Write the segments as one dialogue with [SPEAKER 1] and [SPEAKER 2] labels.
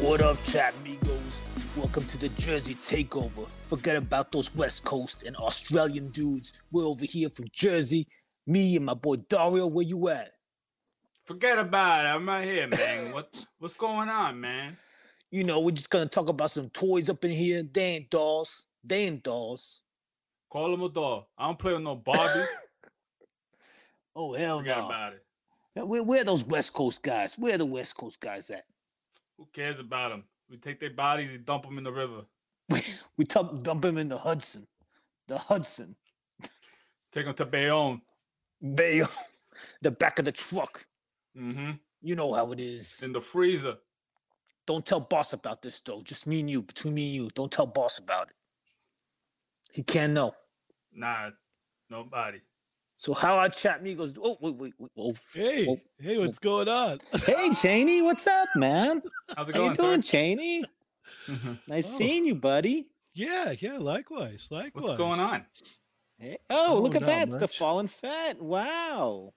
[SPEAKER 1] What up, chat amigos? Welcome to the Jersey Takeover. Forget about those West Coast and Australian dudes. We're over here from Jersey. Me and my boy Dario, where you at?
[SPEAKER 2] Forget about it. I'm right here, man. what what's going on, man?
[SPEAKER 1] You know, we're just gonna talk about some toys up in here. They ain't dolls. They ain't dolls.
[SPEAKER 2] Call him a doll. I don't play with no Barbie.
[SPEAKER 1] Oh hell
[SPEAKER 2] Forget
[SPEAKER 1] no!
[SPEAKER 2] about it.
[SPEAKER 1] Where, where are those West Coast guys? Where are the West Coast guys at?
[SPEAKER 2] Who cares about them? We take their bodies and dump them in the river.
[SPEAKER 1] We dump, dump him in the Hudson. The Hudson.
[SPEAKER 2] Take them to Bayonne.
[SPEAKER 1] Bay. the back of the truck.
[SPEAKER 2] hmm
[SPEAKER 1] You know how it is.
[SPEAKER 2] In the freezer.
[SPEAKER 1] Don't tell boss about this though. Just me and you, between me and you. Don't tell boss about it. He can't know.
[SPEAKER 2] Nah, nobody.
[SPEAKER 1] So how our chat me goes, oh wait, wait, wait. Oh.
[SPEAKER 3] Hey,
[SPEAKER 1] Well-
[SPEAKER 3] hey, what's going on?
[SPEAKER 1] Hey Cheney, what's up, man?
[SPEAKER 2] How's it
[SPEAKER 1] How you
[SPEAKER 2] going,
[SPEAKER 1] doing, Cheney?
[SPEAKER 2] sir?
[SPEAKER 1] Nice
[SPEAKER 3] Oh.
[SPEAKER 1] seeing you, buddy.
[SPEAKER 3] Yeah, yeah, likewise, likewise.
[SPEAKER 2] What's going on?
[SPEAKER 1] Hey, oh, look
[SPEAKER 3] Oh,
[SPEAKER 1] at
[SPEAKER 3] not
[SPEAKER 1] that. It's the
[SPEAKER 3] much.
[SPEAKER 1] fallen fat. Wow.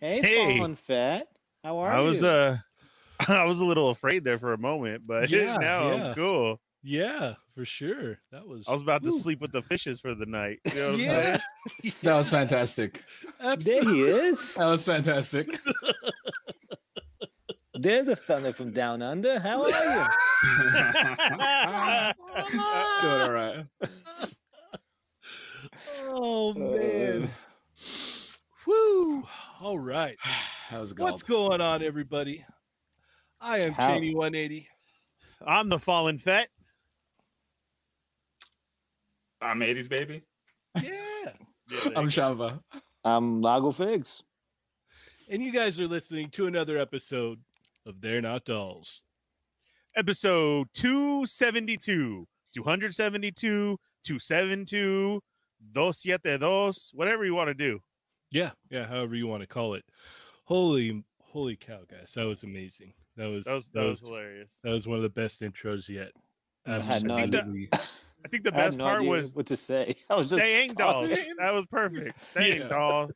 [SPEAKER 1] Hey,
[SPEAKER 4] Hey.
[SPEAKER 1] fallen fat. How are
[SPEAKER 4] I was
[SPEAKER 1] you?
[SPEAKER 4] uh I was a little afraid there for a moment, but
[SPEAKER 3] Yeah,
[SPEAKER 4] now
[SPEAKER 3] yeah.
[SPEAKER 4] I'm cool.
[SPEAKER 3] Yeah, for sure. That was,
[SPEAKER 4] I was about to
[SPEAKER 3] Woo.
[SPEAKER 4] sleep with the fishes for the night. You know what I'm
[SPEAKER 3] Yeah.
[SPEAKER 4] saying?
[SPEAKER 5] That was fantastic.
[SPEAKER 1] there
[SPEAKER 3] absolutely.
[SPEAKER 1] he is.
[SPEAKER 5] That was fantastic.
[SPEAKER 1] There's a thunder from down under. How are you?
[SPEAKER 5] Doing all right.
[SPEAKER 3] Oh
[SPEAKER 1] Uh,
[SPEAKER 3] man, woo! All right,
[SPEAKER 5] That was a
[SPEAKER 3] what's
[SPEAKER 5] gulp.
[SPEAKER 3] going on, everybody? I am
[SPEAKER 1] How-
[SPEAKER 3] Cheney One Eighty.
[SPEAKER 4] I'm the fallen fet.
[SPEAKER 2] I'm 80s baby.
[SPEAKER 3] Yeah,
[SPEAKER 5] I'm Shava.
[SPEAKER 1] I'm Lago Figs.
[SPEAKER 3] and you guys are listening to another episode of They're Not Dolls.
[SPEAKER 4] Episode 272, 272, 272, 272, whatever you want to do.
[SPEAKER 3] Yeah, yeah, however you want to call it. Holy, holy cow, guys, that was amazing. That was
[SPEAKER 4] That was that was hilarious.
[SPEAKER 3] that was one of the best intros yet.
[SPEAKER 5] I
[SPEAKER 1] had no
[SPEAKER 4] idea.
[SPEAKER 5] Absolutely.
[SPEAKER 4] I think the
[SPEAKER 1] I had
[SPEAKER 4] best
[SPEAKER 1] no
[SPEAKER 4] part
[SPEAKER 1] idea
[SPEAKER 4] was
[SPEAKER 1] what to say. I was just
[SPEAKER 4] they ain't dolls.
[SPEAKER 1] talking.
[SPEAKER 4] That was perfect. They
[SPEAKER 5] Yeah.
[SPEAKER 4] ain't dolls.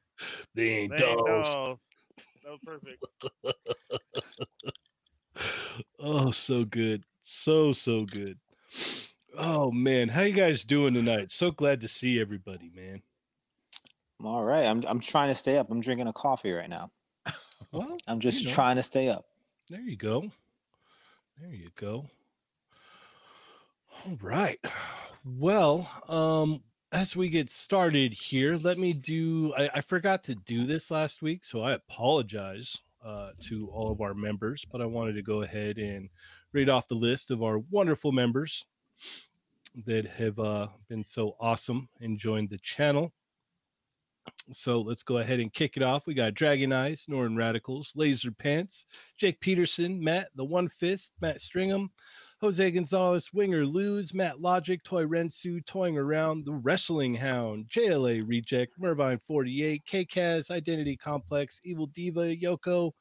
[SPEAKER 3] They ain't
[SPEAKER 4] They ain't dolls. That was perfect.
[SPEAKER 3] Oh, so good. So so good. Oh man, how you guys doing tonight? So glad to see everybody, man.
[SPEAKER 1] I'm all right. I'm I'm trying to stay up. I'm drinking a coffee right now.
[SPEAKER 3] Well,
[SPEAKER 1] I'm just
[SPEAKER 3] You know.
[SPEAKER 1] trying to stay up.
[SPEAKER 3] there you go. There you go. All right. Well, um as we get started here, let me do I, I forgot to do this last week, so I apologize uh to all of our members, but I wanted to go ahead and read off the list of our wonderful members that have uh, been so awesome and joined the channel. So let's go ahead and kick it off. We got Dragon Eyes, Northern Radicals, Laser Pants, Jake Peterson, Matt the One Fist, Matt Stringham, Jose Gonzalez, Winger Lose, Matt Logic, Toy Rensu, Toying Around, The Wrestling Hound, JLA Reject, Mervine 48, KCAS, Identity Complex, Evil Diva, Yoko,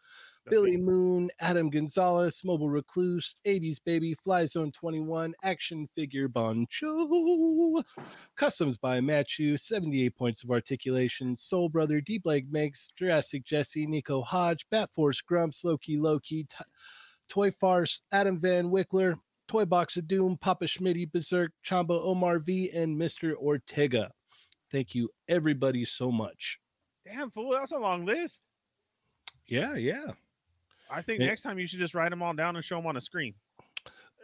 [SPEAKER 3] Billy Moon, Adam Gonzalez, Mobile Recluse, 80s Baby, Fly Zone 21, Action Figure Boncho, Customs by Matthew, 78 Points of Articulation, Soul Brother, D Blake Makes, Jurassic Jesse, Nico Hodge, Bat Force Grumps, Loki Loki, T- Toy Farce, Adam Van Wickler, Toy Box of Doom, Papa Schmitty, Berserk, Chamba Omar V, and Mr. Ortega. Thank you, everybody, so much.
[SPEAKER 4] Damn fool, that was a long list.
[SPEAKER 3] Yeah, yeah.
[SPEAKER 4] I think
[SPEAKER 3] Yeah.
[SPEAKER 4] next time you should just write them all down and show them on a screen.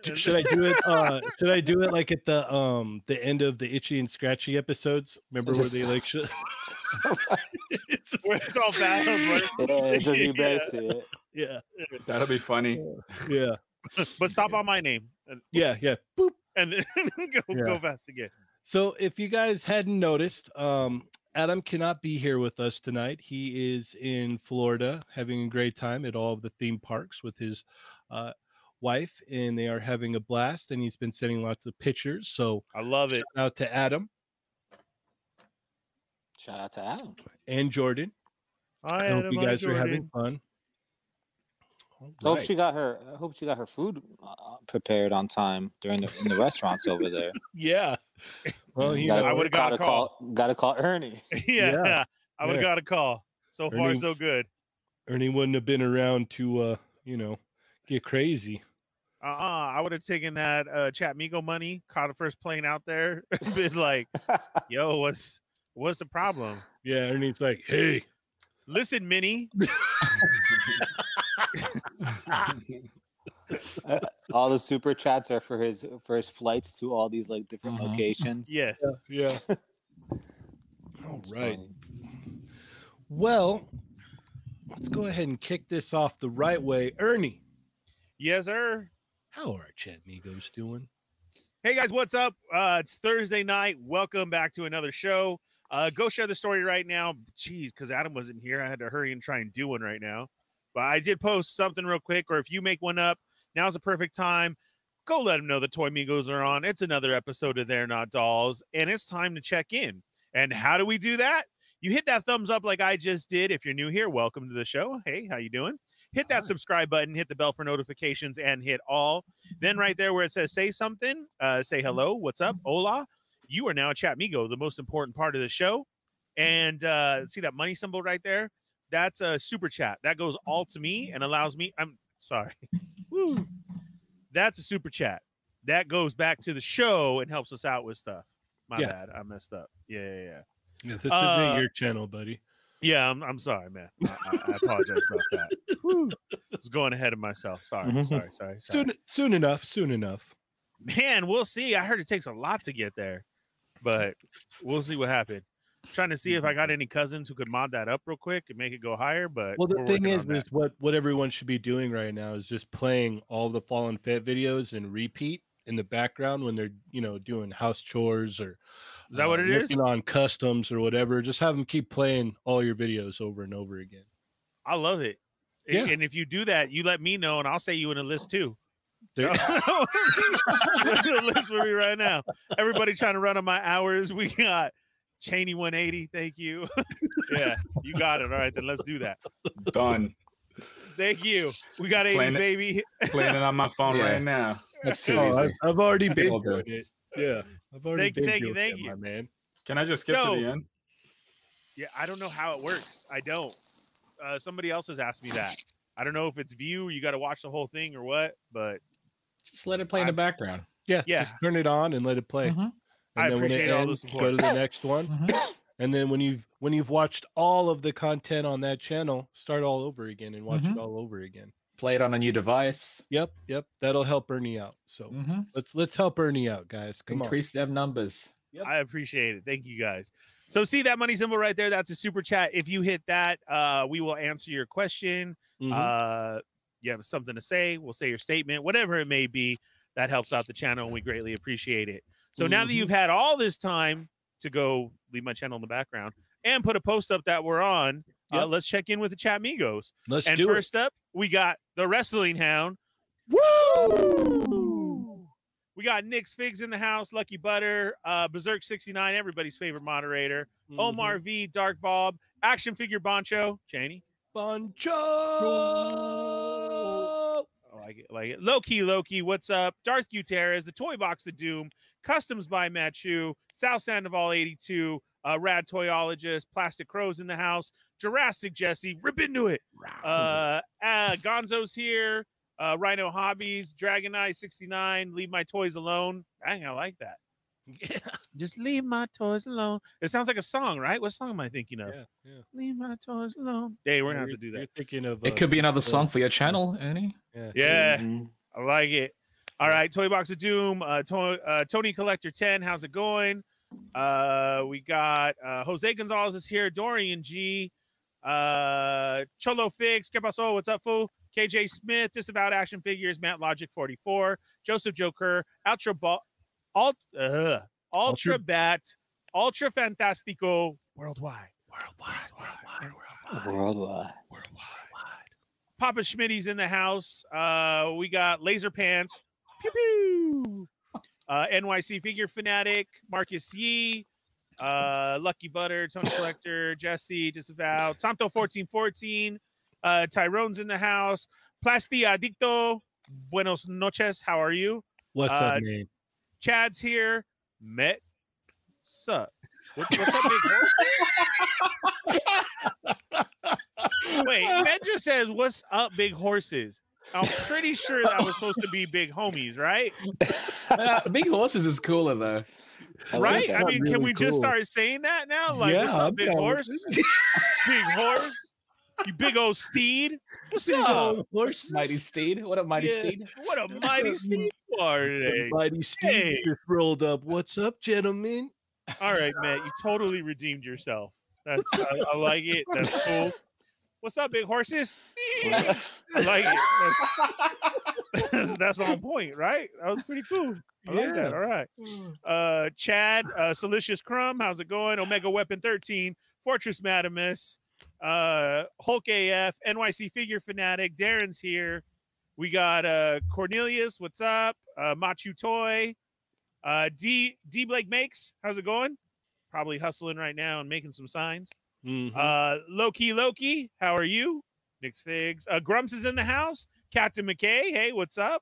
[SPEAKER 3] D- should I do it? Uh, should I do it like at the um the end of the itchy and scratchy episodes? Remember
[SPEAKER 1] Is
[SPEAKER 3] where
[SPEAKER 1] it
[SPEAKER 3] they like?
[SPEAKER 1] so-
[SPEAKER 3] Should... It's just-
[SPEAKER 4] Where it's all battles,
[SPEAKER 1] yeah, it's just you better see it.
[SPEAKER 3] yeah,
[SPEAKER 2] That'll be funny.
[SPEAKER 3] yeah,
[SPEAKER 4] right? but stop on my name and,
[SPEAKER 3] yeah, yeah. Boop.
[SPEAKER 4] and then go
[SPEAKER 3] Yeah.
[SPEAKER 4] go fast again.
[SPEAKER 3] So if you guys hadn't noticed, um, Adam cannot be here with us tonight. He is in Florida having a great time at all of the theme parks with his uh, wife, and they are having a blast. And he's been sending lots of pictures. So
[SPEAKER 4] I love
[SPEAKER 3] shout
[SPEAKER 4] it.
[SPEAKER 3] out to Adam
[SPEAKER 1] Shout out to Adam.
[SPEAKER 3] and Jordan. I, hope you guys are having fun. All
[SPEAKER 1] Hope
[SPEAKER 3] right.
[SPEAKER 1] she got her. I hope she got her food uh, prepared on time during the in the restaurants over there.
[SPEAKER 3] Yeah. Well,
[SPEAKER 1] Mm,
[SPEAKER 3] you
[SPEAKER 1] gotta-
[SPEAKER 3] know,
[SPEAKER 4] I would've got a
[SPEAKER 1] gotta Gotta call Ernie.
[SPEAKER 4] yeah,
[SPEAKER 3] Yeah.
[SPEAKER 4] I would
[SPEAKER 3] Yeah.
[SPEAKER 4] have got a call. So far,
[SPEAKER 3] Ernie-
[SPEAKER 4] so good.
[SPEAKER 3] Ernie wouldn't have been around to, uh, you know, get crazy.
[SPEAKER 4] uh, uh I would have taken that uh Chatmigo money, caught a first plane out there, been like, yo, what's what's the problem?
[SPEAKER 3] Yeah, Ernie's like, hey,
[SPEAKER 4] Listen, Minnie,
[SPEAKER 1] all the super chats are for his for his flights to all these like different
[SPEAKER 4] Uh-huh.
[SPEAKER 6] Mhm.
[SPEAKER 1] locations.
[SPEAKER 4] yes,
[SPEAKER 3] yeah. All
[SPEAKER 1] It's
[SPEAKER 3] right.
[SPEAKER 1] funny.
[SPEAKER 3] Well, let's go ahead and kick this off the right way. Ernie,
[SPEAKER 4] yes, sir.
[SPEAKER 3] how are our chat amigos doing?
[SPEAKER 4] Hey guys, what's up? Uh, it's Thursday night. Welcome back to another show. Uh, go share the story right now. Jeez, because Adam wasn't here, I had to hurry and try and do one right now. But I did post something real quick, or if you make one up, now's the perfect time. Go let them know the Toy Migos are on. It's another episode of They're Not Dolls, and it's time to check in. And how do we do that? You hit that thumbs up like I just did. If you're new here, welcome to the show. Hey, how you doing? Hit that subscribe button, hit the bell for notifications, and hit all. Then right there where it says say something, uh, say hello, what's up, hola. You are now a Chatmigo, the most important part of the show. And uh, see that money symbol right there? That's a super chat. That goes all to me and allows me. I'm sorry. Woo. That's a super chat. That goes back to the show and helps us out with stuff. My
[SPEAKER 3] Yeah.
[SPEAKER 4] bad. I messed up. Yeah, yeah, yeah.
[SPEAKER 3] Yeah, this
[SPEAKER 4] Uh,
[SPEAKER 3] isn't your channel, buddy.
[SPEAKER 4] Yeah, I'm, I'm sorry, man. I, I, I apologize about that. Whew. I was going ahead of myself. Sorry,
[SPEAKER 1] Mhm.
[SPEAKER 4] sorry, sorry, sorry.
[SPEAKER 3] Soon, soon enough. Soon enough.
[SPEAKER 4] man, we'll see. I heard it takes a lot to get there, but we'll see what happened. Trying to see if I got any cousins who could mod that up real quick and make it go higher. But
[SPEAKER 3] Well, the
[SPEAKER 4] we're
[SPEAKER 3] thing
[SPEAKER 4] working
[SPEAKER 3] is,
[SPEAKER 4] on that.
[SPEAKER 3] is what what everyone should be doing right now is just playing all the Fallen Fit videos and repeat in the background when they're you know doing house chores or
[SPEAKER 4] Is that what it
[SPEAKER 3] it
[SPEAKER 4] is?
[SPEAKER 3] is? on customs or whatever. Just have them keep playing all your videos over and over again.
[SPEAKER 4] I love it. I-
[SPEAKER 3] Yeah.
[SPEAKER 4] And if you do that, you let me know, and I'll say you in a list too.
[SPEAKER 3] There-
[SPEAKER 4] the list for me right now. Everybody trying to run on my hours. We got Cheney 180. Thank you. yeah, you got it. All right, then let's do that.
[SPEAKER 2] Done.
[SPEAKER 4] Thank you. We got 80
[SPEAKER 2] Planet-
[SPEAKER 4] baby.
[SPEAKER 2] Playing it on my phone
[SPEAKER 6] Yeah.
[SPEAKER 2] right now.
[SPEAKER 6] That's too
[SPEAKER 3] Oh, I've,
[SPEAKER 6] easy.
[SPEAKER 3] I've already been
[SPEAKER 6] all
[SPEAKER 3] doing it. Yeah, I've already
[SPEAKER 4] Thank you,
[SPEAKER 3] been
[SPEAKER 4] thank you,
[SPEAKER 3] doing
[SPEAKER 4] thank
[SPEAKER 3] it,
[SPEAKER 4] you.
[SPEAKER 3] my man.
[SPEAKER 2] Can I just skip
[SPEAKER 4] So-
[SPEAKER 2] to the end?
[SPEAKER 4] Yeah, I don't know how it works. I don't. Uh, somebody else has asked me that. I don't know if it's view, you got to watch the whole thing or what, but
[SPEAKER 6] Just let it play in the background.
[SPEAKER 3] Yeah,
[SPEAKER 4] Yeah.
[SPEAKER 3] just turn it on and let it play.
[SPEAKER 6] Mhm.
[SPEAKER 4] I
[SPEAKER 3] when it
[SPEAKER 4] appreciate all the
[SPEAKER 3] Go to
[SPEAKER 4] support.
[SPEAKER 3] the next one,
[SPEAKER 6] Mhm.
[SPEAKER 3] and then when you've when you've watched all of the content on that channel, start all over again and watch it
[SPEAKER 6] Mhm.
[SPEAKER 3] all over again.
[SPEAKER 6] Play it on a new device.
[SPEAKER 3] Yep, yep. That'll help Ernie out. So
[SPEAKER 4] Mm-hmm.
[SPEAKER 6] Mhm.
[SPEAKER 3] let's let's help Ernie out, guys. Come
[SPEAKER 6] Increase them numbers.
[SPEAKER 4] I appreciate it. Thank you guys. So see that money symbol right there? That's a super chat. If you hit that, uh, we will answer your question.
[SPEAKER 3] on. Mhm.
[SPEAKER 4] Uh, you have something to say, we'll say your statement, whatever it may be. That helps out the channel, and we greatly appreciate it. So now that
[SPEAKER 3] Mhm.
[SPEAKER 4] you've had all this time to go leave my channel in the background and put a post up that we're on, uh,
[SPEAKER 3] Yep.
[SPEAKER 4] let's check in with the chat Migos.
[SPEAKER 3] Let's
[SPEAKER 4] and
[SPEAKER 3] do
[SPEAKER 4] first up, we got the wrestling hound.
[SPEAKER 3] Mm-hmm.
[SPEAKER 4] Woo! We got Nick's Figs in the house, Lucky Butter, uh, Berserk 69, everybody's favorite moderator,
[SPEAKER 3] it.
[SPEAKER 4] Omar
[SPEAKER 3] Mhm.
[SPEAKER 4] V, Dark Bob, Action Figure Boncho, Cheney.
[SPEAKER 3] Boncho.
[SPEAKER 4] Oh, I like it, like it. Loki, Loki, what's up? Darth Gutierrez, the Toy Box of Doom, Customs by Machu, South Sandoval 82, uh, Rad Toyologist, Plastic Crows in the house, Jurassic Jesse, rip into it. Uh, uh, Gonzo's here, uh, Rhino Hobbies, Dragon Eye 69, Leave My Toys Alone. Dang, I like that.
[SPEAKER 3] Yeah,
[SPEAKER 4] Just leave my toys alone. It sounds like a song, right? What song am I thinking of?
[SPEAKER 3] yeah, yeah.
[SPEAKER 4] Leave my toys alone. Hey, we're gonna have
[SPEAKER 3] You're-
[SPEAKER 4] to do
[SPEAKER 3] You're
[SPEAKER 4] that.
[SPEAKER 3] thinking of uh,
[SPEAKER 6] It could be another song for your channel, Ernie.
[SPEAKER 4] Yeah.
[SPEAKER 1] Mhm.
[SPEAKER 4] I like it. All right, Toy Box of Doom, uh, to- uh, Tony Collector 10, how's it going? Uh, we got uh, Jose Gonzalez is here, Dorian G, uh, Cholo Figs, Que Paso, what's up, fool? KJ Smith, Disavowed Action Figures, Matt Logic 44, Joseph Joker, Ultra Ball, Alt, uh, Ultra
[SPEAKER 3] Ultra-
[SPEAKER 4] Bat, Ultra Fantastico, Worldwide.
[SPEAKER 3] worldwide, worldwide, worldwide,
[SPEAKER 1] Worldwide.
[SPEAKER 4] Uh,
[SPEAKER 3] worldwide.
[SPEAKER 4] Papa Schmitty's in the house. Uh, we got Laser Pants. Pew pew. Uh, NYC Figure Fanatic, Marcus Yee, uh, Lucky Butter, Tony Collector, Jesse Disavow, Santo fourteen fourteen, uh, Tyrone's in the house. Plasti Adicto, Buenos noches. How are you?
[SPEAKER 3] What's
[SPEAKER 4] Uh,
[SPEAKER 3] up, man?
[SPEAKER 4] Chad's here. Met. Sup. What, what's up, big horse? Wait, Ben just says, "What's up, big horses?" I'm pretty sure that was supposed to be big homies, right?
[SPEAKER 6] Nah, Ah, big horses is cooler though.
[SPEAKER 1] I like
[SPEAKER 4] right?
[SPEAKER 1] that.
[SPEAKER 4] I
[SPEAKER 6] Oh, not
[SPEAKER 4] mean, can
[SPEAKER 6] really
[SPEAKER 4] we just
[SPEAKER 6] cool.
[SPEAKER 4] start saying that now? Like, what's up,
[SPEAKER 6] I'm
[SPEAKER 4] big
[SPEAKER 6] down with
[SPEAKER 4] horse?
[SPEAKER 6] it.
[SPEAKER 4] big horse? You big old steed? What's up?
[SPEAKER 3] horses.
[SPEAKER 6] Mighty steed. What a mighty
[SPEAKER 4] Yeah.
[SPEAKER 6] steed.
[SPEAKER 4] What a mighty steed you are today.
[SPEAKER 3] Mighty Steve
[SPEAKER 4] Hey.
[SPEAKER 3] just rolled up. What's up, gentlemen?
[SPEAKER 4] All right, Matt, you totally redeemed yourself. That's I, I like it. That's cool. What's up, big horses? I like it. That's, that's, that's on point, right? That was pretty cool. I like that. All right. Uh, Chad, uh, Silicious Crumb, how's it going? Omega Weapon 13, Fortress Madamus, uh, Hulk AF, NYC Figure Fanatic, Darren's here. We got uh, Cornelius, what's up? Uh, Machu Toy, uh, D D Blake Makes, how's it going? Probably hustling right now and making some signs.
[SPEAKER 3] Mhm.
[SPEAKER 4] Uh, Loki Loki, how are you? Mixed figs. Uh, Grumps is in the house. Captain McKay, hey, what's up?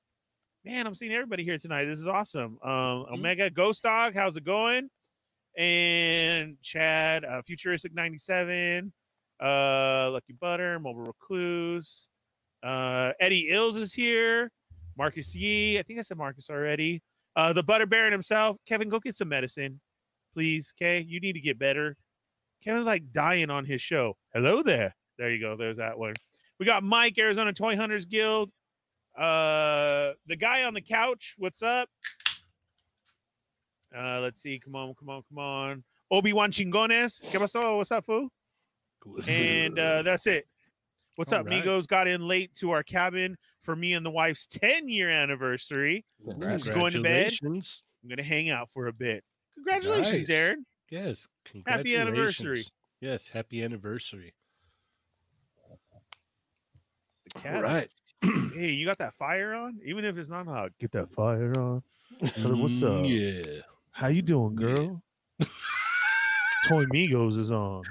[SPEAKER 4] Man, I'm seeing everybody here tonight. This is awesome. Um, Omega Ghost Dog, how's it going? And Chad, uh, Futuristic 97, uh, Lucky Butter, Mobile Recluse, uh, Eddie Ills is here. Marcus Yee, I think I said Marcus already. Uh, the Butter Baron himself, Kevin, go get some medicine, please. Okay, you need to get better. Kevin's like dying on his show. Hello there. There you go. There's that one. We got Mike, Arizona Toy Hunters Guild. Uh, the guy on the couch. What's up? Uh, let's see. Come on, come on, come on. Obi Wan Chingones. ¿Qué pasó? What's up, fool? And uh, that's it. What's
[SPEAKER 3] All
[SPEAKER 4] up,
[SPEAKER 3] right.
[SPEAKER 4] Migos? Got in late to our cabin for me and the wife's 10 year anniversary.
[SPEAKER 6] Congrats.
[SPEAKER 4] going to bed?
[SPEAKER 3] Congratulations.
[SPEAKER 4] I'm going to hang out for a bit.
[SPEAKER 3] Nice.
[SPEAKER 4] Congratulations, Darren.
[SPEAKER 3] Yes.
[SPEAKER 4] Happy anniversary.
[SPEAKER 3] congratulations. Yes. Happy anniversary.
[SPEAKER 4] The
[SPEAKER 3] All
[SPEAKER 4] cabin.
[SPEAKER 3] right.
[SPEAKER 4] Hey, you got that fire on? Even if it's not hot, get that fire on. Tell her what's
[SPEAKER 3] Mm,
[SPEAKER 4] up.
[SPEAKER 3] Yeah.
[SPEAKER 4] How you doing,
[SPEAKER 3] Yeah.
[SPEAKER 4] girl? Toy Migos is on.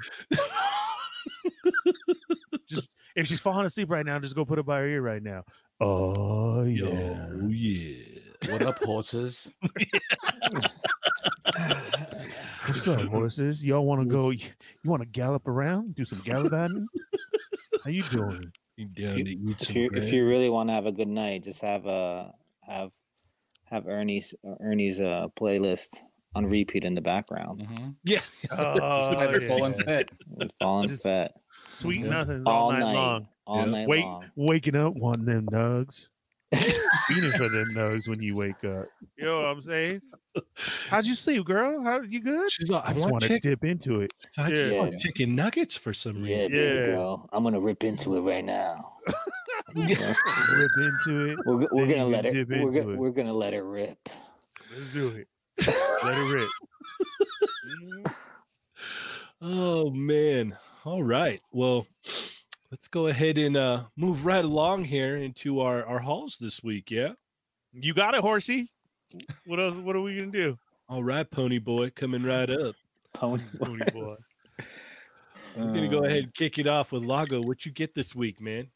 [SPEAKER 4] just if she's falling asleep right now, just go put it by her ear right now. Oh
[SPEAKER 3] Yo,
[SPEAKER 4] yeah.
[SPEAKER 3] yeah.
[SPEAKER 6] What up, horses?
[SPEAKER 4] What's up, horses? Y'all want to go? You want to gallop around? Do some gallivanting? How you doing?
[SPEAKER 3] You down
[SPEAKER 1] you-
[SPEAKER 3] to eat
[SPEAKER 1] If
[SPEAKER 3] some
[SPEAKER 1] you if
[SPEAKER 3] bread?
[SPEAKER 1] you really want to have a good night, just have uh have have Ernie's Ernie's uh playlist on repeat in the background.
[SPEAKER 6] mm-hmm.
[SPEAKER 3] Yeah.
[SPEAKER 4] Oh,
[SPEAKER 6] I've
[SPEAKER 4] yeah.
[SPEAKER 6] fallen fit.
[SPEAKER 1] Falling
[SPEAKER 4] Just
[SPEAKER 1] fat
[SPEAKER 4] Sweet
[SPEAKER 6] Yeah.
[SPEAKER 4] nothings
[SPEAKER 1] all
[SPEAKER 4] all, night,
[SPEAKER 1] night,
[SPEAKER 4] long.
[SPEAKER 1] all
[SPEAKER 3] Yeah.
[SPEAKER 1] night
[SPEAKER 4] Wait,
[SPEAKER 1] long.
[SPEAKER 4] waking up wanting them nugs. Beating for them nugs when you wake up. You know what I'm saying? How'd you sleep, girl? How you good?
[SPEAKER 3] She's like, I,
[SPEAKER 4] I just
[SPEAKER 3] want
[SPEAKER 4] want to
[SPEAKER 3] chicken.
[SPEAKER 4] dip into it.
[SPEAKER 3] I just
[SPEAKER 1] Yeah.
[SPEAKER 3] want chicken nuggets for some
[SPEAKER 1] Yeah,
[SPEAKER 3] reason.
[SPEAKER 4] Yeah.
[SPEAKER 1] baby girl, I'm gonna rip into it right now.
[SPEAKER 4] Rip into it.
[SPEAKER 1] We're, we're
[SPEAKER 4] Then you
[SPEAKER 1] gonna let
[SPEAKER 4] can
[SPEAKER 1] it.
[SPEAKER 4] dip
[SPEAKER 1] We're,
[SPEAKER 4] into
[SPEAKER 1] go-
[SPEAKER 4] it.
[SPEAKER 1] we're gonna let it rip.
[SPEAKER 4] Let's do it. Let it rip. Mhm.
[SPEAKER 3] Oh man. All right. Well, let's go ahead and uh move right along here into our our hauls this week, yeah?
[SPEAKER 4] You got it, horsey. What else? What are we gonna do,
[SPEAKER 3] All right, pony boy, coming right up.
[SPEAKER 1] Pony.
[SPEAKER 4] Pony boy?
[SPEAKER 3] I'm going to go ahead and kick it off with Lago. What you get this week, man?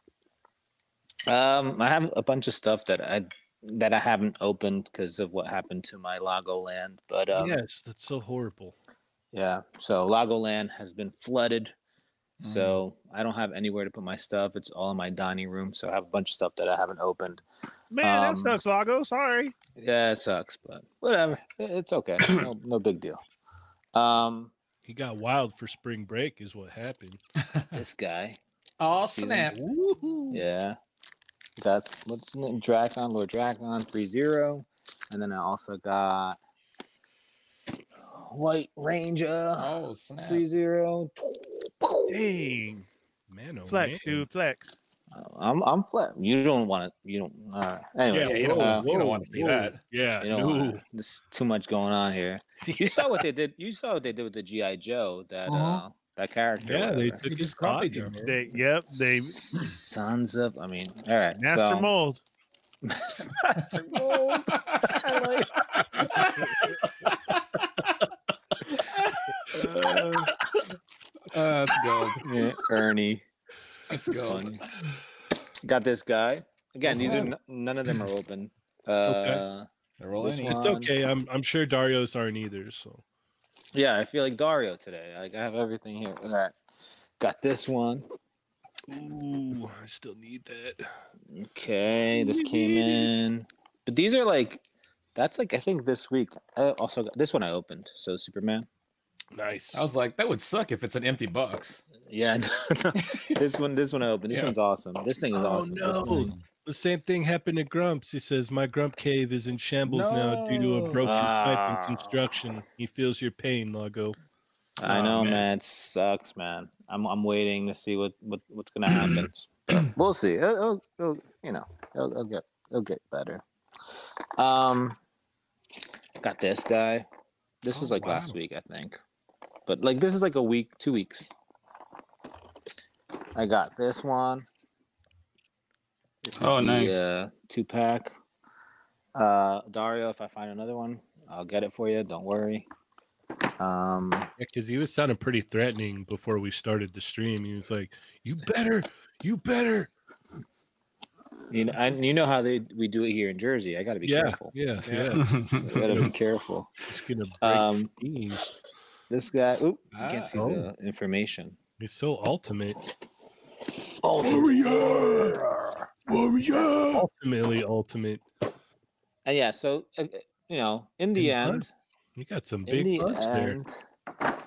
[SPEAKER 1] Um, I have a bunch of stuff that I that I haven't opened because of what happened to my Lago Land, but um,
[SPEAKER 3] yes, that's so horrible.
[SPEAKER 1] Yeah. So Lagoland has been flooded.
[SPEAKER 6] Mm.
[SPEAKER 1] So I don't have anywhere to put my stuff. It's all in my dining room. So I have a bunch of stuff that I haven't opened. Um,
[SPEAKER 4] Man, that sucks, Lago. Sorry.
[SPEAKER 1] Yeah, it sucks, but whatever. I- It's okay. no, no big deal. Um,
[SPEAKER 3] He got wild for spring break is what happened.
[SPEAKER 1] this guy.
[SPEAKER 6] Oh
[SPEAKER 1] See them?
[SPEAKER 6] snap!
[SPEAKER 1] Yeah. Got what's his name? Dracon, Lord Dracon, 3-0. And then I also got White
[SPEAKER 4] Ah,
[SPEAKER 1] Ranger,
[SPEAKER 6] Oh snap!
[SPEAKER 1] 3-0.
[SPEAKER 4] Dang.
[SPEAKER 3] Man, oh
[SPEAKER 4] Flex,
[SPEAKER 3] man.
[SPEAKER 4] dude. Flex.
[SPEAKER 1] I'm I'm flat. You don't want to. You don't. All right. Anyway,
[SPEAKER 6] Yeah, you don't,
[SPEAKER 1] uh,
[SPEAKER 6] you don't want to see
[SPEAKER 3] whoa.
[SPEAKER 6] that.
[SPEAKER 3] Yeah.
[SPEAKER 1] You know,
[SPEAKER 3] no.
[SPEAKER 1] uh, there's too much going on here. You saw what they did. You saw what they did with the GI Joe. That
[SPEAKER 6] Uh-huh.
[SPEAKER 1] uh, that character.
[SPEAKER 3] Yeah, they
[SPEAKER 1] whatever.
[SPEAKER 3] took
[SPEAKER 6] They
[SPEAKER 3] his
[SPEAKER 6] just copied
[SPEAKER 3] copy.
[SPEAKER 6] you, man.
[SPEAKER 4] They, yep. They.
[SPEAKER 1] sons of. I mean, all right.
[SPEAKER 4] Master
[SPEAKER 1] so,
[SPEAKER 4] Mold.
[SPEAKER 1] Master Mold. I like-
[SPEAKER 6] Uh, Oh, that's gold.
[SPEAKER 1] Yeah, Ernie
[SPEAKER 6] That's gold.
[SPEAKER 1] got this guy again. These are
[SPEAKER 6] Okay.
[SPEAKER 1] n- none of them are open. Uh,
[SPEAKER 6] They're rolling
[SPEAKER 1] This
[SPEAKER 6] in.
[SPEAKER 1] one-
[SPEAKER 3] It's okay. I'm I'm sure Dario's aren't either. So
[SPEAKER 1] Yeah, I feel like Dario today. Like I have everything here. All right, got this one.
[SPEAKER 3] Ooh, I still need that.
[SPEAKER 1] Okay, this came in, but these are like, that's like I think this week. I also got this one I opened. So Superman.
[SPEAKER 3] Nice.
[SPEAKER 6] I was like, that would suck if it's an empty box.
[SPEAKER 1] Yeah, I know. this one, this one I opened. This
[SPEAKER 6] Yeah.
[SPEAKER 1] one's awesome. This thing is
[SPEAKER 3] Oh,
[SPEAKER 1] awesome. This
[SPEAKER 3] no.
[SPEAKER 1] thing-
[SPEAKER 3] The same thing happened to Grumps. He says, My Grump cave is in shambles now due to a
[SPEAKER 6] No.
[SPEAKER 3] broken pipe
[SPEAKER 1] Ah.
[SPEAKER 3] in construction. He feels your pain, Lago.
[SPEAKER 1] I
[SPEAKER 6] Aw,
[SPEAKER 1] know, Oh, man.
[SPEAKER 6] man.
[SPEAKER 1] It sucks, man. I'm, I'm waiting to see what, what what's gonna happen. But we'll see. It'll, it'll- it'll- you know, it'll, it'll get it'll get better. Um, got this guy. This was
[SPEAKER 6] Oh,
[SPEAKER 1] like last
[SPEAKER 6] wow.
[SPEAKER 1] week, I think. But like, this is like a week, two weeks. I got this one. This is
[SPEAKER 6] Oh,
[SPEAKER 1] the,
[SPEAKER 6] nice.
[SPEAKER 1] Uh, two pack. Uh, Dario, if I find another one, I'll get it for you. Don't worry. Um,
[SPEAKER 3] Because he was sounding pretty threatening before we started the stream. He was like, You better, you better.
[SPEAKER 1] You know, I, you know how they we do it here in Jersey. I got to be
[SPEAKER 3] yeah,
[SPEAKER 1] careful.
[SPEAKER 3] yeah, yeah,
[SPEAKER 6] Yeah.
[SPEAKER 1] I got to be careful.
[SPEAKER 3] It's gonna break
[SPEAKER 1] Um,
[SPEAKER 3] beans.
[SPEAKER 1] this guy, oop, you
[SPEAKER 6] Ah.
[SPEAKER 1] can't see
[SPEAKER 3] Oh.
[SPEAKER 1] the information.
[SPEAKER 3] He's so ultimate, Oh,
[SPEAKER 1] Warrior, warrior.
[SPEAKER 3] ultimately ultimate.
[SPEAKER 1] And yeah, so uh, uh, you know, in the
[SPEAKER 3] Any
[SPEAKER 1] end,
[SPEAKER 3] bugs? You got some
[SPEAKER 1] in
[SPEAKER 3] big
[SPEAKER 1] the
[SPEAKER 3] bucks there.
[SPEAKER 1] end,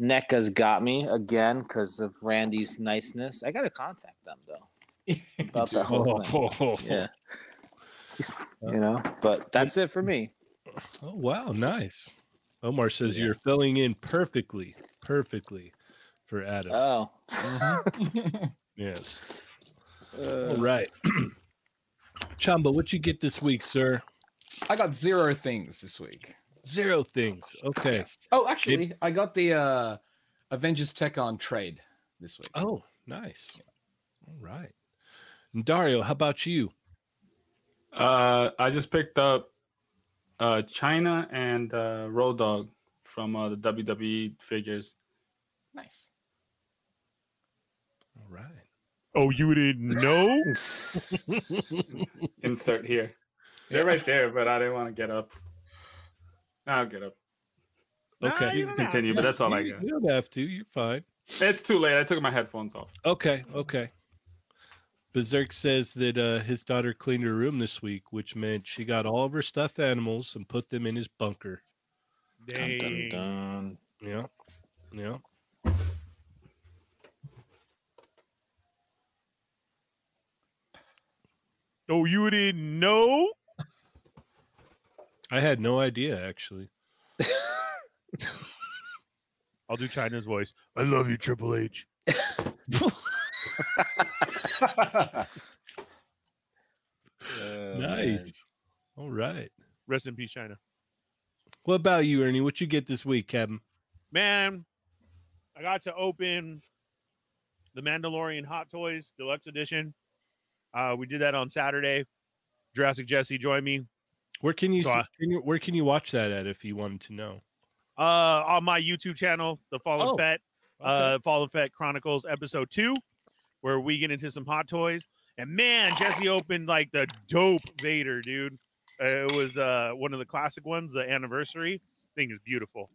[SPEAKER 1] NECA's got me again because of Randy's niceness. I got to contact them though about that whole
[SPEAKER 3] Oh,
[SPEAKER 1] thing. Yeah, you know, but that's it for me.
[SPEAKER 3] Oh wow, nice. Omar says you're filling in perfectly, perfectly for Adam.
[SPEAKER 1] Oh,
[SPEAKER 6] Mm-hmm.
[SPEAKER 3] yes. All
[SPEAKER 1] Uh,
[SPEAKER 3] right. Chamba, what you get this week, sir?
[SPEAKER 6] I got zero things this week.
[SPEAKER 3] Zero things. Okay.
[SPEAKER 6] Yes. Oh, actually, I got the uh, Avengers Tech on trade this week.
[SPEAKER 3] Oh, nice. All right. And Dario, how about you?
[SPEAKER 2] Uh, I just picked up uh, China and uh, Road Dog from uh, the WWE figures.
[SPEAKER 6] Nice.
[SPEAKER 3] All right.
[SPEAKER 4] Oh, you didn't know?
[SPEAKER 2] Insert here. They're right there, but I didn't want to get up. I'll get up.
[SPEAKER 3] Okay.
[SPEAKER 2] You can continue, but that's all I
[SPEAKER 3] You,
[SPEAKER 2] got.
[SPEAKER 3] you don't have to. You're fine.
[SPEAKER 2] It's too late. I took my headphones off.
[SPEAKER 3] Okay, okay. Berserk says that uh, his daughter cleaned her room this week, which meant she got all of her stuffed animals and put them in his bunker.
[SPEAKER 1] dun, dun,
[SPEAKER 4] Dang.
[SPEAKER 1] dun.
[SPEAKER 3] Yeah, yeah.
[SPEAKER 4] Oh, you didn't know?
[SPEAKER 3] I had no idea actually.
[SPEAKER 4] I'll do China's voice. I love you, Triple H.
[SPEAKER 1] Oh, man.
[SPEAKER 3] nice. All right.
[SPEAKER 4] Rest in peace, China.
[SPEAKER 3] What about you, Ernie? What you get this week, Captain?
[SPEAKER 4] Man, I got to open the Mandalorian Hot Toys Deluxe Edition. Uh, we did that on Saturday. Jurassic Jesse joined me
[SPEAKER 3] Where can you,
[SPEAKER 4] So
[SPEAKER 3] see-
[SPEAKER 4] I-
[SPEAKER 3] can you where can you watch that at if you wanted to know?
[SPEAKER 4] uh, on my YouTube channel, The Fallen
[SPEAKER 3] Oh,
[SPEAKER 4] Fett, uh, Fallen Fett Chronicles Episode 2, where we get into some Hot Toys. And man, Jesse opened like the dope Vader, dude. Uh, it was uh, one of the classic ones, the anniversary. Thing is beautiful.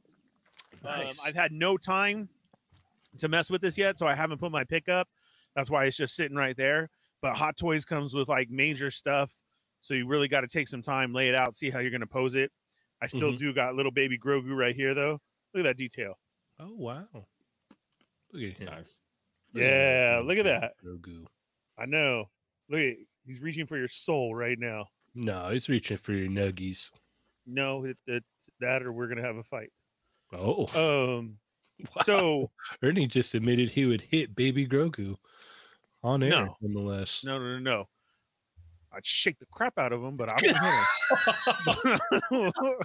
[SPEAKER 3] Nice.
[SPEAKER 4] Um, I've had no time to mess with this yet, so I haven't put my pick up. That's why it's just sitting right there. But Hot Toys comes with like major stuff, so you really got to take some time, lay it out, see how you're gonna pose it. I still
[SPEAKER 3] Mhm.
[SPEAKER 4] do got little baby Grogu right here though. Look at that detail.
[SPEAKER 3] oh wow. Look at him.
[SPEAKER 6] nice.
[SPEAKER 3] Look at that
[SPEAKER 4] Yeah, look at
[SPEAKER 3] little
[SPEAKER 4] that.
[SPEAKER 3] Grogu.
[SPEAKER 4] I know. Look, at, he's reaching for your soul right now.
[SPEAKER 3] No, he's reaching for your nuggies.
[SPEAKER 4] No, it, it, that or we're gonna have a fight.
[SPEAKER 3] Oh,
[SPEAKER 4] Um,
[SPEAKER 3] wow.
[SPEAKER 4] so
[SPEAKER 3] Ernie just admitted he would hit baby Grogu on air,
[SPEAKER 4] No.
[SPEAKER 3] nonetheless.
[SPEAKER 4] no, no, no, no. I'd shake the crap out of him, but I wouldn't hit him.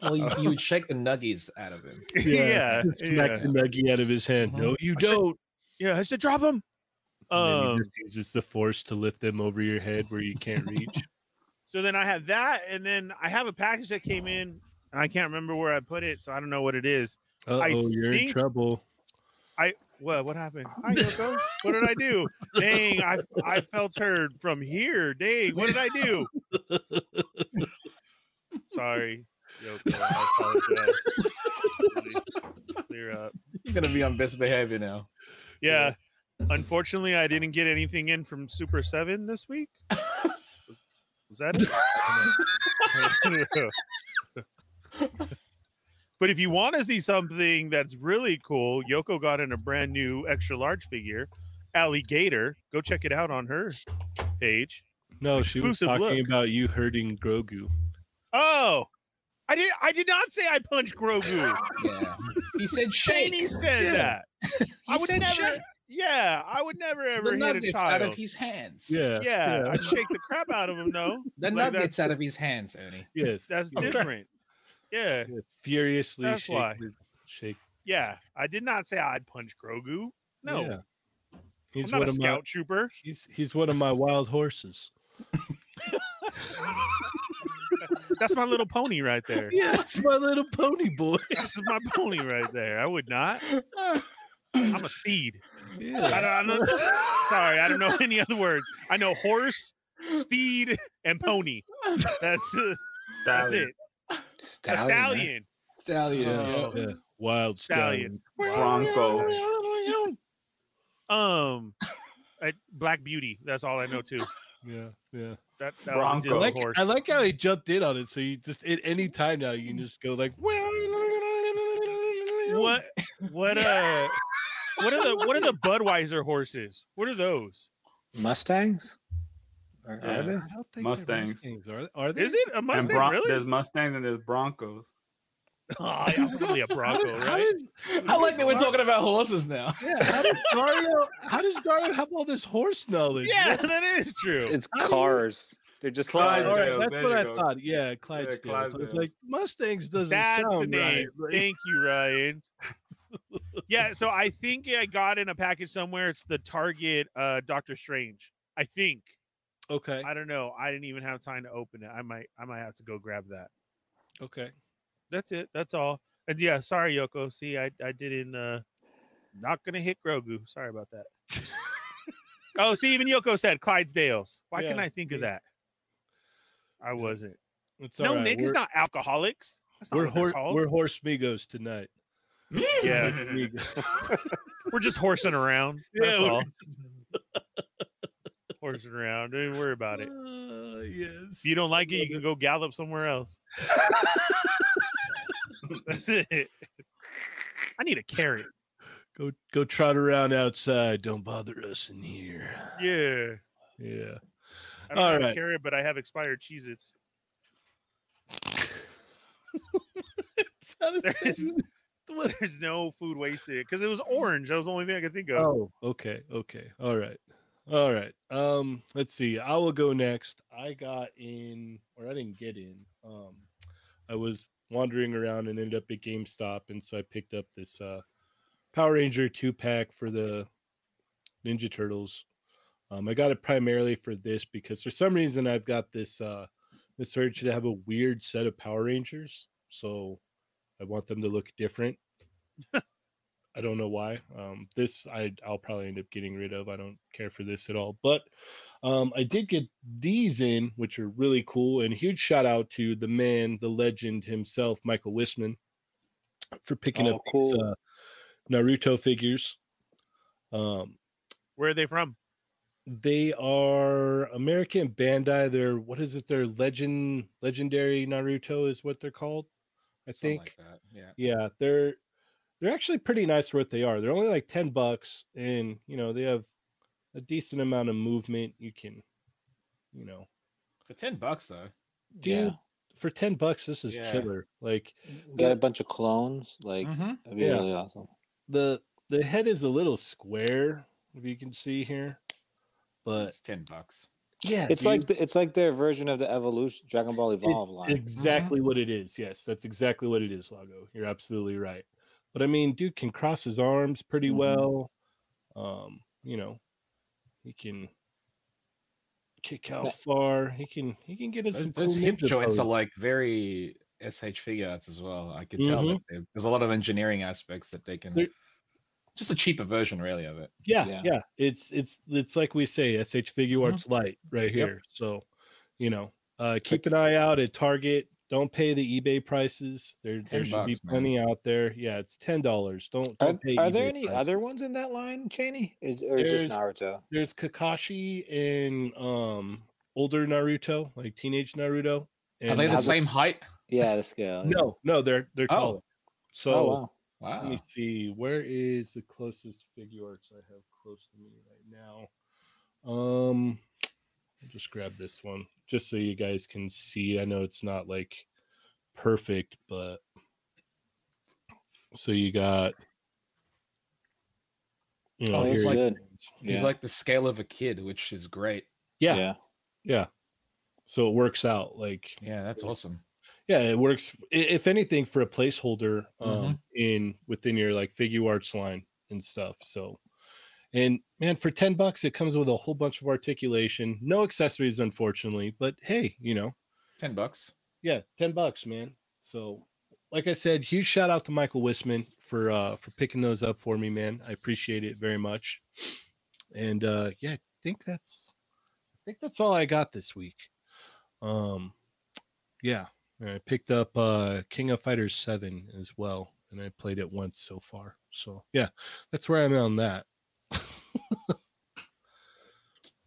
[SPEAKER 6] Well, you, you would shake the nuggies out of him.
[SPEAKER 4] yeah,
[SPEAKER 3] just smack
[SPEAKER 4] yeah, Uh-huh.
[SPEAKER 3] the nugget out of his hand.
[SPEAKER 6] Mhm.
[SPEAKER 3] No, you
[SPEAKER 4] I said-
[SPEAKER 3] don't.
[SPEAKER 4] yeah. I said drop him.
[SPEAKER 3] And then he
[SPEAKER 4] Um,
[SPEAKER 3] just uses the force to lift them over your head where you can't reach.
[SPEAKER 4] so then I have that, and then I have a package that came in, and I can't remember where I put it, so I don't know what it is.
[SPEAKER 3] Uh oh, you're in
[SPEAKER 4] think-
[SPEAKER 3] trouble.
[SPEAKER 4] What? What happened? Hi, Yoko. what did I do? Dang, I I felt heard from here. Dang, what did I do? Sorry, Yoko. I apologize. Clear up.
[SPEAKER 6] You're gonna be on best behavior now.
[SPEAKER 4] Yeah. Unfortunately, I didn't get anything in from Super Seven this week. Was that it? I don't know. but if you want to see something that's really cool, Yoko got in a brand new extra large figure, Alligator. Go check it out on her page.
[SPEAKER 3] No, she was
[SPEAKER 4] Exclusive
[SPEAKER 3] talking
[SPEAKER 4] look.
[SPEAKER 3] about you hurting Grogu.
[SPEAKER 4] Oh, I did. I did not say I punched Grogu.
[SPEAKER 6] Yeah. He said shake.
[SPEAKER 4] Shady said
[SPEAKER 6] Yeah.
[SPEAKER 4] that.
[SPEAKER 6] He
[SPEAKER 4] I would
[SPEAKER 6] said
[SPEAKER 4] never.
[SPEAKER 6] shake
[SPEAKER 4] Yeah, I would never ever
[SPEAKER 6] the
[SPEAKER 4] hit a
[SPEAKER 6] nuggets out
[SPEAKER 4] child.
[SPEAKER 6] of his hands.
[SPEAKER 3] Yeah.
[SPEAKER 4] yeah, I'd shake the crap out of him. No,
[SPEAKER 6] The
[SPEAKER 4] Like,
[SPEAKER 6] nuggets
[SPEAKER 4] that's-
[SPEAKER 6] out of his hands, Ernie.
[SPEAKER 3] Yes.
[SPEAKER 4] that's different. Yeah,
[SPEAKER 3] yes, Furiously
[SPEAKER 4] That's
[SPEAKER 3] shake,
[SPEAKER 4] why.
[SPEAKER 3] the- shake.
[SPEAKER 4] yeah. I did not say I'd punch Grogu. No,
[SPEAKER 3] Yeah. He's
[SPEAKER 4] I'm not
[SPEAKER 3] one
[SPEAKER 4] a
[SPEAKER 3] of
[SPEAKER 4] scout
[SPEAKER 3] my
[SPEAKER 4] trooper.
[SPEAKER 3] he's he's one of my wild horses.
[SPEAKER 4] That's my little pony right there.
[SPEAKER 3] Yes, my little pony boy.
[SPEAKER 4] This is my pony right there. I would not. I'm a steed. I
[SPEAKER 3] Yeah.
[SPEAKER 4] don't, I don't, sorry, I don't know any other words. I know horse, steed, and pony. That's uh, that's it. A stallion.
[SPEAKER 6] Stallion.
[SPEAKER 4] Oh.
[SPEAKER 3] Yeah, Wild stallion.
[SPEAKER 4] Stallion.
[SPEAKER 2] Bronco.
[SPEAKER 4] Um, I, Black Beauty. That's all I know too.
[SPEAKER 3] Yeah. Yeah.
[SPEAKER 4] That, that
[SPEAKER 2] Bronco.
[SPEAKER 4] was a
[SPEAKER 2] I
[SPEAKER 3] I
[SPEAKER 4] Disney
[SPEAKER 3] like,
[SPEAKER 4] horse.
[SPEAKER 3] I like how he jumped in on it. So you just at any time now you can just go like
[SPEAKER 4] what what uh what are the what are the Budweiser horses? What are those?
[SPEAKER 7] Mustangs? Are, are they?
[SPEAKER 2] Yeah.
[SPEAKER 3] I don't think they're
[SPEAKER 2] Mustangs.
[SPEAKER 3] Mustangs are, are they?
[SPEAKER 4] Is it a
[SPEAKER 2] And
[SPEAKER 4] Mustang?
[SPEAKER 2] Bron-
[SPEAKER 4] really?
[SPEAKER 2] there's Mustangs and there's Broncos.
[SPEAKER 4] Oh, yeah, probably a
[SPEAKER 3] How
[SPEAKER 4] Bronco,
[SPEAKER 3] did- how
[SPEAKER 4] right?
[SPEAKER 3] did-
[SPEAKER 6] I like that we're talking about horses now.
[SPEAKER 3] yeah, how does Dario? How does Dario have all this horse knowledge?
[SPEAKER 4] Yeah, that is true.
[SPEAKER 7] It's cars. They're just
[SPEAKER 3] All
[SPEAKER 7] cars.
[SPEAKER 2] Clydesdale.
[SPEAKER 3] right,
[SPEAKER 2] Clydesdale,
[SPEAKER 3] that's
[SPEAKER 2] there
[SPEAKER 3] what
[SPEAKER 2] you
[SPEAKER 3] I
[SPEAKER 2] go.
[SPEAKER 3] thought. Yeah, Clydesdale. So it's
[SPEAKER 2] Clydesdale.
[SPEAKER 3] like Mustangs doesn't
[SPEAKER 4] That's
[SPEAKER 3] sound
[SPEAKER 4] the name.
[SPEAKER 3] right. Like,
[SPEAKER 4] Thank you, Ryan. yeah, so I think I got in a package somewhere. It's the Target uh Doctor Strange. I think.
[SPEAKER 3] okay,
[SPEAKER 4] I don't know. I didn't even have time to open it. I might I might have to go grab that.
[SPEAKER 3] okay.
[SPEAKER 4] That's it. That's all. And yeah, sorry, Yoko. See, I, I didn't uh not gonna hit Grogu. Sorry about that. oh, see, even Yoko said Clydesdales. Why can
[SPEAKER 3] Yeah,
[SPEAKER 4] I think of
[SPEAKER 3] yeah.
[SPEAKER 4] that? I wasn't.
[SPEAKER 3] It's
[SPEAKER 4] no,
[SPEAKER 3] all right.
[SPEAKER 4] Nick is
[SPEAKER 3] We're-
[SPEAKER 4] not alcoholics. That's not
[SPEAKER 3] We're
[SPEAKER 4] what they're
[SPEAKER 3] hor-
[SPEAKER 4] called.
[SPEAKER 3] we're horse migos tonight.
[SPEAKER 4] yeah,
[SPEAKER 3] Migos.
[SPEAKER 4] we're just horsing around.
[SPEAKER 3] Yeah,
[SPEAKER 4] That's
[SPEAKER 3] we're-
[SPEAKER 4] all. horsing around. Don't worry about it.
[SPEAKER 3] Uh, yes.
[SPEAKER 4] If you don't like it, you can go gallop somewhere else. That's it. I need a carrot.
[SPEAKER 3] go go trot around outside. Don't bother us in here.
[SPEAKER 4] Yeah.
[SPEAKER 3] Yeah.
[SPEAKER 4] I don't
[SPEAKER 3] All
[SPEAKER 4] have
[SPEAKER 3] right.
[SPEAKER 4] a carrot, but I have expired Cheez Its. There's, there's no food wasted because it was orange. That was the only thing I could think of.
[SPEAKER 3] Mm. Oh, okay, okay. All right. All right. Um, let's see. I will go next. I got in or I didn't get in. Um I was wandering around and ended up at GameStop and so I picked up this uh Power Ranger 2 pack for the Ninja Turtles. Um I got it primarily for this because for some reason I've got this uh this urge to have a weird set of Power Rangers. So I want them to look different. I don't know why. Um, this I I'll probably end up getting rid of. I don't care for this at all. But um, I did get these in, which are really cool. And huge shout out to the man, the legend himself, Michael Wisman, for picking
[SPEAKER 7] Oh,
[SPEAKER 3] up these
[SPEAKER 7] cool.
[SPEAKER 3] uh, Naruto figures. Um,
[SPEAKER 4] Where are they from?
[SPEAKER 3] they are American Bandai. They're what is it? They're legend legendary Naruto is what they're called. I
[SPEAKER 6] Something
[SPEAKER 3] think.
[SPEAKER 6] like that. Yeah.
[SPEAKER 3] Yeah, they're they're actually pretty nice for what they are. They're only like ten bucks, and you know they have a decent amount of movement. You can, you know,
[SPEAKER 6] For ten bucks though.
[SPEAKER 3] dude,
[SPEAKER 1] Yeah.
[SPEAKER 3] for ten bucks, this is
[SPEAKER 6] Yeah.
[SPEAKER 3] killer. Like
[SPEAKER 1] Got a bunch of clones. Like
[SPEAKER 3] Mm-hmm.
[SPEAKER 6] Mhm.
[SPEAKER 1] that'd be
[SPEAKER 3] Yeah.
[SPEAKER 1] really awesome.
[SPEAKER 3] the the head is a little square, if you can see here, but
[SPEAKER 6] It's ten bucks.
[SPEAKER 3] yeah,
[SPEAKER 1] It's
[SPEAKER 3] dude,
[SPEAKER 1] like the, it's like their version of the evolution Dragon Ball Evolve
[SPEAKER 3] it's
[SPEAKER 1] line.
[SPEAKER 3] exactly
[SPEAKER 1] Mm-hmm.
[SPEAKER 3] what it is. Yes, that's exactly what it is, Lago. You're absolutely right. But I mean, dude can cross his arms pretty
[SPEAKER 1] Mhm.
[SPEAKER 3] well. Um, you know, he can kick out
[SPEAKER 1] Yeah.
[SPEAKER 3] far. He can he can get in
[SPEAKER 6] Those,
[SPEAKER 3] some cool
[SPEAKER 6] those hip
[SPEAKER 3] ninja
[SPEAKER 6] joints are
[SPEAKER 3] poses.
[SPEAKER 6] like very SH figure arts as well. I could tell that they- there's a lot of engineering aspects that they can.
[SPEAKER 3] Mm-hmm. There-
[SPEAKER 6] just a cheaper version, really, of it.
[SPEAKER 3] yeah, yeah,
[SPEAKER 1] Yeah. Mm-hmm.
[SPEAKER 3] It's it's it's like we say, SH Figure
[SPEAKER 6] Mhm.
[SPEAKER 3] Arts Light right
[SPEAKER 6] Yep.
[SPEAKER 3] here. So, you know, uh, keep an eye out at Target. Don't pay the eBay prices. There, there
[SPEAKER 6] 10
[SPEAKER 3] should be
[SPEAKER 6] bucks, man.
[SPEAKER 3] plenty out there. Yeah, it's ten dollars. Don't,
[SPEAKER 1] Are,
[SPEAKER 3] don't pay.
[SPEAKER 1] are there
[SPEAKER 3] eBay
[SPEAKER 1] any
[SPEAKER 3] prices.
[SPEAKER 1] other ones in that line, Cheney? Is or just
[SPEAKER 3] There's-
[SPEAKER 1] Naruto?
[SPEAKER 3] There's Kakashi and um older Naruto, like teenage Naruto. And
[SPEAKER 6] Are they the
[SPEAKER 1] have a
[SPEAKER 6] same
[SPEAKER 1] s-
[SPEAKER 6] height?
[SPEAKER 1] Yeah, the scale. yeah.
[SPEAKER 3] No, no, they're they're
[SPEAKER 6] Oh.
[SPEAKER 3] taller. So
[SPEAKER 1] oh wow.
[SPEAKER 3] let
[SPEAKER 6] Wow.
[SPEAKER 3] me see. Where is the closest figure arts I have close to me right now? Um, I'll just grab this one just so you guys can see. I know it's not like perfect, but so you got. You know,
[SPEAKER 6] Oh,
[SPEAKER 1] Oh,
[SPEAKER 6] it's
[SPEAKER 1] that's
[SPEAKER 3] here-
[SPEAKER 6] like-
[SPEAKER 1] good.
[SPEAKER 6] He's like the scale of a kid, which is great.
[SPEAKER 3] yeah,
[SPEAKER 1] yeah.
[SPEAKER 3] yeah. So it works out like
[SPEAKER 6] Yeah, that's awesome.
[SPEAKER 3] yeah it works i- if anything for a placeholder um
[SPEAKER 6] Mhm.
[SPEAKER 3] in within your like figure arts line and stuff so and man for 10 bucks it comes with a whole bunch of articulation no accessories unfortunately but hey you know
[SPEAKER 6] Ten bucks.
[SPEAKER 3] yeah 10 bucks man so like i said huge shout out to michael wisman for uh for picking those up for me man i appreciate it very much and uh yeah i think that's i think that's all i got this week um yeah and i picked up uh king of fighters 7 as well and i played it once so far so yeah that's where i'm at on that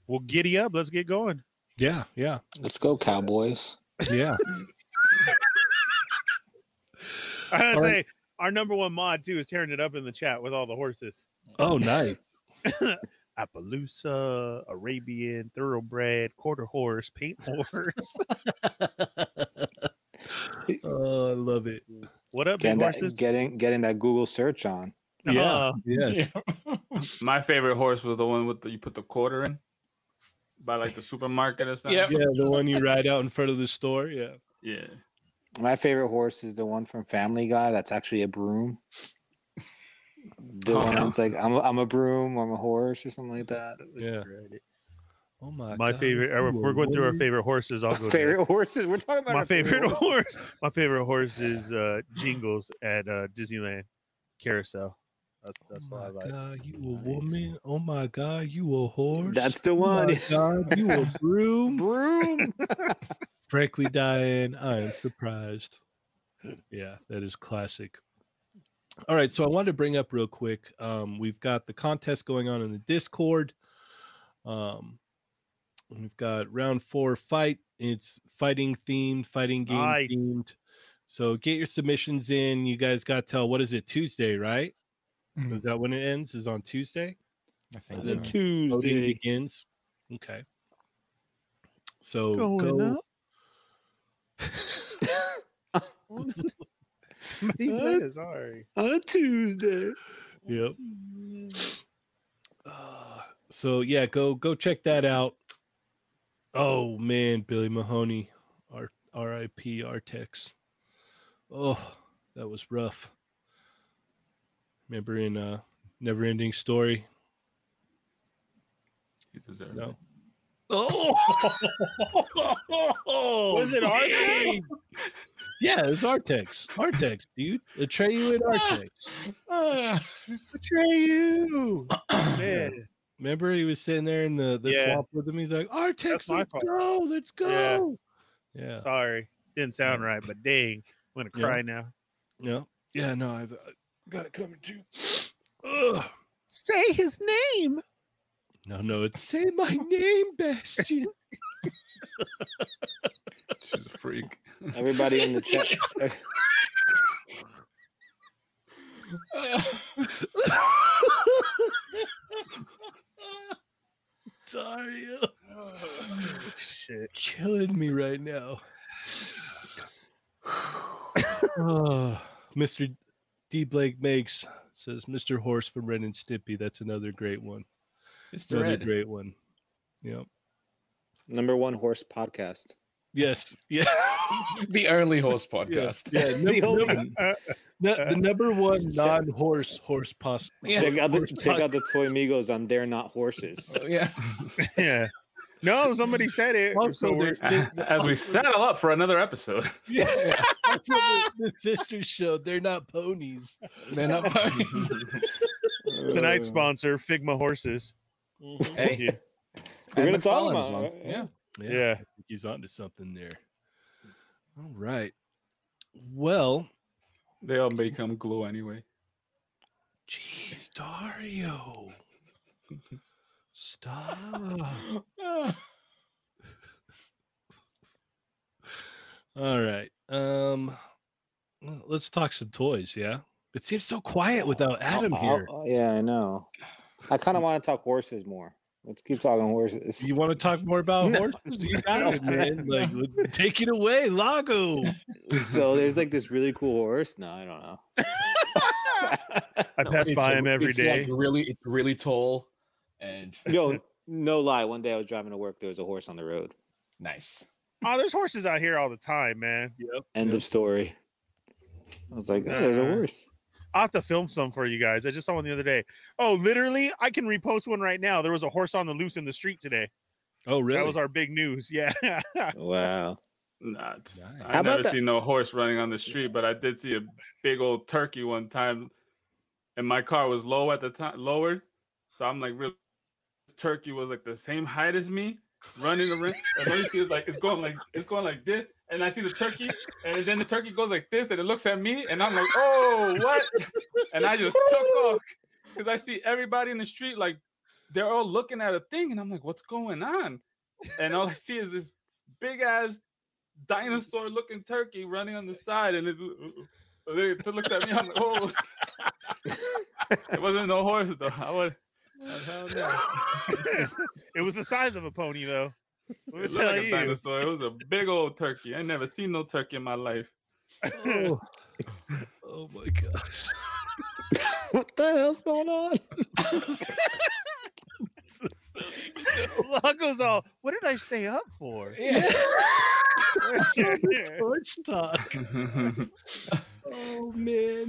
[SPEAKER 4] Well, giddy up. Let's get going.
[SPEAKER 3] yeah yeah
[SPEAKER 1] Let's go Cowboys.
[SPEAKER 3] yeah
[SPEAKER 4] I gotta
[SPEAKER 3] All
[SPEAKER 4] say,
[SPEAKER 3] right.
[SPEAKER 4] our number one mod too is tearing it up in the chat with all the horses.
[SPEAKER 3] oh nice
[SPEAKER 4] Appaloosa, Arabian, Thoroughbred, Quarter Horse, Paint Horse.
[SPEAKER 3] oh i love it
[SPEAKER 4] what up, big
[SPEAKER 1] Getting that,
[SPEAKER 4] horses?
[SPEAKER 1] getting getting that Google search on.
[SPEAKER 3] yeah
[SPEAKER 4] Uh,
[SPEAKER 3] yes
[SPEAKER 2] My favorite horse was the one with the, you put the quarter in by like the supermarket or something.
[SPEAKER 6] Yep.
[SPEAKER 3] yeah the one you ride out in front of the store yeah
[SPEAKER 2] Yeah.
[SPEAKER 1] My favorite horse is the one from Family Guy. That's actually a broom. The
[SPEAKER 2] Oh,
[SPEAKER 1] one
[SPEAKER 2] yeah.
[SPEAKER 1] that's like I'm a, I'm a broom, I'm a horse, or something like that.
[SPEAKER 3] Yeah. Oh my.
[SPEAKER 4] my
[SPEAKER 3] God,
[SPEAKER 4] favorite. uh, If
[SPEAKER 3] you
[SPEAKER 4] we're
[SPEAKER 3] a
[SPEAKER 4] going through our
[SPEAKER 3] woman.
[SPEAKER 4] favorite horses, I'll go. there.
[SPEAKER 1] favorite horses. We're talking about
[SPEAKER 4] My
[SPEAKER 1] our
[SPEAKER 4] favorite
[SPEAKER 1] horse.
[SPEAKER 4] horse. My favorite horse is uh, Jingles at uh, Disneyland Carousel. That's that's
[SPEAKER 3] oh
[SPEAKER 4] what I
[SPEAKER 3] my
[SPEAKER 4] like.
[SPEAKER 3] God, you a
[SPEAKER 1] Nice.
[SPEAKER 3] woman? Oh my God, you a horse?
[SPEAKER 1] That's the
[SPEAKER 3] Oh
[SPEAKER 1] one.
[SPEAKER 3] my God, you a broom?
[SPEAKER 1] Broom.
[SPEAKER 3] Frankly, Diane, I am surprised. Yeah, that is classic. All right, so I wanted to bring up real quick. Um, we've got the contest going on in the Discord. Um, we've got round four fight. It's fighting themed, fighting game
[SPEAKER 4] Nice.
[SPEAKER 3] themed. So get your submissions in. You guys got till what is it Tuesday, right?
[SPEAKER 6] Mhm.
[SPEAKER 4] Mm-hmm.
[SPEAKER 3] Is that when it ends? Is on Tuesday?
[SPEAKER 6] I think
[SPEAKER 3] The
[SPEAKER 6] so.
[SPEAKER 3] two- Voting
[SPEAKER 4] Tuesday.
[SPEAKER 3] begins. Okay. So
[SPEAKER 4] Going
[SPEAKER 3] go-
[SPEAKER 4] up. He said, sorry.
[SPEAKER 1] on a Tuesday.
[SPEAKER 3] Yep. Uh, so yeah, go go check that out. Oh man, Billy Mahoney, R R.I.P. Artex. Oh, that was rough. Remember in uh, Never Ending Story?
[SPEAKER 2] You deserve
[SPEAKER 3] No.
[SPEAKER 2] it.
[SPEAKER 3] Oh,
[SPEAKER 6] Oh.
[SPEAKER 4] Was it Artex?
[SPEAKER 3] Yeah, it's Artex. Artex, dude. Atreyu and Artex.
[SPEAKER 6] Ah,
[SPEAKER 4] Betray you. Man.
[SPEAKER 3] Remember he was sitting there in the, the
[SPEAKER 4] Yeah.
[SPEAKER 3] swamp with him. He's like, Artex,
[SPEAKER 4] my
[SPEAKER 3] let's
[SPEAKER 4] fault.
[SPEAKER 3] go, let's
[SPEAKER 4] Yeah.
[SPEAKER 3] go. Yeah.
[SPEAKER 4] Sorry, didn't sound right, but dang, I'm gonna
[SPEAKER 3] Yeah.
[SPEAKER 4] cry now.
[SPEAKER 3] Yeah. Yeah, no, I've uh, got it coming too. Ugh.
[SPEAKER 4] Say his name.
[SPEAKER 3] No, no, it's say my name, Bastion.
[SPEAKER 2] She's a freak.
[SPEAKER 1] Everybody in the chat.
[SPEAKER 3] Dario,
[SPEAKER 4] Oh, Shit.
[SPEAKER 3] killing me right now. oh, Mr. D. Blake makes says Mr. Horse from Ren and Stimpy. That's another great one.
[SPEAKER 6] it's the
[SPEAKER 3] Another
[SPEAKER 6] red.
[SPEAKER 3] great one. Yep.
[SPEAKER 1] Number one horse podcast.
[SPEAKER 3] Yes. Yeah.
[SPEAKER 6] The only horse
[SPEAKER 3] Yeah.
[SPEAKER 6] podcast.
[SPEAKER 3] yeah.
[SPEAKER 1] The
[SPEAKER 3] num-
[SPEAKER 1] only-
[SPEAKER 3] num- nu- the number one non-horse horse pos-
[SPEAKER 6] Yeah.
[SPEAKER 1] check out the
[SPEAKER 3] horse
[SPEAKER 1] check out the Toy Migos on They're Not Horses.
[SPEAKER 6] Oh, yeah.
[SPEAKER 4] Yeah. No, somebody said it.
[SPEAKER 3] Also,
[SPEAKER 4] so we're-
[SPEAKER 3] there's the,
[SPEAKER 2] As we saddle up for another episode.
[SPEAKER 3] yeah, that's what the, the sisters show. They're not ponies.
[SPEAKER 6] They're not
[SPEAKER 3] Mm-hmm.
[SPEAKER 6] ponies.
[SPEAKER 4] tonight's sponsor, Figma Horses.
[SPEAKER 6] uh, Hey,
[SPEAKER 4] Yeah.
[SPEAKER 6] and
[SPEAKER 1] gonna talk
[SPEAKER 6] McFarlane's
[SPEAKER 1] about it,
[SPEAKER 6] ones,
[SPEAKER 1] right?
[SPEAKER 6] Yeah.
[SPEAKER 3] Yeah,
[SPEAKER 4] yeah.
[SPEAKER 3] I think he's onto something there. All right. Well,
[SPEAKER 2] They all become glue anyway.
[SPEAKER 3] jeez, Dario. Stop. All right. Um well, let's talk some toys, yeah? It seems so quiet without Adam
[SPEAKER 1] I'll-
[SPEAKER 3] here.
[SPEAKER 1] I'll- Uh, yeah, I know. I kind of want to talk horses more. Let's keep talking horses.
[SPEAKER 3] You want to talk more about horses? You got it, man. Like let- take it away, Lago.
[SPEAKER 1] so there's like this really cool horse. No, I don't know.
[SPEAKER 4] I pass
[SPEAKER 6] It's
[SPEAKER 4] by
[SPEAKER 6] a-
[SPEAKER 4] him every
[SPEAKER 6] it's
[SPEAKER 4] day.
[SPEAKER 6] Like really, it's really tall and
[SPEAKER 1] Yo, no lie. One day I was driving to work. There was a horse on the road.
[SPEAKER 6] nice.
[SPEAKER 4] Oh, there's horses out here all the time, man.
[SPEAKER 1] End of story. I was like, oh, there's a
[SPEAKER 4] Uh-uh.
[SPEAKER 1] horse.
[SPEAKER 4] I'll have to film some for you guys. I just saw one the other day. Oh, literally, I can repost one right now. There was a horse on the loose in the street today.
[SPEAKER 3] Oh, really?
[SPEAKER 4] That was our big news. Yeah.
[SPEAKER 1] Wow.
[SPEAKER 2] Nah, it's,
[SPEAKER 6] Nice.
[SPEAKER 1] How
[SPEAKER 2] I've
[SPEAKER 1] about
[SPEAKER 2] never
[SPEAKER 1] that-
[SPEAKER 2] seen no horse running on the street, but I did see a big old turkey one time, and my car was low at the time, lowered. So I'm like, really, this turkey was like the same height as me, running around. And all you see is like it's going like it's going like this, and I see the turkey, and then the turkey goes like this, and it looks at me, and I'm like, oh, what? And I just took off because I see everybody in the street like they're all looking at a thing, and I'm like, what's going on? And all I see is this big ass dinosaur looking turkey running on the side and it, it looks at me I'm like, oh it wasn't no horse though I would hell no.
[SPEAKER 4] it was the size of a pony, though. Let me
[SPEAKER 2] it looked like
[SPEAKER 4] tell
[SPEAKER 2] a
[SPEAKER 4] you.
[SPEAKER 2] dinosaur it was a big old turkey I never seen no turkey in my life
[SPEAKER 3] oh. oh my gosh.
[SPEAKER 1] what the hell's going on?
[SPEAKER 4] Lago's all, what did I stay up for?
[SPEAKER 3] Torch talk. Oh man.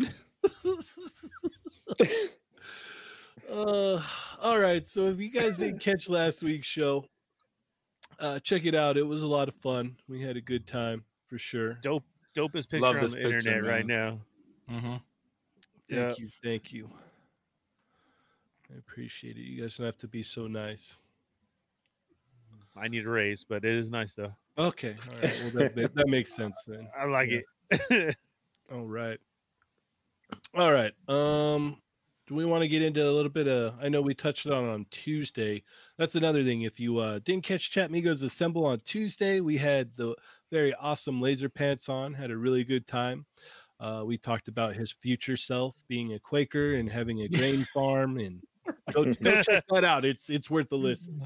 [SPEAKER 3] uh, all right. So if you guys didn't catch last week's show, uh, check it out. It was a lot of fun. We had a good time for sure.
[SPEAKER 4] Dope, dopest picture
[SPEAKER 2] Love
[SPEAKER 4] on
[SPEAKER 2] this
[SPEAKER 4] the
[SPEAKER 2] picture,
[SPEAKER 4] internet right
[SPEAKER 2] man.
[SPEAKER 4] now.
[SPEAKER 3] Thank
[SPEAKER 4] Yeah.
[SPEAKER 3] you. Thank you. I appreciate it. You guys don't have to be so nice.
[SPEAKER 4] I need a raise, but it is nice though.
[SPEAKER 3] Okay. All right. Well, that, that, that makes sense then.
[SPEAKER 4] I like
[SPEAKER 3] Yeah.
[SPEAKER 4] it.
[SPEAKER 3] All right. All right. Um do we want to get into a little bit of I know we touched on it on Tuesday. That's another thing. If you uh didn't catch Chat Migos Assemble on Tuesday, we had the very awesome laser pants on, had a really good time. Uh, we talked about his future self being a Quaker and having a grain farm and go, go check that out. It's it's worth the listen.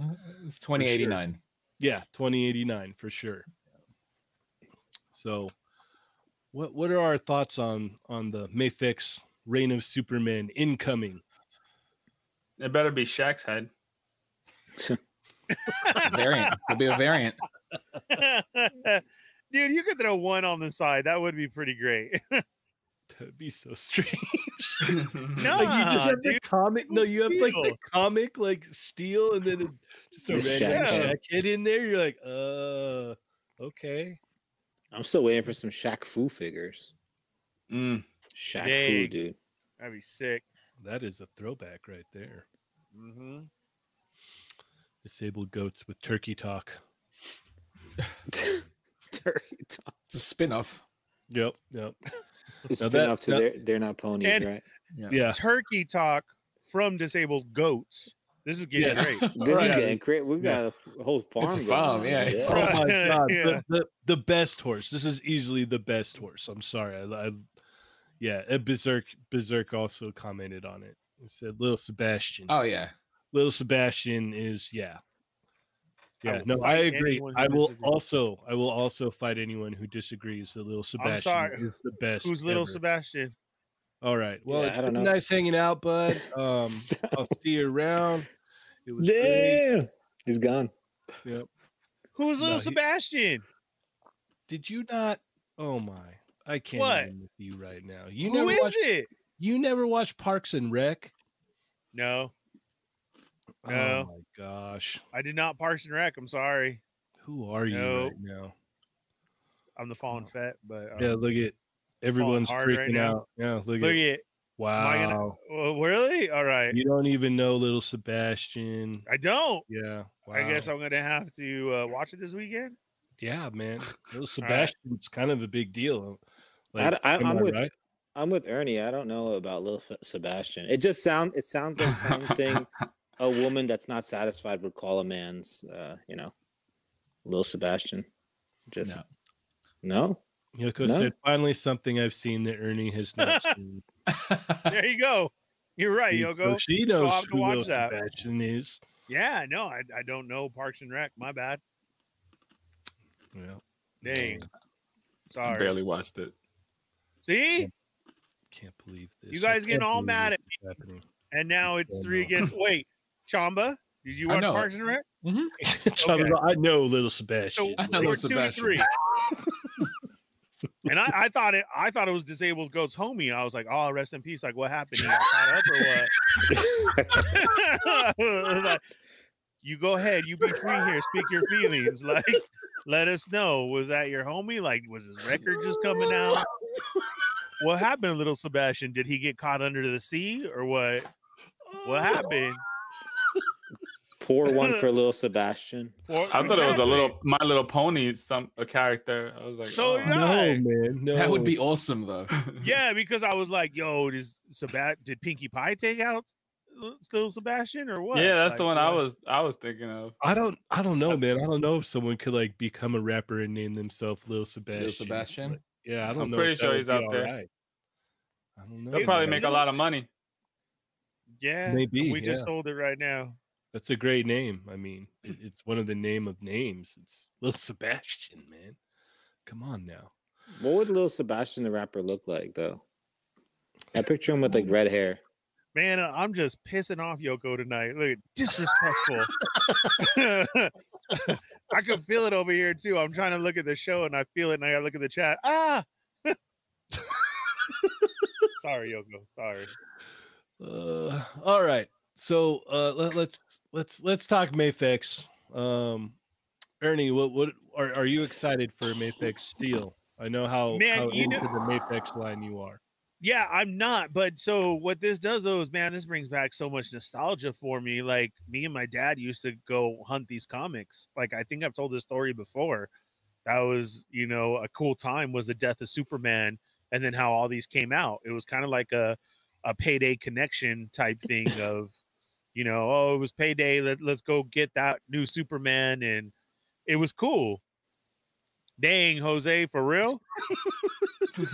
[SPEAKER 6] It's 2089.
[SPEAKER 3] Yeah, 2089 for sure. So what what are our thoughts on on the Mayfix Reign of Superman incoming?
[SPEAKER 2] it better be Shaq's head
[SPEAKER 6] It's a variant. It'll be a variant.
[SPEAKER 4] Dude, you could throw one on the side. That would be pretty great.
[SPEAKER 3] That'd be so strange.
[SPEAKER 4] No.
[SPEAKER 3] like you just
[SPEAKER 4] Ah,
[SPEAKER 3] have the
[SPEAKER 4] dude,
[SPEAKER 3] comic. No, you have like the
[SPEAKER 4] steel.
[SPEAKER 3] comic like steel and then a- just a
[SPEAKER 1] The
[SPEAKER 3] random
[SPEAKER 4] Shaq.
[SPEAKER 3] Shaq head in there. You're like, uh okay.
[SPEAKER 1] I'm still waiting for some Shaq Fu figures.
[SPEAKER 2] Mm,
[SPEAKER 1] Shaq Fu,
[SPEAKER 4] Dang.
[SPEAKER 1] dude.
[SPEAKER 4] That'd be sick.
[SPEAKER 3] That is a throwback right there.
[SPEAKER 4] Mm-hmm.
[SPEAKER 3] Disabled goats with turkey talk.
[SPEAKER 1] Turkey talk.
[SPEAKER 6] It's a spin off.
[SPEAKER 3] Yep, yep.
[SPEAKER 1] It's
[SPEAKER 3] Now
[SPEAKER 1] spin
[SPEAKER 3] that-
[SPEAKER 1] off to
[SPEAKER 3] now-
[SPEAKER 1] they're, they're not ponies,
[SPEAKER 4] And-
[SPEAKER 1] right?
[SPEAKER 3] Yeah.
[SPEAKER 4] Turkey talk from disabled goats. This is getting
[SPEAKER 3] Yeah.
[SPEAKER 4] great.
[SPEAKER 1] This is
[SPEAKER 3] Right.
[SPEAKER 1] getting creative. We've got a whole farm. going
[SPEAKER 6] farm,
[SPEAKER 1] on,
[SPEAKER 6] yeah, it's-
[SPEAKER 3] Oh my
[SPEAKER 4] Right.
[SPEAKER 3] god,
[SPEAKER 4] Yeah.
[SPEAKER 3] the, the, the best horse. This is easily the best horse. I'm sorry. I, I yeah, and Berserk Berserk also commented on it. He said little Sebastian.
[SPEAKER 4] Uh,
[SPEAKER 6] Oh, yeah.
[SPEAKER 3] Little Sebastian is yeah.
[SPEAKER 4] I
[SPEAKER 3] Yeah,
[SPEAKER 4] will
[SPEAKER 3] no, I
[SPEAKER 4] fight
[SPEAKER 3] agree.
[SPEAKER 4] anyone who
[SPEAKER 3] I will
[SPEAKER 4] disagrees.
[SPEAKER 3] also I will also fight anyone who disagrees that little Sebastian
[SPEAKER 4] sorry.
[SPEAKER 3] is the best.
[SPEAKER 4] Who's little
[SPEAKER 3] ever.
[SPEAKER 4] Sebastian?
[SPEAKER 3] All right. Well,
[SPEAKER 1] Yeah,
[SPEAKER 3] it's
[SPEAKER 1] I don't
[SPEAKER 3] been
[SPEAKER 1] know.
[SPEAKER 3] nice hanging out, bud. Um
[SPEAKER 1] So-
[SPEAKER 3] I'll see you around. It was great.
[SPEAKER 1] Damn. He's gone.
[SPEAKER 3] Yep.
[SPEAKER 4] Who's
[SPEAKER 3] No,
[SPEAKER 4] little
[SPEAKER 3] he-
[SPEAKER 4] Sebastian?
[SPEAKER 3] Did you not Oh my. I can't
[SPEAKER 4] What?
[SPEAKER 3] even with you right now. You
[SPEAKER 4] Who
[SPEAKER 3] never
[SPEAKER 4] is
[SPEAKER 3] watched
[SPEAKER 4] it?
[SPEAKER 3] You never watched Parks and Rec?
[SPEAKER 4] No,
[SPEAKER 3] Oh
[SPEAKER 4] No.
[SPEAKER 3] my gosh.
[SPEAKER 4] I did not Parks and Rec. I'm sorry.
[SPEAKER 3] Who are you
[SPEAKER 4] No.
[SPEAKER 3] right now?
[SPEAKER 4] I'm the fallen fat, but um,
[SPEAKER 3] Yeah, look at everyone's
[SPEAKER 4] hard
[SPEAKER 3] freaking
[SPEAKER 4] right now.
[SPEAKER 3] out. Yeah, look,
[SPEAKER 4] look at
[SPEAKER 3] at
[SPEAKER 4] it. I gonna-
[SPEAKER 3] wow.
[SPEAKER 4] Well, really? All right.
[SPEAKER 3] You don't even know little Sebastian.
[SPEAKER 4] I don't.
[SPEAKER 3] Yeah. Wow.
[SPEAKER 4] I guess I'm gonna have to uh, watch it this weekend.
[SPEAKER 3] yeah, man. Those
[SPEAKER 4] All right.
[SPEAKER 3] Sebastian's kind of a big deal.
[SPEAKER 1] I d- I-
[SPEAKER 3] am
[SPEAKER 1] I'm
[SPEAKER 3] I
[SPEAKER 1] with-
[SPEAKER 3] right?
[SPEAKER 1] I'm with Ernie. I don't know about Lil F- Sebastian. It just sound it sounds like something a woman that's not satisfied would call a man's uh, you know, Lil Sebastian. Just no.
[SPEAKER 3] Yoko
[SPEAKER 1] No.
[SPEAKER 3] said, finally something I've seen that Ernie has not seen.
[SPEAKER 4] There you go. You're right,
[SPEAKER 3] See, so
[SPEAKER 4] Yoko.
[SPEAKER 3] She
[SPEAKER 4] I'll
[SPEAKER 3] knows
[SPEAKER 4] have to
[SPEAKER 3] who
[SPEAKER 4] watch
[SPEAKER 3] Lil
[SPEAKER 4] that.
[SPEAKER 3] Sebastian is.
[SPEAKER 4] Yeah, no, I, I don't know Parks and Rec. My bad.
[SPEAKER 3] Yeah.
[SPEAKER 4] Dang.
[SPEAKER 2] I
[SPEAKER 4] Sorry.
[SPEAKER 2] barely watched it.
[SPEAKER 4] See?
[SPEAKER 3] Can't believe this.
[SPEAKER 4] You guys
[SPEAKER 3] I
[SPEAKER 4] getting
[SPEAKER 3] can't
[SPEAKER 4] all
[SPEAKER 3] believe
[SPEAKER 4] mad
[SPEAKER 3] this is happening.
[SPEAKER 4] And now it's
[SPEAKER 3] Oh,
[SPEAKER 4] three
[SPEAKER 3] no.
[SPEAKER 4] against. Wait, Chamba, did you
[SPEAKER 6] I
[SPEAKER 4] watch
[SPEAKER 6] know.
[SPEAKER 4] Parks and Rec?
[SPEAKER 3] Chubby's
[SPEAKER 4] Okay.
[SPEAKER 3] like, I know little
[SPEAKER 4] So
[SPEAKER 3] Sebastian.
[SPEAKER 6] I know
[SPEAKER 4] we
[SPEAKER 6] Lil
[SPEAKER 4] were two to
[SPEAKER 6] Sebastian.
[SPEAKER 4] three. and I, I thought it. I thought it was disabled goats homie. I was like, oh, rest in peace. Like, what happened? You got caught up or what? Like, you go ahead. You be free here. Speak your feelings. Like, let us know. Was that your homie? Like, was his record just coming out? What happened, little Sebastian? Did he get caught under the sea or what? What happened?
[SPEAKER 1] Poor one for Lil Sebastian.
[SPEAKER 4] Or-
[SPEAKER 2] I thought it was a
[SPEAKER 4] Exactly.
[SPEAKER 2] little My Little Pony, some a character. I was like,
[SPEAKER 4] So
[SPEAKER 2] oh.
[SPEAKER 4] did I.
[SPEAKER 3] No, man. No.
[SPEAKER 6] That would be awesome though.
[SPEAKER 4] Yeah, because I was like, yo, does Sebat did Pinkie Pie take out L- little Sebastian or what?
[SPEAKER 2] yeah, that's the
[SPEAKER 4] Like,
[SPEAKER 2] one I
[SPEAKER 4] what?
[SPEAKER 2] was I was thinking of.
[SPEAKER 3] I don't. I don't know, man. I don't know if someone could like become a rapper and name themselves Lil Sebastian.
[SPEAKER 6] Lil Sebastian.
[SPEAKER 3] Like, yeah, I don't
[SPEAKER 2] I'm
[SPEAKER 3] know.
[SPEAKER 2] pretty
[SPEAKER 3] if that
[SPEAKER 2] sure
[SPEAKER 3] would
[SPEAKER 2] he's
[SPEAKER 3] be
[SPEAKER 2] out there.
[SPEAKER 3] alright. I don't know.
[SPEAKER 2] They'll probably
[SPEAKER 3] man.
[SPEAKER 2] make a lot of money.
[SPEAKER 4] Yeah,
[SPEAKER 3] Maybe,
[SPEAKER 4] we just
[SPEAKER 3] yeah.
[SPEAKER 4] sold it right now.
[SPEAKER 3] That's a great name. I mean, it, it's one of the name of names. It's Little Sebastian, man. Come on now.
[SPEAKER 1] What would Lil Sebastian the rapper look like though? I picture him with like red hair.
[SPEAKER 4] Man, uh, I'm just pissing off Yoko tonight. Look, disrespectful. I can feel it over here too. I'm trying to look at the show and I feel it, and I gotta look at the chat. Ah. sorry, Yoko. Sorry.
[SPEAKER 3] Uh, all right. So uh, let, let's let's let's talk Mayfix. Um, Ernie, what what are, are you excited for Mayfix Steel? I know how
[SPEAKER 4] Man,
[SPEAKER 3] how
[SPEAKER 4] you know-
[SPEAKER 3] into the Mayfix line you are.
[SPEAKER 4] Yeah, I'm not. But so what this does though is, man, this brings back so much nostalgia for me. Like me and my dad used to go hunt these comics. Like I think I've told this story before. That was, you know, a cool time was the death of Superman, and then how all these came out. It was kind of like a a payday connection type thing of, you know, oh, it was payday. Let, let's go get that new Superman, and it was cool. Dang, Jose, for real?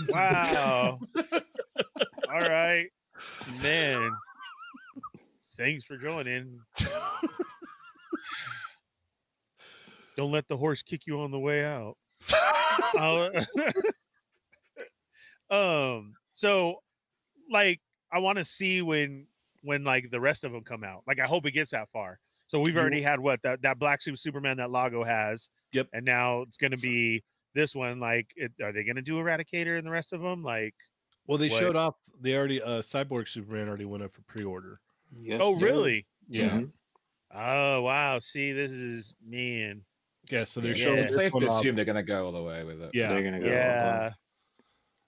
[SPEAKER 4] wow. All right, man. Thanks for joining. Don't let the horse kick you on the way out. I'll- um. So, like, I want to see when when like the rest of them come out. Like, I hope it gets that far. So we've
[SPEAKER 3] You-
[SPEAKER 4] already had what that that black suit Superman that Lago has.
[SPEAKER 3] Yep.
[SPEAKER 4] And now it's gonna be this one. Like, it, are they gonna do Eradicator and the rest of them? Like.
[SPEAKER 3] Well, they
[SPEAKER 4] What?
[SPEAKER 3] showed off. They already uh, Cyborg Superman already went up for pre-order.
[SPEAKER 1] Yes,
[SPEAKER 4] Oh, really?
[SPEAKER 6] Yeah.
[SPEAKER 1] Mhm.
[SPEAKER 4] Oh, wow. See, this is man.
[SPEAKER 3] Yeah, so they're
[SPEAKER 6] It's-
[SPEAKER 3] showing
[SPEAKER 6] It's
[SPEAKER 3] this
[SPEAKER 6] safe
[SPEAKER 3] one
[SPEAKER 6] to
[SPEAKER 3] off.
[SPEAKER 6] assume they're gonna go all the way with it.
[SPEAKER 3] Yeah,
[SPEAKER 1] They're gonna go. all
[SPEAKER 4] Yeah.
[SPEAKER 1] done.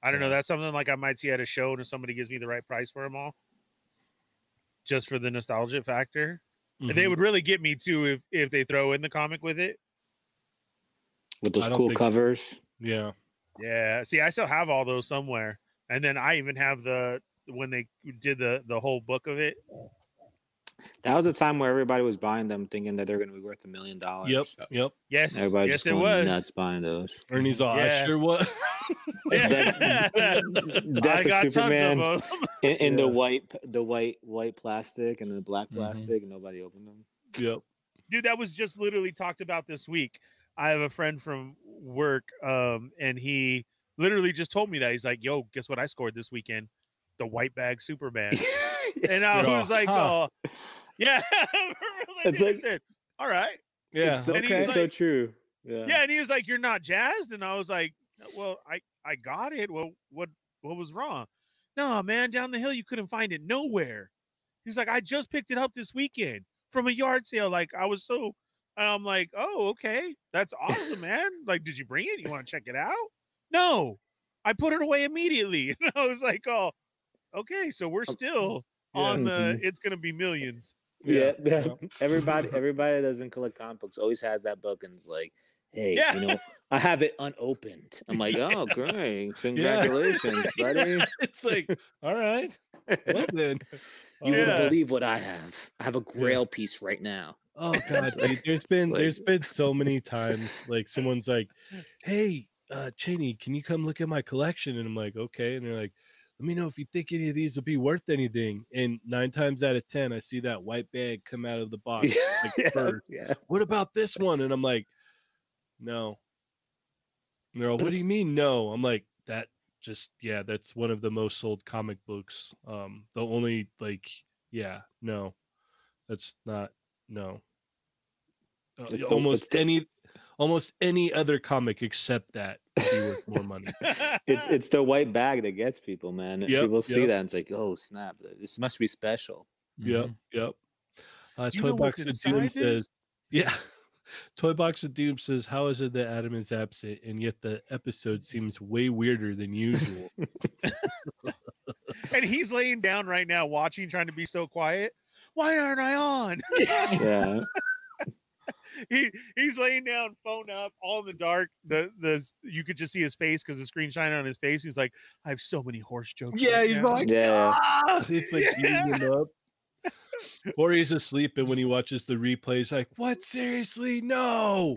[SPEAKER 4] I don't know.
[SPEAKER 3] Yeah.
[SPEAKER 4] That's something like I might see at a show, and if somebody gives me the right price for them all, just for the nostalgia factor, And they
[SPEAKER 1] Mm-hmm.
[SPEAKER 3] Mhm.
[SPEAKER 4] would really get me too if if they throw in the comic with it.
[SPEAKER 1] With
[SPEAKER 3] I
[SPEAKER 1] those
[SPEAKER 3] don't
[SPEAKER 1] cool
[SPEAKER 3] think-
[SPEAKER 1] covers.
[SPEAKER 3] Yeah,
[SPEAKER 4] Yeah. See, I still have all those somewhere, and then I even have the when they did the the whole book of it.
[SPEAKER 1] That was a time where everybody was buying them thinking that they're gonna be worth a million dollars.
[SPEAKER 3] yep, yep.
[SPEAKER 4] Yes.
[SPEAKER 1] Everybody's
[SPEAKER 4] yes,
[SPEAKER 1] just
[SPEAKER 4] it
[SPEAKER 1] going
[SPEAKER 4] was.
[SPEAKER 1] nuts buying those.
[SPEAKER 3] Ernie's all.
[SPEAKER 4] Yeah.
[SPEAKER 3] I sure was.
[SPEAKER 1] Like
[SPEAKER 4] Yeah. I
[SPEAKER 1] Death
[SPEAKER 4] got
[SPEAKER 1] of Superman
[SPEAKER 4] tons of them.
[SPEAKER 1] in, in
[SPEAKER 3] Yeah.
[SPEAKER 1] the white, the white, white plastic and the black
[SPEAKER 3] Mhm.
[SPEAKER 1] plastic. and Nobody opened them.
[SPEAKER 3] yep.
[SPEAKER 4] dude that was just literally talked about this week i have a friend from work um and he literally just told me that he's like yo guess what i scored this weekend the white bag superman and i
[SPEAKER 3] You're all,
[SPEAKER 4] was like
[SPEAKER 3] "Huh."
[SPEAKER 4] oh yeah
[SPEAKER 1] It's
[SPEAKER 4] I
[SPEAKER 1] like-
[SPEAKER 4] said, all right
[SPEAKER 3] Yeah.
[SPEAKER 1] It's so,
[SPEAKER 4] And he's
[SPEAKER 1] it's so
[SPEAKER 4] like-
[SPEAKER 1] true. Yeah.
[SPEAKER 4] yeah and he was like you're not jazzed and i was like well i i got it well what what was wrong no man down the hill you couldn't find it nowhere he's like i just picked it up this weekend from a yard sale like i was so and i'm like oh okay that's awesome man like did you bring it you want to check it out no i put it away immediately and i was like oh okay so we're still on the it's gonna be millions
[SPEAKER 1] Yeah.
[SPEAKER 3] Yeah.
[SPEAKER 1] yeah. everybody, everybody that doesn't collect comic books always has that book and it's like,
[SPEAKER 7] Hey,
[SPEAKER 4] Yeah.
[SPEAKER 7] you know, I have it unopened. I'm like, oh, great. Congratulations, buddy.
[SPEAKER 3] it's like, all right. Well then.
[SPEAKER 7] You
[SPEAKER 3] Uh,
[SPEAKER 7] wouldn't
[SPEAKER 4] Yeah.
[SPEAKER 7] believe what I have. I have a grail piece right now.
[SPEAKER 3] Oh god, dude, there's
[SPEAKER 7] It's
[SPEAKER 3] been
[SPEAKER 7] like-
[SPEAKER 3] there's been so many times like someone's like, "Hey, uh Cheney, can you come look at my collection?" And I'm like, "Okay." And they're like, "Let me know if you think any of these will be worth anything." And 9 times out of 10, I see that white bag come out of the box. like, first.
[SPEAKER 7] yeah.
[SPEAKER 3] What about this one? And I'm like, "No." And they're all,
[SPEAKER 7] But
[SPEAKER 3] "What do
[SPEAKER 7] it's-
[SPEAKER 3] you mean no?" I'm like, "That just yeah, that's one of the most sold comic books. Um the only like yeah, no. That's not no. Uh,
[SPEAKER 7] It's the- it's
[SPEAKER 3] almost
[SPEAKER 7] the-
[SPEAKER 3] any almost any other comic except that would be worth more money.
[SPEAKER 1] It's it's the white bag that gets people, man.
[SPEAKER 3] Yep,
[SPEAKER 1] people see
[SPEAKER 3] yep.
[SPEAKER 1] that and it's like, oh snap, this must be special.
[SPEAKER 3] Yep,
[SPEAKER 6] Mm-hmm.
[SPEAKER 3] yep. Uh,
[SPEAKER 4] Do you
[SPEAKER 3] Toy
[SPEAKER 4] know what's
[SPEAKER 3] Box of Doom
[SPEAKER 4] inside
[SPEAKER 3] says,
[SPEAKER 4] this?
[SPEAKER 3] "Yeah." Toy Box of Doom says, "How is it that Adam is absent, and yet the episode seems way weirder than usual?"
[SPEAKER 4] and he's laying down right now, watching, trying to be so quiet. Why aren't I on?
[SPEAKER 1] Yeah.
[SPEAKER 4] he he's laying down, phone up, all in the dark. The the you could just see his face because the screen shining on his face. He's like, I have so many horse jokes. right now."
[SPEAKER 1] yeah.
[SPEAKER 3] "Ah," it's like eating him up. Or he's asleep, and when he watches the replay, he's like, "What? Seriously? No!"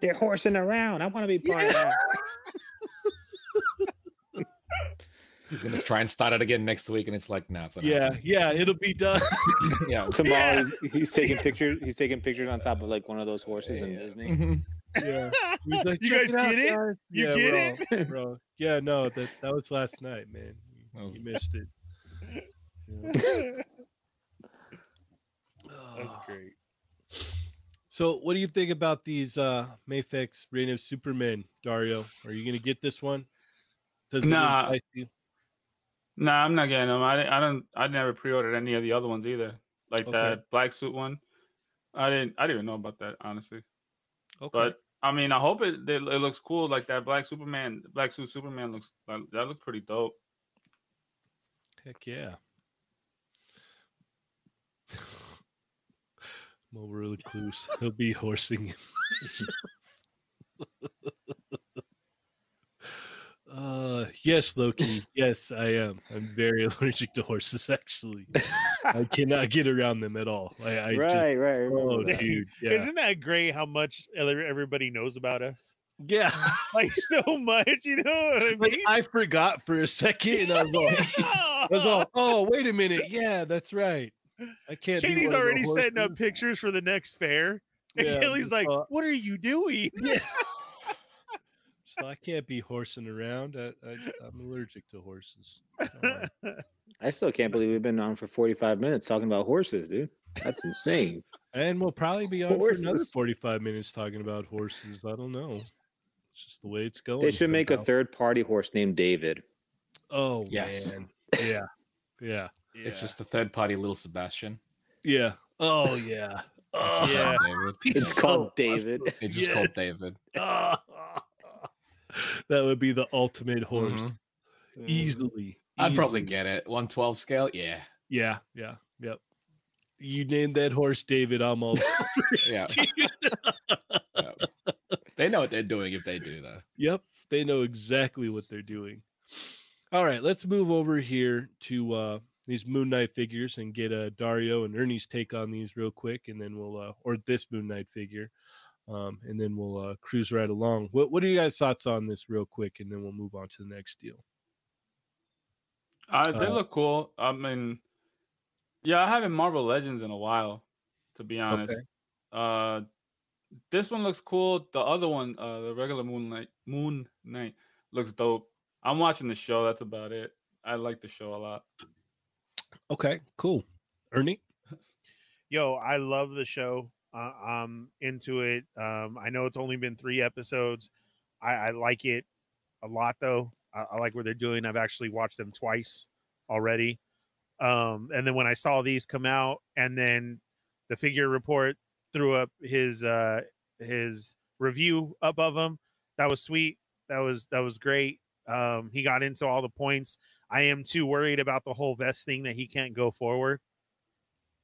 [SPEAKER 7] They're horsing around. I want to be part of that.
[SPEAKER 6] He's gonna try and start it again next week, and it's like, no, it's not
[SPEAKER 3] yeah,
[SPEAKER 6] happening.
[SPEAKER 3] yeah, it'll be done.
[SPEAKER 6] yeah.
[SPEAKER 1] Tomorrow
[SPEAKER 4] Yeah.
[SPEAKER 1] he's, he's taking pictures. He's taking pictures on top of like one of those horses in
[SPEAKER 6] Yeah.
[SPEAKER 1] Disney.
[SPEAKER 6] Mhm.
[SPEAKER 3] Yeah. He's like,
[SPEAKER 4] You
[SPEAKER 3] "Check
[SPEAKER 4] guys
[SPEAKER 3] out,
[SPEAKER 4] get it?
[SPEAKER 3] guys."
[SPEAKER 4] You
[SPEAKER 3] yeah,
[SPEAKER 4] get
[SPEAKER 3] bro, bro. Yeah, no, that that was last night, man.
[SPEAKER 6] That was-
[SPEAKER 3] You missed it. Yeah.
[SPEAKER 4] That's
[SPEAKER 3] Oh.
[SPEAKER 4] great.
[SPEAKER 3] So, what do you think about these uh Mayfix Reign of Superman, Dario? Are you gonna get this one? Does it
[SPEAKER 2] Nah.
[SPEAKER 3] entice you?
[SPEAKER 2] Nah, I'm not getting them. I, di- I don't. I never pre-ordered any of the other ones either. Like
[SPEAKER 3] Okay.
[SPEAKER 2] that black suit one. I didn't. I didn't even know about that honestly.
[SPEAKER 3] Okay.
[SPEAKER 2] But I mean, I hope it. they- It looks cool. Like that black Superman, black suit Superman looks. That that looks pretty dope.
[SPEAKER 3] Heck yeah. Mobile recluse. He'll be horsing him. uh yes, Loki. Yes, I am. I'm very allergic to horses, actually. I cannot get around them at all. I, I
[SPEAKER 1] right, right.
[SPEAKER 3] just
[SPEAKER 1] remember
[SPEAKER 3] oh
[SPEAKER 1] that.
[SPEAKER 3] dude. Yeah.
[SPEAKER 4] Isn't that great? How much ele- everybody knows about us?
[SPEAKER 3] yeah.
[SPEAKER 4] Like so much, you know what I
[SPEAKER 3] Like
[SPEAKER 4] mean? Ah!
[SPEAKER 3] I forgot for a second and I was all, I was all oh wait a minute. Yeah, that's right. I can't be
[SPEAKER 4] Shady's
[SPEAKER 3] one of the
[SPEAKER 4] already setting
[SPEAKER 3] horses."
[SPEAKER 4] up pictures for the next fair. And
[SPEAKER 3] Yeah,
[SPEAKER 4] Kelly's
[SPEAKER 3] just
[SPEAKER 4] like,
[SPEAKER 3] thought-
[SPEAKER 4] "What are you doing?"
[SPEAKER 3] Yeah. so I can't be horsing around. I, I, I'm allergic to horses. Uh,
[SPEAKER 1] I still can't believe we've been on for 45 minutes talking about horses, dude. That's insane.
[SPEAKER 3] and we'll probably be on for another
[SPEAKER 1] Horses.
[SPEAKER 3] 45 minutes talking about horses. I don't know. It's just the way it's going.
[SPEAKER 1] they should make a
[SPEAKER 3] somehow.
[SPEAKER 1] third party horse named David.
[SPEAKER 3] Oh,
[SPEAKER 6] Yes.
[SPEAKER 3] man. Yeah. Yeah.
[SPEAKER 6] It's just the third party, little Sebastian.
[SPEAKER 3] Yeah. Oh, yeah. Oh,
[SPEAKER 6] It's
[SPEAKER 4] Yeah.
[SPEAKER 6] not David.
[SPEAKER 1] It's
[SPEAKER 3] so
[SPEAKER 1] called David.
[SPEAKER 6] It's just called
[SPEAKER 3] Yes.
[SPEAKER 6] David.
[SPEAKER 3] Ah. that would be the ultimate horse.
[SPEAKER 6] Mhm.
[SPEAKER 3] Easily.
[SPEAKER 6] I'd probably
[SPEAKER 3] easily.
[SPEAKER 6] get it. 112 scale. Yeah.
[SPEAKER 3] Yeah. Yeah. Yep. You named that horse David. I'm all.
[SPEAKER 6] Yeah. Yeah. They know what they're doing if they do though.
[SPEAKER 3] Yep, they know exactly what they're doing. All right, let's move over here to uh, these Moon Knight figures and get uh, Dario and Ernie's take on these real quick, and then we'll uh, or this Moon Knight figure, um, and then we'll uh, cruise right along. What What are you guys' thoughts on this real quick, and then we'll move on to the next deal.
[SPEAKER 2] Uh, they
[SPEAKER 3] Uh,
[SPEAKER 2] look cool. I mean, yeah, I haven't Marvel Legends in a while, to be honest. Uh, this one looks cool. The other one, uh, the regular Moonlight Moon Knight, looks dope. I'm watching the show. That's about it. I like the show a lot.
[SPEAKER 3] Okay, cool. Ernie,
[SPEAKER 4] Yo, I love the show. Uh, I'm into it. Um, I know it's only been three episodes. I, I like it a lot, though. I, I like what they're doing. I've actually watched them twice already. Um, and then when I saw these come out, and then the figure report threw up his uh, his review up of them. That was sweet. That was that was great. Um, he got into all the points. I am too worried about the whole vest thing that he can't go forward.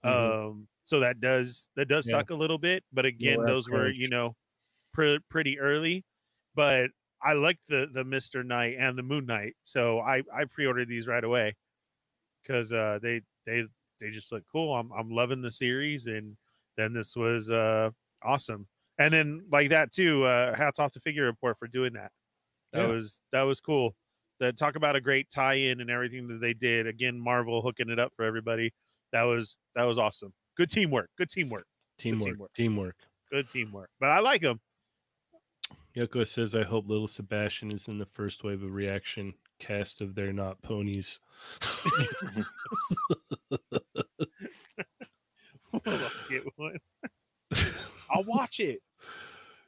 [SPEAKER 3] Mhm.
[SPEAKER 4] Um, so that does that does
[SPEAKER 3] Yeah.
[SPEAKER 4] suck a little bit, but again,
[SPEAKER 3] have
[SPEAKER 4] those were
[SPEAKER 3] courage.
[SPEAKER 4] you know pre- pretty early, but I like the the Mister Knight and the Moon Knight, so I I pre-ordered these right away because uh, they they they just look cool. I'm I'm loving the series, and then this was uh awesome. And then like that too. Uh, hats off to Figure Report for doing that. That
[SPEAKER 3] Yeah.
[SPEAKER 4] was that was cool. That talk about a great tie-in and everything that they did. Again, Marvel hooking it up for everybody. That was that was awesome. Good teamwork. Good teamwork.
[SPEAKER 3] Teamwork,
[SPEAKER 4] teamwork.
[SPEAKER 3] teamwork.
[SPEAKER 4] Good teamwork. But I like them.
[SPEAKER 3] Yoko says, I hope little Sebastian is in the first wave of reaction cast of They're Not Ponies.
[SPEAKER 4] I'll get one. I'll watch it.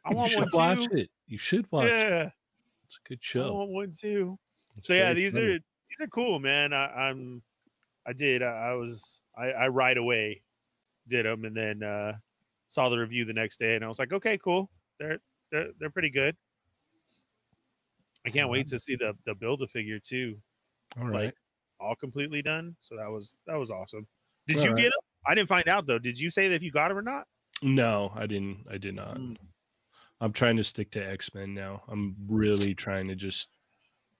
[SPEAKER 4] I
[SPEAKER 3] you
[SPEAKER 4] want
[SPEAKER 3] should
[SPEAKER 4] one too.
[SPEAKER 3] watch it. You should watch it.
[SPEAKER 4] yeah,
[SPEAKER 3] It's a good
[SPEAKER 4] I
[SPEAKER 3] show.
[SPEAKER 4] want one too.
[SPEAKER 3] It's
[SPEAKER 4] So yeah,
[SPEAKER 3] very
[SPEAKER 4] these
[SPEAKER 3] funny.
[SPEAKER 4] are these are cool, man. I, I'm I did I, I was I, I right away did them and then uh saw the review the next day and I was like, okay, cool. They're they're they're pretty good. I can't wait to see the the build a figure too,
[SPEAKER 3] all right.
[SPEAKER 4] all completely done. So that was that was awesome. Did
[SPEAKER 3] All
[SPEAKER 4] you
[SPEAKER 3] right.
[SPEAKER 4] get them? I didn't find out though. Did you say that if you got them or not?
[SPEAKER 3] No, I didn't. I did not.
[SPEAKER 4] Mm.
[SPEAKER 3] I'm trying to stick to X Men now. I'm really trying to just.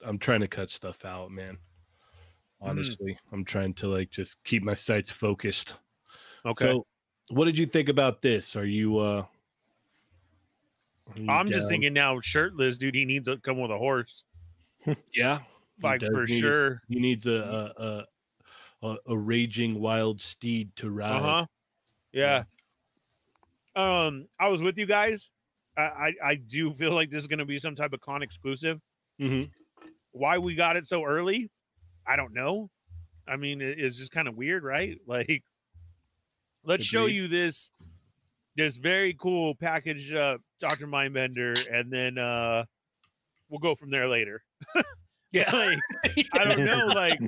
[SPEAKER 3] I'm trying to cut stuff out, man.
[SPEAKER 4] Mm.
[SPEAKER 3] Honestly, I'm trying to like just keep my sights focused.
[SPEAKER 4] Okay.
[SPEAKER 3] So, what did you think about this? Are you? uh are you
[SPEAKER 4] I'm just
[SPEAKER 3] down?
[SPEAKER 4] thinking now, shirtless dude. He needs to come with a horse,
[SPEAKER 3] Yeah, he
[SPEAKER 4] like
[SPEAKER 3] does
[SPEAKER 4] for
[SPEAKER 3] need-
[SPEAKER 4] sure. Mm-hmm.
[SPEAKER 3] He needs a a, a a a raging wild steed to ride.
[SPEAKER 4] Uh huh. Yeah. Um, I was with you guys. I, I I do feel like this is gonna be some type of con exclusive.
[SPEAKER 3] Mhm.
[SPEAKER 4] Why we got it so early, I don't know. I mean, it- it's just kind of weird, right? Like, let's show
[SPEAKER 3] Agreed.
[SPEAKER 4] you this this very cool packaged up Doctor Mindbender, and then uh we'll go from there later.
[SPEAKER 3] Yeah.
[SPEAKER 4] Like, I don't know. Like,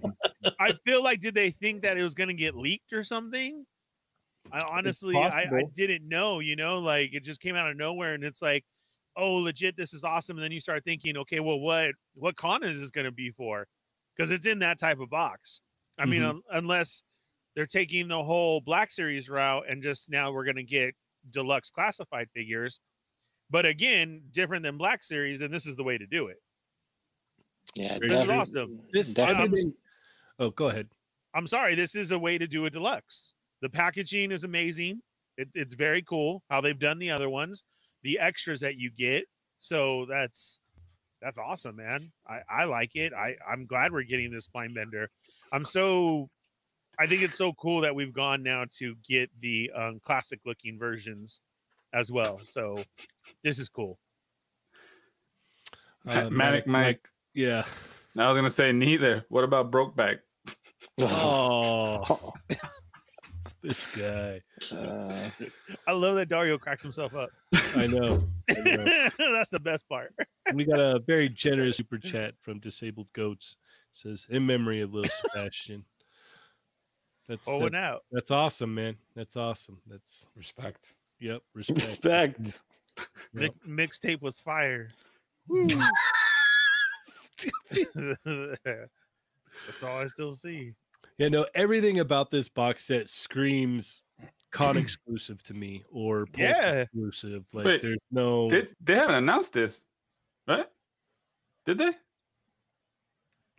[SPEAKER 4] I feel like did they think that it was going to get leaked or something? I honestly, I, I
[SPEAKER 7] possible.
[SPEAKER 4] didn't know. You know, like it just came out of nowhere, and it's like, oh, legit, this is awesome. And then you start thinking, okay, well, what what con is this going to be for? Because it's in that type of box. I mean,
[SPEAKER 3] Mhm.
[SPEAKER 4] un- unless they're taking the whole Black Series route and just now we're going to get deluxe classified figures. But again, different than Black Series, then this is the way to do it.
[SPEAKER 1] Yeah,
[SPEAKER 4] This is
[SPEAKER 1] definitely.
[SPEAKER 4] awesome.
[SPEAKER 3] This
[SPEAKER 1] Definitely.
[SPEAKER 3] other than- Oh, go ahead.
[SPEAKER 4] I'm sorry, this is a way to do a deluxe. The packaging is amazing. It, it's very cool how they've done the other ones, the extras that you get. So that's that's awesome, man. I, I like it. I, I'm glad we're getting this spine bender. I'm so I think it's so cool that we've gone now to get the um, classic looking versions as well. So this is cool.
[SPEAKER 3] Uh,
[SPEAKER 2] Manic Mike.
[SPEAKER 3] Yeah.
[SPEAKER 2] I was gonna say neither. What about Brokeback?
[SPEAKER 3] Oh, this guy.
[SPEAKER 1] Uh,
[SPEAKER 4] I love that Dario cracks himself up.
[SPEAKER 3] I know. I know.
[SPEAKER 4] that's the best part.
[SPEAKER 3] we got a very generous super chat from Disabled Goats. It says in memory of Little Sebastian. That's
[SPEAKER 4] Oh,
[SPEAKER 3] that-
[SPEAKER 4] and out.
[SPEAKER 3] that's awesome, man. That's awesome. That's
[SPEAKER 6] Respect.
[SPEAKER 3] yep. Respect.
[SPEAKER 7] Respect.
[SPEAKER 4] Mick Mixtape was fire. That's all I still see.
[SPEAKER 3] Yeah, no, everything about this box set screams con exclusive to me or Pulse
[SPEAKER 4] Yeah.
[SPEAKER 3] exclusive. Like
[SPEAKER 2] Wait,
[SPEAKER 3] there's no
[SPEAKER 2] Did they haven't announced this, right? Did they?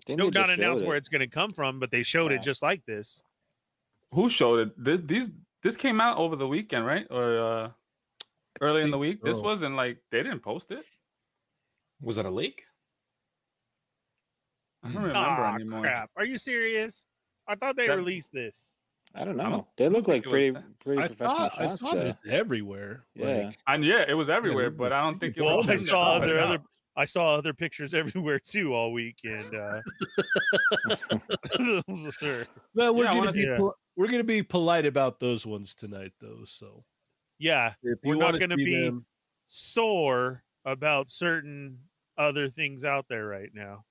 [SPEAKER 1] they
[SPEAKER 4] No,
[SPEAKER 1] need to
[SPEAKER 4] not
[SPEAKER 1] show
[SPEAKER 4] announced
[SPEAKER 1] it.
[SPEAKER 4] where it's going to come from, but they showed
[SPEAKER 1] Yeah.
[SPEAKER 4] it just like this.
[SPEAKER 2] Who showed it? Th- these this came out over the weekend, right? Or uh early in
[SPEAKER 3] think
[SPEAKER 2] the week. This
[SPEAKER 3] so.
[SPEAKER 2] wasn't like they didn't post it.
[SPEAKER 6] Was it a leak?
[SPEAKER 2] I don't
[SPEAKER 6] Mm.
[SPEAKER 2] remember
[SPEAKER 4] Ah,
[SPEAKER 2] anymore.
[SPEAKER 4] crap! Are you serious? I thought they
[SPEAKER 2] That-
[SPEAKER 4] released this.
[SPEAKER 1] I don't
[SPEAKER 2] I
[SPEAKER 1] know.
[SPEAKER 2] don't
[SPEAKER 1] They look
[SPEAKER 2] think
[SPEAKER 1] like
[SPEAKER 2] it
[SPEAKER 1] pretty,
[SPEAKER 2] was
[SPEAKER 1] pretty
[SPEAKER 3] I
[SPEAKER 1] professional
[SPEAKER 3] saw, I
[SPEAKER 1] shots.
[SPEAKER 3] saw
[SPEAKER 1] though.
[SPEAKER 3] this everywhere.
[SPEAKER 1] Yeah.
[SPEAKER 3] Like,
[SPEAKER 2] And yeah, it was everywhere,
[SPEAKER 3] they
[SPEAKER 2] but I don't think it
[SPEAKER 4] Well,
[SPEAKER 2] was.
[SPEAKER 4] I
[SPEAKER 2] in the
[SPEAKER 4] saw
[SPEAKER 2] open
[SPEAKER 4] other
[SPEAKER 2] now.
[SPEAKER 4] other. I saw other pictures everywhere too all week, and uh, sure.
[SPEAKER 3] well, we're
[SPEAKER 2] Yeah, I
[SPEAKER 3] gonna
[SPEAKER 2] wanna
[SPEAKER 3] be
[SPEAKER 4] see-
[SPEAKER 3] pol- we're gonna be polite about those ones tonight, though. So
[SPEAKER 4] yeah,
[SPEAKER 3] if
[SPEAKER 4] We're
[SPEAKER 3] you
[SPEAKER 4] not
[SPEAKER 3] wanna
[SPEAKER 4] gonna
[SPEAKER 3] see
[SPEAKER 4] be-
[SPEAKER 3] them-
[SPEAKER 4] sore about certain other things out there right now.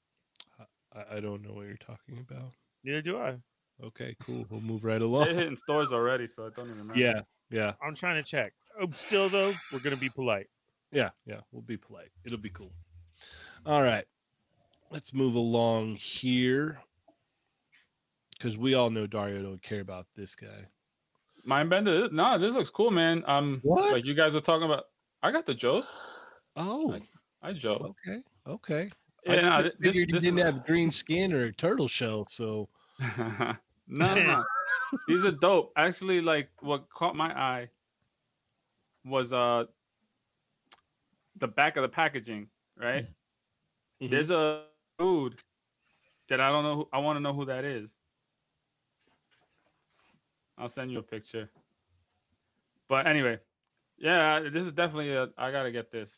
[SPEAKER 3] I, I don't know what you're talking about.
[SPEAKER 4] Neither do I.
[SPEAKER 3] Okay, cool. We'll move right
[SPEAKER 2] They're
[SPEAKER 3] along.
[SPEAKER 2] hitting stores already, so I don't even remember.
[SPEAKER 3] yeah, yeah,
[SPEAKER 4] I'm trying to check. Oh, still though, we're gonna be polite.
[SPEAKER 3] yeah, yeah. We'll be polite. It'll be cool. All right, let's move along here because we all know Dario don't care about this guy.
[SPEAKER 2] Mindbender. No, this looks cool, man. Um,
[SPEAKER 3] What?
[SPEAKER 2] like you guys were talking about. I got the Joes.
[SPEAKER 3] Oh,
[SPEAKER 2] I joke.
[SPEAKER 3] okay, okay.
[SPEAKER 2] Yeah, no,
[SPEAKER 3] I
[SPEAKER 2] thi-
[SPEAKER 3] just
[SPEAKER 2] this-
[SPEAKER 3] figured you
[SPEAKER 2] this
[SPEAKER 3] didn't
[SPEAKER 2] is-
[SPEAKER 3] have green skin or a turtle shell, so
[SPEAKER 2] no, no. these are dope. Actually, like what caught my eye was uh the back of the packaging, right?
[SPEAKER 3] Mhm.
[SPEAKER 2] There's a dude that I don't know. Who, I want to know who that is. I'll send you a picture. But anyway, yeah, this is definitely a. I gotta get this.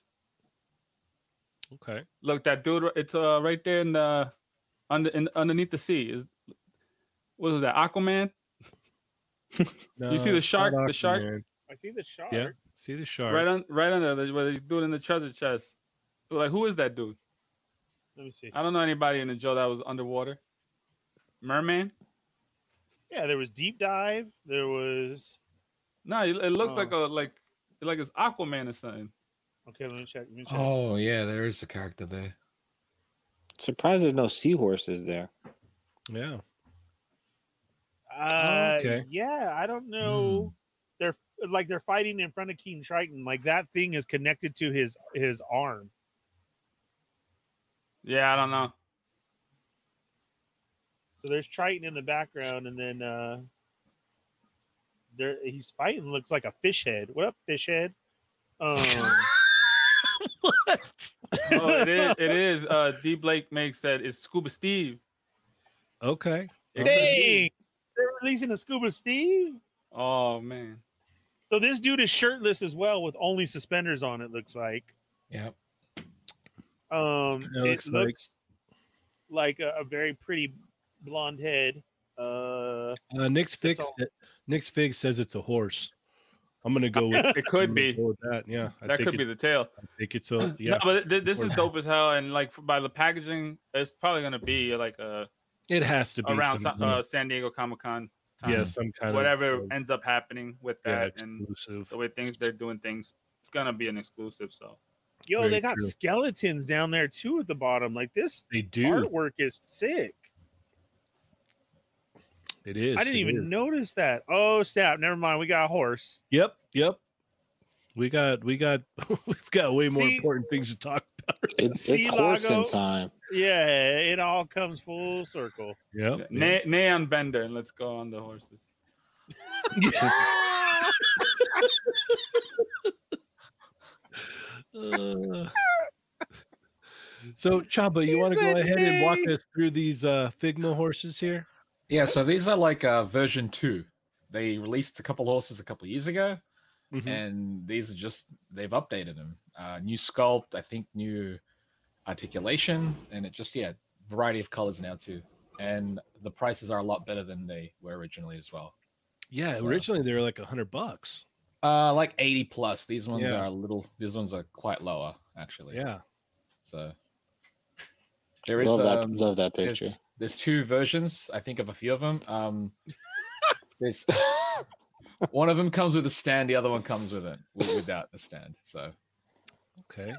[SPEAKER 3] okay.
[SPEAKER 2] Look, that dude. It's uh right there in the under in, underneath the sea. Is what was that? Aquaman. You see
[SPEAKER 3] No,
[SPEAKER 2] the
[SPEAKER 3] it's
[SPEAKER 2] shark-
[SPEAKER 3] not
[SPEAKER 2] the shark?
[SPEAKER 3] Aquaman.
[SPEAKER 4] I see the shark.
[SPEAKER 3] Yeah, see the shark.
[SPEAKER 2] Right on, right under the, where he's doing in the treasure chest. Like, who is that dude?
[SPEAKER 4] Let me see.
[SPEAKER 2] I don't know anybody in the Joe that was underwater. Merman?
[SPEAKER 4] Yeah, there was deep dive. There was.
[SPEAKER 2] No, it, it looks
[SPEAKER 4] Oh.
[SPEAKER 2] like a like like it's Aquaman or something.
[SPEAKER 4] Okay, let me check. Let me check.
[SPEAKER 6] Oh yeah, there is a character there.
[SPEAKER 1] Surprised there's no seahorses there.
[SPEAKER 3] Yeah.
[SPEAKER 4] Uh,
[SPEAKER 3] okay.
[SPEAKER 4] Yeah, I don't know. They're like they're fighting in front of King Triton. Like that thing is connected to his his arm.
[SPEAKER 2] Yeah, I don't know.
[SPEAKER 4] So there's Triton in the background, and then uh there he's fighting. Looks like a fish head. What up, fish head? Um,
[SPEAKER 2] Oh, it is. It is. Uh, D Blake makes that. It's Scuba Steve.
[SPEAKER 3] Okay.
[SPEAKER 2] It could be.
[SPEAKER 4] dang, they're releasing a Scuba Steve.
[SPEAKER 2] Oh man.
[SPEAKER 4] So this dude is shirtless as well, with only suspenders on. It looks like.
[SPEAKER 6] Yep.
[SPEAKER 4] Um,
[SPEAKER 3] It
[SPEAKER 4] it
[SPEAKER 3] looks
[SPEAKER 4] looks,
[SPEAKER 3] like-
[SPEAKER 4] like, a, a very pretty blonde head. Uh,
[SPEAKER 3] Uh, Nick's fix.
[SPEAKER 4] all.
[SPEAKER 3] sa- Nick's fig says it's a horse. I'm gonna go with.
[SPEAKER 2] It could
[SPEAKER 3] I'm gonna
[SPEAKER 2] be.
[SPEAKER 3] go with that. Yeah, Mm-hmm. I
[SPEAKER 2] That
[SPEAKER 3] think
[SPEAKER 2] could
[SPEAKER 3] it,
[SPEAKER 2] be the tail.
[SPEAKER 3] I think it's a yeah.
[SPEAKER 2] No, but th- this is
[SPEAKER 3] Or-
[SPEAKER 2] dope as hell. And like by the packaging, it's probably gonna be like uh
[SPEAKER 3] it has to be
[SPEAKER 2] around
[SPEAKER 3] some, mm.
[SPEAKER 2] Sa- uh, San Diego Comic Con time.
[SPEAKER 3] yeah, some kind
[SPEAKER 2] whatever
[SPEAKER 3] um, of uh,
[SPEAKER 2] ends up happening with
[SPEAKER 3] yeah,
[SPEAKER 2] that and
[SPEAKER 3] exclusive.
[SPEAKER 2] the way things they're doing things, it's gonna be an exclusive. So
[SPEAKER 4] yo,
[SPEAKER 3] Very
[SPEAKER 4] they got
[SPEAKER 3] true.
[SPEAKER 4] skeletons down there too at the bottom. Like this
[SPEAKER 3] They do.
[SPEAKER 4] artwork is sick.
[SPEAKER 3] It is.
[SPEAKER 4] I didn't
[SPEAKER 3] it
[SPEAKER 4] even
[SPEAKER 3] is.
[SPEAKER 4] notice that. Oh snap! Never mind. We got a horse.
[SPEAKER 3] Yep. Yep. We got. We got. we've got way more
[SPEAKER 4] See-
[SPEAKER 3] important things to talk about.
[SPEAKER 1] It's,
[SPEAKER 4] Sea
[SPEAKER 1] it's horsing
[SPEAKER 4] Lago.
[SPEAKER 1] time.
[SPEAKER 4] Yeah, it all comes full circle.
[SPEAKER 3] Yep.
[SPEAKER 2] Na- Neon Bender, and let's go on the horses.
[SPEAKER 3] Uh, so Chaba, you
[SPEAKER 4] He
[SPEAKER 3] want to go
[SPEAKER 4] said
[SPEAKER 3] ahead and walk
[SPEAKER 4] nay.
[SPEAKER 3] us through these uh Figma horses here?
[SPEAKER 6] Yeah, so these are like uh, version two. They released a couple horses a couple years ago,
[SPEAKER 3] Mm-hmm. Eh,
[SPEAKER 6] and these are just they've updated them. Uh, new sculpt, I think, new articulation, and it just yeah, variety of colors now too. And the prices are a lot better than they were originally as well.
[SPEAKER 3] Yeah,
[SPEAKER 6] So-
[SPEAKER 3] originally they were like a hundred bucks.
[SPEAKER 6] Uh, like eighty plus. These ones
[SPEAKER 3] Yeah.
[SPEAKER 6] are a little. These ones are quite lower actually.
[SPEAKER 3] Yeah.
[SPEAKER 6] So there is
[SPEAKER 1] Love that.
[SPEAKER 6] um,
[SPEAKER 1] love that picture.
[SPEAKER 6] there's, there's two versions i think of a few of them um there's one of them comes with a stand the other one comes with it with- without the stand so
[SPEAKER 3] Okay.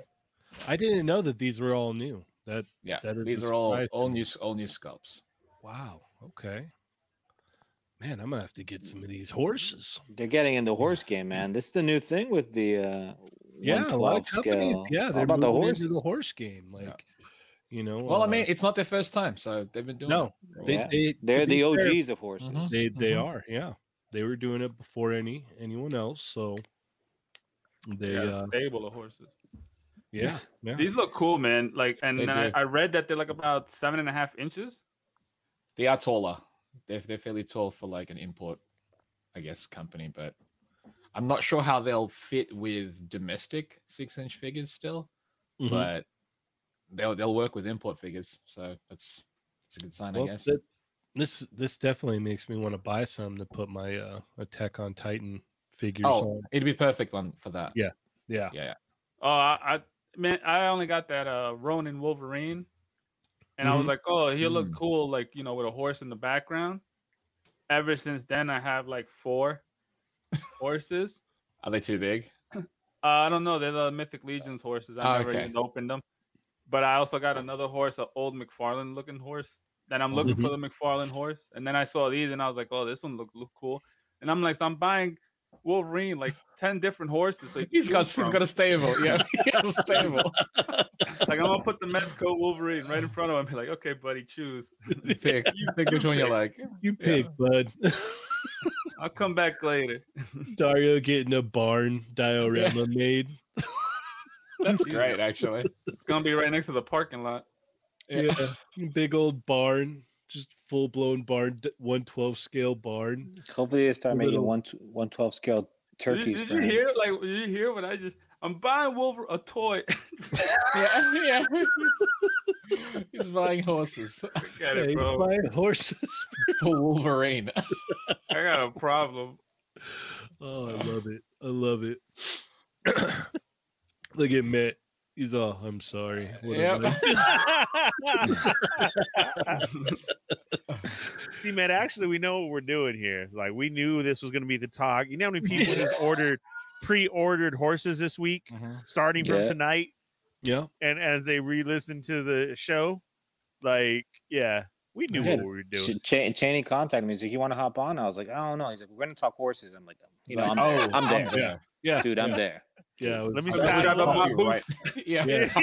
[SPEAKER 3] I didn't know that these were all new. That
[SPEAKER 6] yeah
[SPEAKER 3] That is
[SPEAKER 6] these
[SPEAKER 3] a
[SPEAKER 6] are all
[SPEAKER 3] surprise
[SPEAKER 6] all
[SPEAKER 3] to me.
[SPEAKER 6] new s- all new sculpts
[SPEAKER 3] wow. Okay. Man, I'm gonna have to get some of these horses.
[SPEAKER 1] They're getting in the horse game, man. This is the new thing with the uh,
[SPEAKER 3] Yeah, a lot of
[SPEAKER 1] 112
[SPEAKER 3] companies.
[SPEAKER 1] scale.
[SPEAKER 3] Yeah,
[SPEAKER 1] All
[SPEAKER 3] they're
[SPEAKER 1] about the
[SPEAKER 3] moving
[SPEAKER 1] horses.
[SPEAKER 3] into the horse game. Like, you know.
[SPEAKER 6] well i
[SPEAKER 3] uh,
[SPEAKER 6] mean it's not their first time so they've been doing
[SPEAKER 3] no,
[SPEAKER 6] it for a
[SPEAKER 3] they,
[SPEAKER 6] while.
[SPEAKER 1] Yeah.
[SPEAKER 3] they to
[SPEAKER 1] They're
[SPEAKER 3] be
[SPEAKER 1] the
[SPEAKER 3] fair,
[SPEAKER 1] OGs of horses.
[SPEAKER 6] Mhm.
[SPEAKER 3] They they
[SPEAKER 6] Mhm.
[SPEAKER 3] are. Yeah, they were doing it before any anyone else. So they
[SPEAKER 2] They got a
[SPEAKER 3] uh,
[SPEAKER 2] stable of horses.
[SPEAKER 3] yeah yeah.
[SPEAKER 2] These look cool, man. Like, and
[SPEAKER 6] They
[SPEAKER 2] then I,
[SPEAKER 6] do.
[SPEAKER 2] I read that they're like about seven and a half inches.
[SPEAKER 6] they are taller they're, they're fairly tall for like an import i guess company but i'm not sure how they'll fit with domestic six inch figures still
[SPEAKER 3] Mhm.
[SPEAKER 6] but they'll they'll work with import figures, so that's it's a good sign,
[SPEAKER 3] Well,
[SPEAKER 6] I guess.
[SPEAKER 3] that- this this definitely makes me want to buy some to put my uh, Attack on Titan figures
[SPEAKER 6] Oh,
[SPEAKER 3] on.
[SPEAKER 6] it'd be perfect one for that.
[SPEAKER 3] Yeah. Yeah.
[SPEAKER 6] yeah, yeah.
[SPEAKER 2] Oh, I, I man, I only got that uh Ronin Wolverine, and I was
[SPEAKER 3] Mhm.
[SPEAKER 2] like, oh, he'll look
[SPEAKER 6] Mm.
[SPEAKER 2] cool, like you know, with a horse in the background. Ever since then, I have like four horses.
[SPEAKER 6] Are they too big?
[SPEAKER 2] Uh, I don't know. They're the Mythic Legions horses. I
[SPEAKER 6] Oh,
[SPEAKER 2] never
[SPEAKER 6] okay.
[SPEAKER 2] even opened them. But I also got another horse, an old McFarlane looking horse. Then I'm
[SPEAKER 6] Mm-hmm.
[SPEAKER 2] looking for the McFarlane horse. And then I saw these and I was like, oh, this one look, look cool. And I'm like, so I'm buying Wolverine like ten different horses. Like
[SPEAKER 6] He's got
[SPEAKER 2] choose
[SPEAKER 6] he's
[SPEAKER 2] from.
[SPEAKER 6] got a stable. Yeah, he has a stable.
[SPEAKER 2] like I'm gonna put the Mezco Wolverine right in front of him. Be like, okay, buddy, choose.
[SPEAKER 6] You pick, you pick which one you like.
[SPEAKER 3] You pick, bud.
[SPEAKER 2] I'll come back later.
[SPEAKER 3] Dario getting a barn diorama made.
[SPEAKER 6] That's
[SPEAKER 2] Jesus.
[SPEAKER 6] great, actually.
[SPEAKER 2] It's gonna be right next to the parking lot.
[SPEAKER 6] Yeah.
[SPEAKER 3] Yeah. Big old barn. Just full blown barn, d- 112 scale barn.
[SPEAKER 1] Hopefully they start making
[SPEAKER 3] Little-
[SPEAKER 1] one tw- 112 scale
[SPEAKER 2] Did you-
[SPEAKER 1] turkeys.
[SPEAKER 2] Did,
[SPEAKER 1] for
[SPEAKER 2] you
[SPEAKER 1] him.
[SPEAKER 2] hear? Like, did you hear what I just? I'm buying Wolver a toy.
[SPEAKER 6] Yeah, yeah. He's buying horses
[SPEAKER 2] Forget
[SPEAKER 3] Yeah,
[SPEAKER 2] it,
[SPEAKER 3] you
[SPEAKER 2] bro.
[SPEAKER 3] buy horses.
[SPEAKER 6] for Wolverine.
[SPEAKER 2] I got a problem.
[SPEAKER 3] Oh, I love it. I love it. Look at Matt. He's all, I'm sorry. What have
[SPEAKER 6] Yep.
[SPEAKER 3] I-"
[SPEAKER 4] See, man, actually, we know what we're doing here. Like, we knew this was going to be the talk. You know how many people just ordered, pre-ordered horses this week, starting from
[SPEAKER 1] Yeah.
[SPEAKER 4] tonight,
[SPEAKER 3] Yeah.
[SPEAKER 4] and as they re-listen to the show, like, yeah, we knew
[SPEAKER 1] Yeah.
[SPEAKER 4] what we were doing.
[SPEAKER 1] Ch- Ch- Chaney contacted me. He's like, "You want to hop on?" I was like, "I don't know." He's like, "We're gonna talk horses." I'm like, "You know,
[SPEAKER 6] Like,
[SPEAKER 1] I'm,
[SPEAKER 6] oh,
[SPEAKER 1] I'm there,
[SPEAKER 3] Yeah. Yeah.
[SPEAKER 1] dude. I'm there."
[SPEAKER 3] Yeah. I
[SPEAKER 4] Let
[SPEAKER 3] was-
[SPEAKER 4] me
[SPEAKER 6] I
[SPEAKER 2] I
[SPEAKER 4] saddle
[SPEAKER 2] got
[SPEAKER 6] forgot
[SPEAKER 2] up
[SPEAKER 4] up.
[SPEAKER 6] about
[SPEAKER 2] my
[SPEAKER 6] you, right.
[SPEAKER 2] boots.
[SPEAKER 6] Yeah.
[SPEAKER 3] Yeah.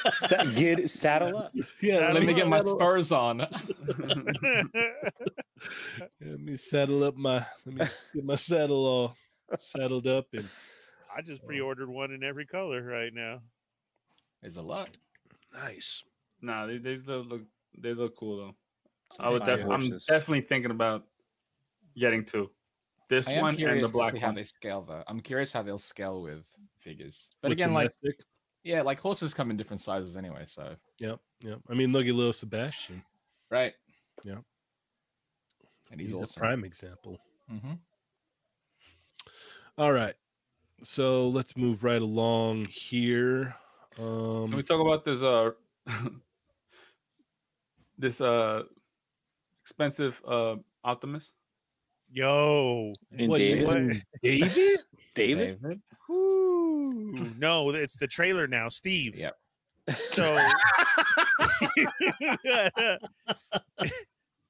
[SPEAKER 4] Yeah.
[SPEAKER 1] Sa- get saddle up.
[SPEAKER 3] yeah,
[SPEAKER 6] Let me get my
[SPEAKER 3] saddle-
[SPEAKER 6] spurs on.
[SPEAKER 3] Let me saddle up my let me get my saddle all saddled up and
[SPEAKER 4] I just pre-ordered one in every color right now.
[SPEAKER 6] There's a lot.
[SPEAKER 3] nice.
[SPEAKER 2] Nah, they, they still look they look cool though.
[SPEAKER 1] So
[SPEAKER 2] I would
[SPEAKER 1] buy
[SPEAKER 2] def- I'm
[SPEAKER 1] horses.
[SPEAKER 2] definitely thinking about getting two. This
[SPEAKER 6] I am
[SPEAKER 2] one and the
[SPEAKER 6] curious to
[SPEAKER 2] black
[SPEAKER 6] see how
[SPEAKER 2] one.
[SPEAKER 6] they scale, though. I'm curious how they'll scale with figures. But
[SPEAKER 3] With
[SPEAKER 6] again, like
[SPEAKER 3] domestic.
[SPEAKER 6] yeah, like horses come in different sizes anyway. So
[SPEAKER 3] Yep, yep. I mean look at little Sebastian.
[SPEAKER 6] right.
[SPEAKER 3] Yeah.
[SPEAKER 6] And he's,
[SPEAKER 3] He's,
[SPEAKER 6] awesome.
[SPEAKER 3] a prime example.
[SPEAKER 6] hmm
[SPEAKER 3] All right. So let's move right along here.
[SPEAKER 2] Can we
[SPEAKER 3] Um
[SPEAKER 2] talk about this uh this uh expensive uh Optimus?
[SPEAKER 4] Yo,
[SPEAKER 1] And
[SPEAKER 3] what-
[SPEAKER 1] David,
[SPEAKER 4] what?
[SPEAKER 6] David?
[SPEAKER 1] David,
[SPEAKER 4] Ooh, no, it's the trailer now, Steve.
[SPEAKER 6] Yep.
[SPEAKER 4] So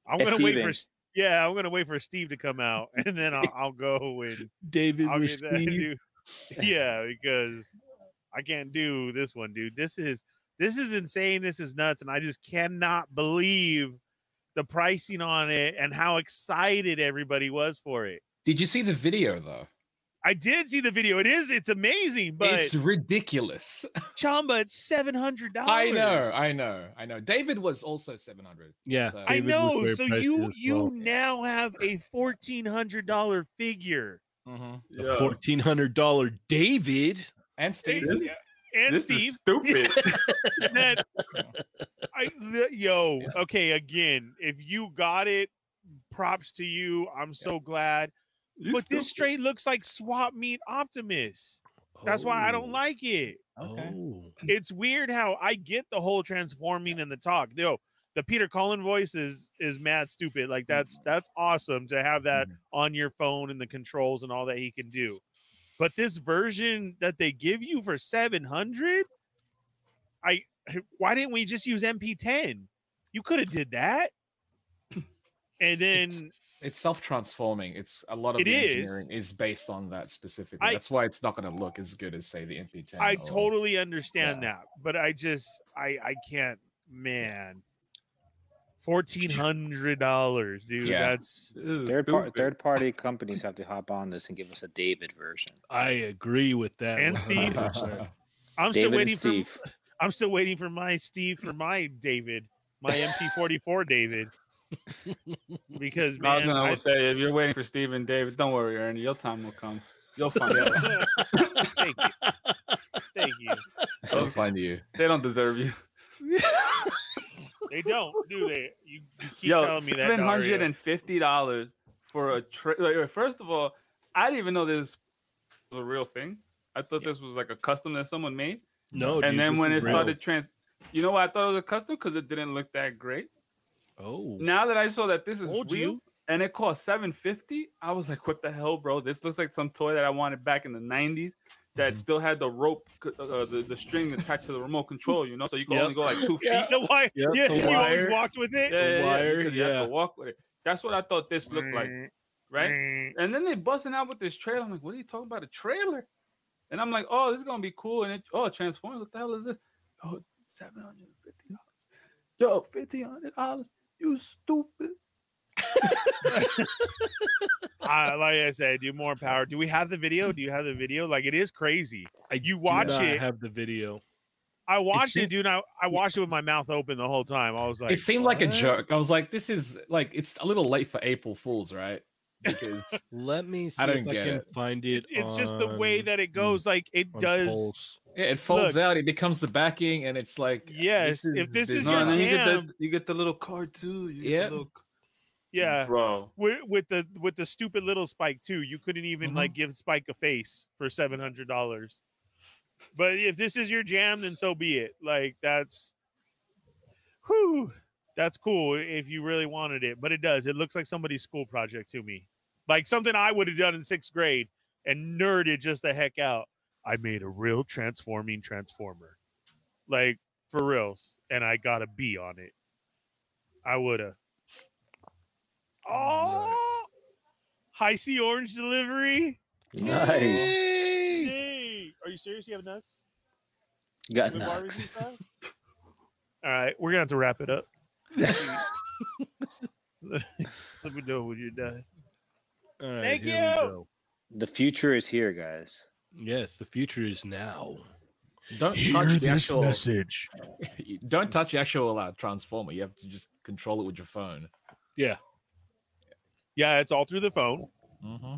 [SPEAKER 4] I'm
[SPEAKER 1] It's
[SPEAKER 4] gonna wait
[SPEAKER 1] Steven.
[SPEAKER 4] for S- yeah, I'm gonna wait for Steve to come out, and then I'll, I'll go and
[SPEAKER 3] David
[SPEAKER 4] I'll
[SPEAKER 3] was
[SPEAKER 4] get that.
[SPEAKER 3] Steve.
[SPEAKER 4] Dude. Yeah, because I can't do this one, dude. This is this is insane. This is nuts, and I just cannot believe the pricing on it and how excited everybody was for it.
[SPEAKER 6] Did you see the video though?
[SPEAKER 4] I did see the video. It is it's amazing, but
[SPEAKER 6] it's ridiculous.
[SPEAKER 4] Chamba, it's seven hundred dollars.
[SPEAKER 6] I know, I know, I know. David was also seven hundred.
[SPEAKER 3] Yeah.
[SPEAKER 6] So-
[SPEAKER 4] I
[SPEAKER 3] David was
[SPEAKER 4] know.
[SPEAKER 3] very
[SPEAKER 4] So
[SPEAKER 3] pricey
[SPEAKER 4] you
[SPEAKER 3] as
[SPEAKER 4] you
[SPEAKER 3] well.
[SPEAKER 4] now have a fourteen hundred dollar figure.
[SPEAKER 3] The $1400 David.
[SPEAKER 6] Mm-hmm. And Steve.
[SPEAKER 2] This,
[SPEAKER 4] Yeah. And
[SPEAKER 2] this
[SPEAKER 4] Steve,
[SPEAKER 2] is stupid.
[SPEAKER 4] that I the, yo, okay, again, if you got it, props to you. I'm so glad.
[SPEAKER 2] You
[SPEAKER 4] but
[SPEAKER 2] stupid.
[SPEAKER 4] this straight looks like swap meet Optimus. That's why I don't
[SPEAKER 3] Oh,
[SPEAKER 4] like it.
[SPEAKER 6] Okay.
[SPEAKER 3] oh.
[SPEAKER 4] it's weird how I get the whole transforming and the talk. Yo, the Peter Cullen voice is is mad stupid. Like that's that's awesome to have that
[SPEAKER 6] Mhm.
[SPEAKER 4] on your phone and the controls and all that he can do. But this version that they give you for 700, I why didn't we just use MP10? You could have did that. And then
[SPEAKER 6] It's- It's self-transforming. It's a lot of
[SPEAKER 4] It
[SPEAKER 6] the
[SPEAKER 4] is.
[SPEAKER 6] engineering is based on that specifically.
[SPEAKER 4] I-
[SPEAKER 6] That's why it's not going to look as good as say the MP10.
[SPEAKER 4] I
[SPEAKER 6] or-
[SPEAKER 4] totally understand
[SPEAKER 6] Yeah.
[SPEAKER 4] that, but I just I I can't, man. Fourteen hundred dollars, dude.
[SPEAKER 6] Yeah.
[SPEAKER 4] That's
[SPEAKER 2] This is
[SPEAKER 1] third par-
[SPEAKER 2] stupid.
[SPEAKER 1] third party companies have to hop on this and give us a David version.
[SPEAKER 3] I agree with that.
[SPEAKER 4] And Steve.
[SPEAKER 3] 100%.
[SPEAKER 4] I'm
[SPEAKER 1] David
[SPEAKER 4] still
[SPEAKER 1] and
[SPEAKER 4] waiting for
[SPEAKER 1] Steve.
[SPEAKER 4] I'm still waiting for my Steve for my David, my MP44 David. Because
[SPEAKER 2] I was
[SPEAKER 4] man,
[SPEAKER 2] gonna
[SPEAKER 4] I,
[SPEAKER 2] say if you're waiting for Steve and David, don't worry, Ernie. Your time will come. You'll find out.
[SPEAKER 4] thank you, thank you.
[SPEAKER 6] I'll find you.
[SPEAKER 2] They don't deserve you.
[SPEAKER 4] They don't, do they? You, you keep
[SPEAKER 2] Yo,
[SPEAKER 4] telling me that.
[SPEAKER 2] seven hundred and fifty dollars for a trip. Like, first of all, I didn't even know this was a real thing. I thought this was like a custom that someone made.
[SPEAKER 3] No, Oh, dude,
[SPEAKER 2] and then
[SPEAKER 3] this
[SPEAKER 2] when it
[SPEAKER 3] is real.
[SPEAKER 2] started trans, you know what? I thought it was a custom because it didn't look that great.
[SPEAKER 3] Oh.
[SPEAKER 2] Now that I saw that this is
[SPEAKER 4] Told
[SPEAKER 2] real
[SPEAKER 4] you.
[SPEAKER 2] and it cost seven fifty, I was like, what the hell, bro? This looks like some toy that I wanted back in the nineties. That
[SPEAKER 3] Mm-hmm.
[SPEAKER 6] Mhm.
[SPEAKER 2] still had the rope, c- uh, the, the string attached to the remote control, you know, so you could
[SPEAKER 3] Yep.
[SPEAKER 2] only go like two feet.
[SPEAKER 6] Yeah.
[SPEAKER 4] the wire.
[SPEAKER 3] Yep,
[SPEAKER 4] yeah,
[SPEAKER 3] the
[SPEAKER 4] you always
[SPEAKER 3] wire.
[SPEAKER 4] walked with it.
[SPEAKER 2] Yeah, yeah, yeah,
[SPEAKER 3] wire,
[SPEAKER 2] because you have
[SPEAKER 3] yeah.
[SPEAKER 2] to walk with it. That's what I thought this looked like. right? And then they busting out with this trailer. I'm like, what are you talking about? A trailer? And I'm like, oh, this is gonna be cool. And it, oh, Transformers, what the hell is this? Oh, seven hundred and fifty dollars. Yo, fifteen hundred dollars. You stupid.
[SPEAKER 4] I, like I said, do more power. Do we have the video? Do you have the video? Like it is crazy. You watch
[SPEAKER 3] I
[SPEAKER 4] it.
[SPEAKER 3] have the video.
[SPEAKER 4] I watched it,
[SPEAKER 6] seem-
[SPEAKER 4] dude. and I, I watched it with my mouth open the whole time. I was like,
[SPEAKER 6] it seemed like a
[SPEAKER 4] "What?"
[SPEAKER 6] joke. I was like, this is like it's a little late for April Fools, right? Because
[SPEAKER 3] Let me see
[SPEAKER 6] I
[SPEAKER 3] if
[SPEAKER 6] don't
[SPEAKER 3] I
[SPEAKER 6] get
[SPEAKER 3] can
[SPEAKER 6] it.
[SPEAKER 3] find it.
[SPEAKER 4] It's just the way
[SPEAKER 3] on-
[SPEAKER 4] that it goes. Like it
[SPEAKER 3] on
[SPEAKER 4] does.
[SPEAKER 3] Pulse.
[SPEAKER 6] yeah, it folds
[SPEAKER 4] Look.
[SPEAKER 6] out, it becomes the backing, and it's like
[SPEAKER 4] Yes, if this is
[SPEAKER 2] No,
[SPEAKER 4] your
[SPEAKER 2] and then you get
[SPEAKER 4] jam-
[SPEAKER 2] the you get the little car too. You get
[SPEAKER 6] Yeah.
[SPEAKER 2] the little,
[SPEAKER 4] Yeah,
[SPEAKER 2] bro.
[SPEAKER 4] with, with the with the stupid little Spike too. You couldn't even like give Spike a face for seven hundred dollars. But if this is your jam, then so be it. Like that's, whew, that's cool if you really wanted it. But it does. It looks like somebody's school project to me, like something I would have done in sixth grade and nerded just the heck out. I made a real transforming transformer, like for reals, and I got a B on it. I woulda. Oh, high C orange delivery.
[SPEAKER 1] Nice.
[SPEAKER 4] Hey, are you serious? You have nuts?
[SPEAKER 1] Got
[SPEAKER 4] With
[SPEAKER 1] knocks.
[SPEAKER 4] barbecue sauce? All right, we're gonna have to wrap it up. Let me know when you're done.
[SPEAKER 3] All right,
[SPEAKER 4] Thank
[SPEAKER 3] here we
[SPEAKER 4] you.
[SPEAKER 3] go.
[SPEAKER 1] The future is here, guys.
[SPEAKER 3] Yes, the future is now.
[SPEAKER 6] don't touch the actual
[SPEAKER 4] message.
[SPEAKER 6] you don't touch the actual uh, transformer. You have to just control it with your phone.
[SPEAKER 3] Yeah.
[SPEAKER 4] Yeah, it's all through the phone.
[SPEAKER 6] hmm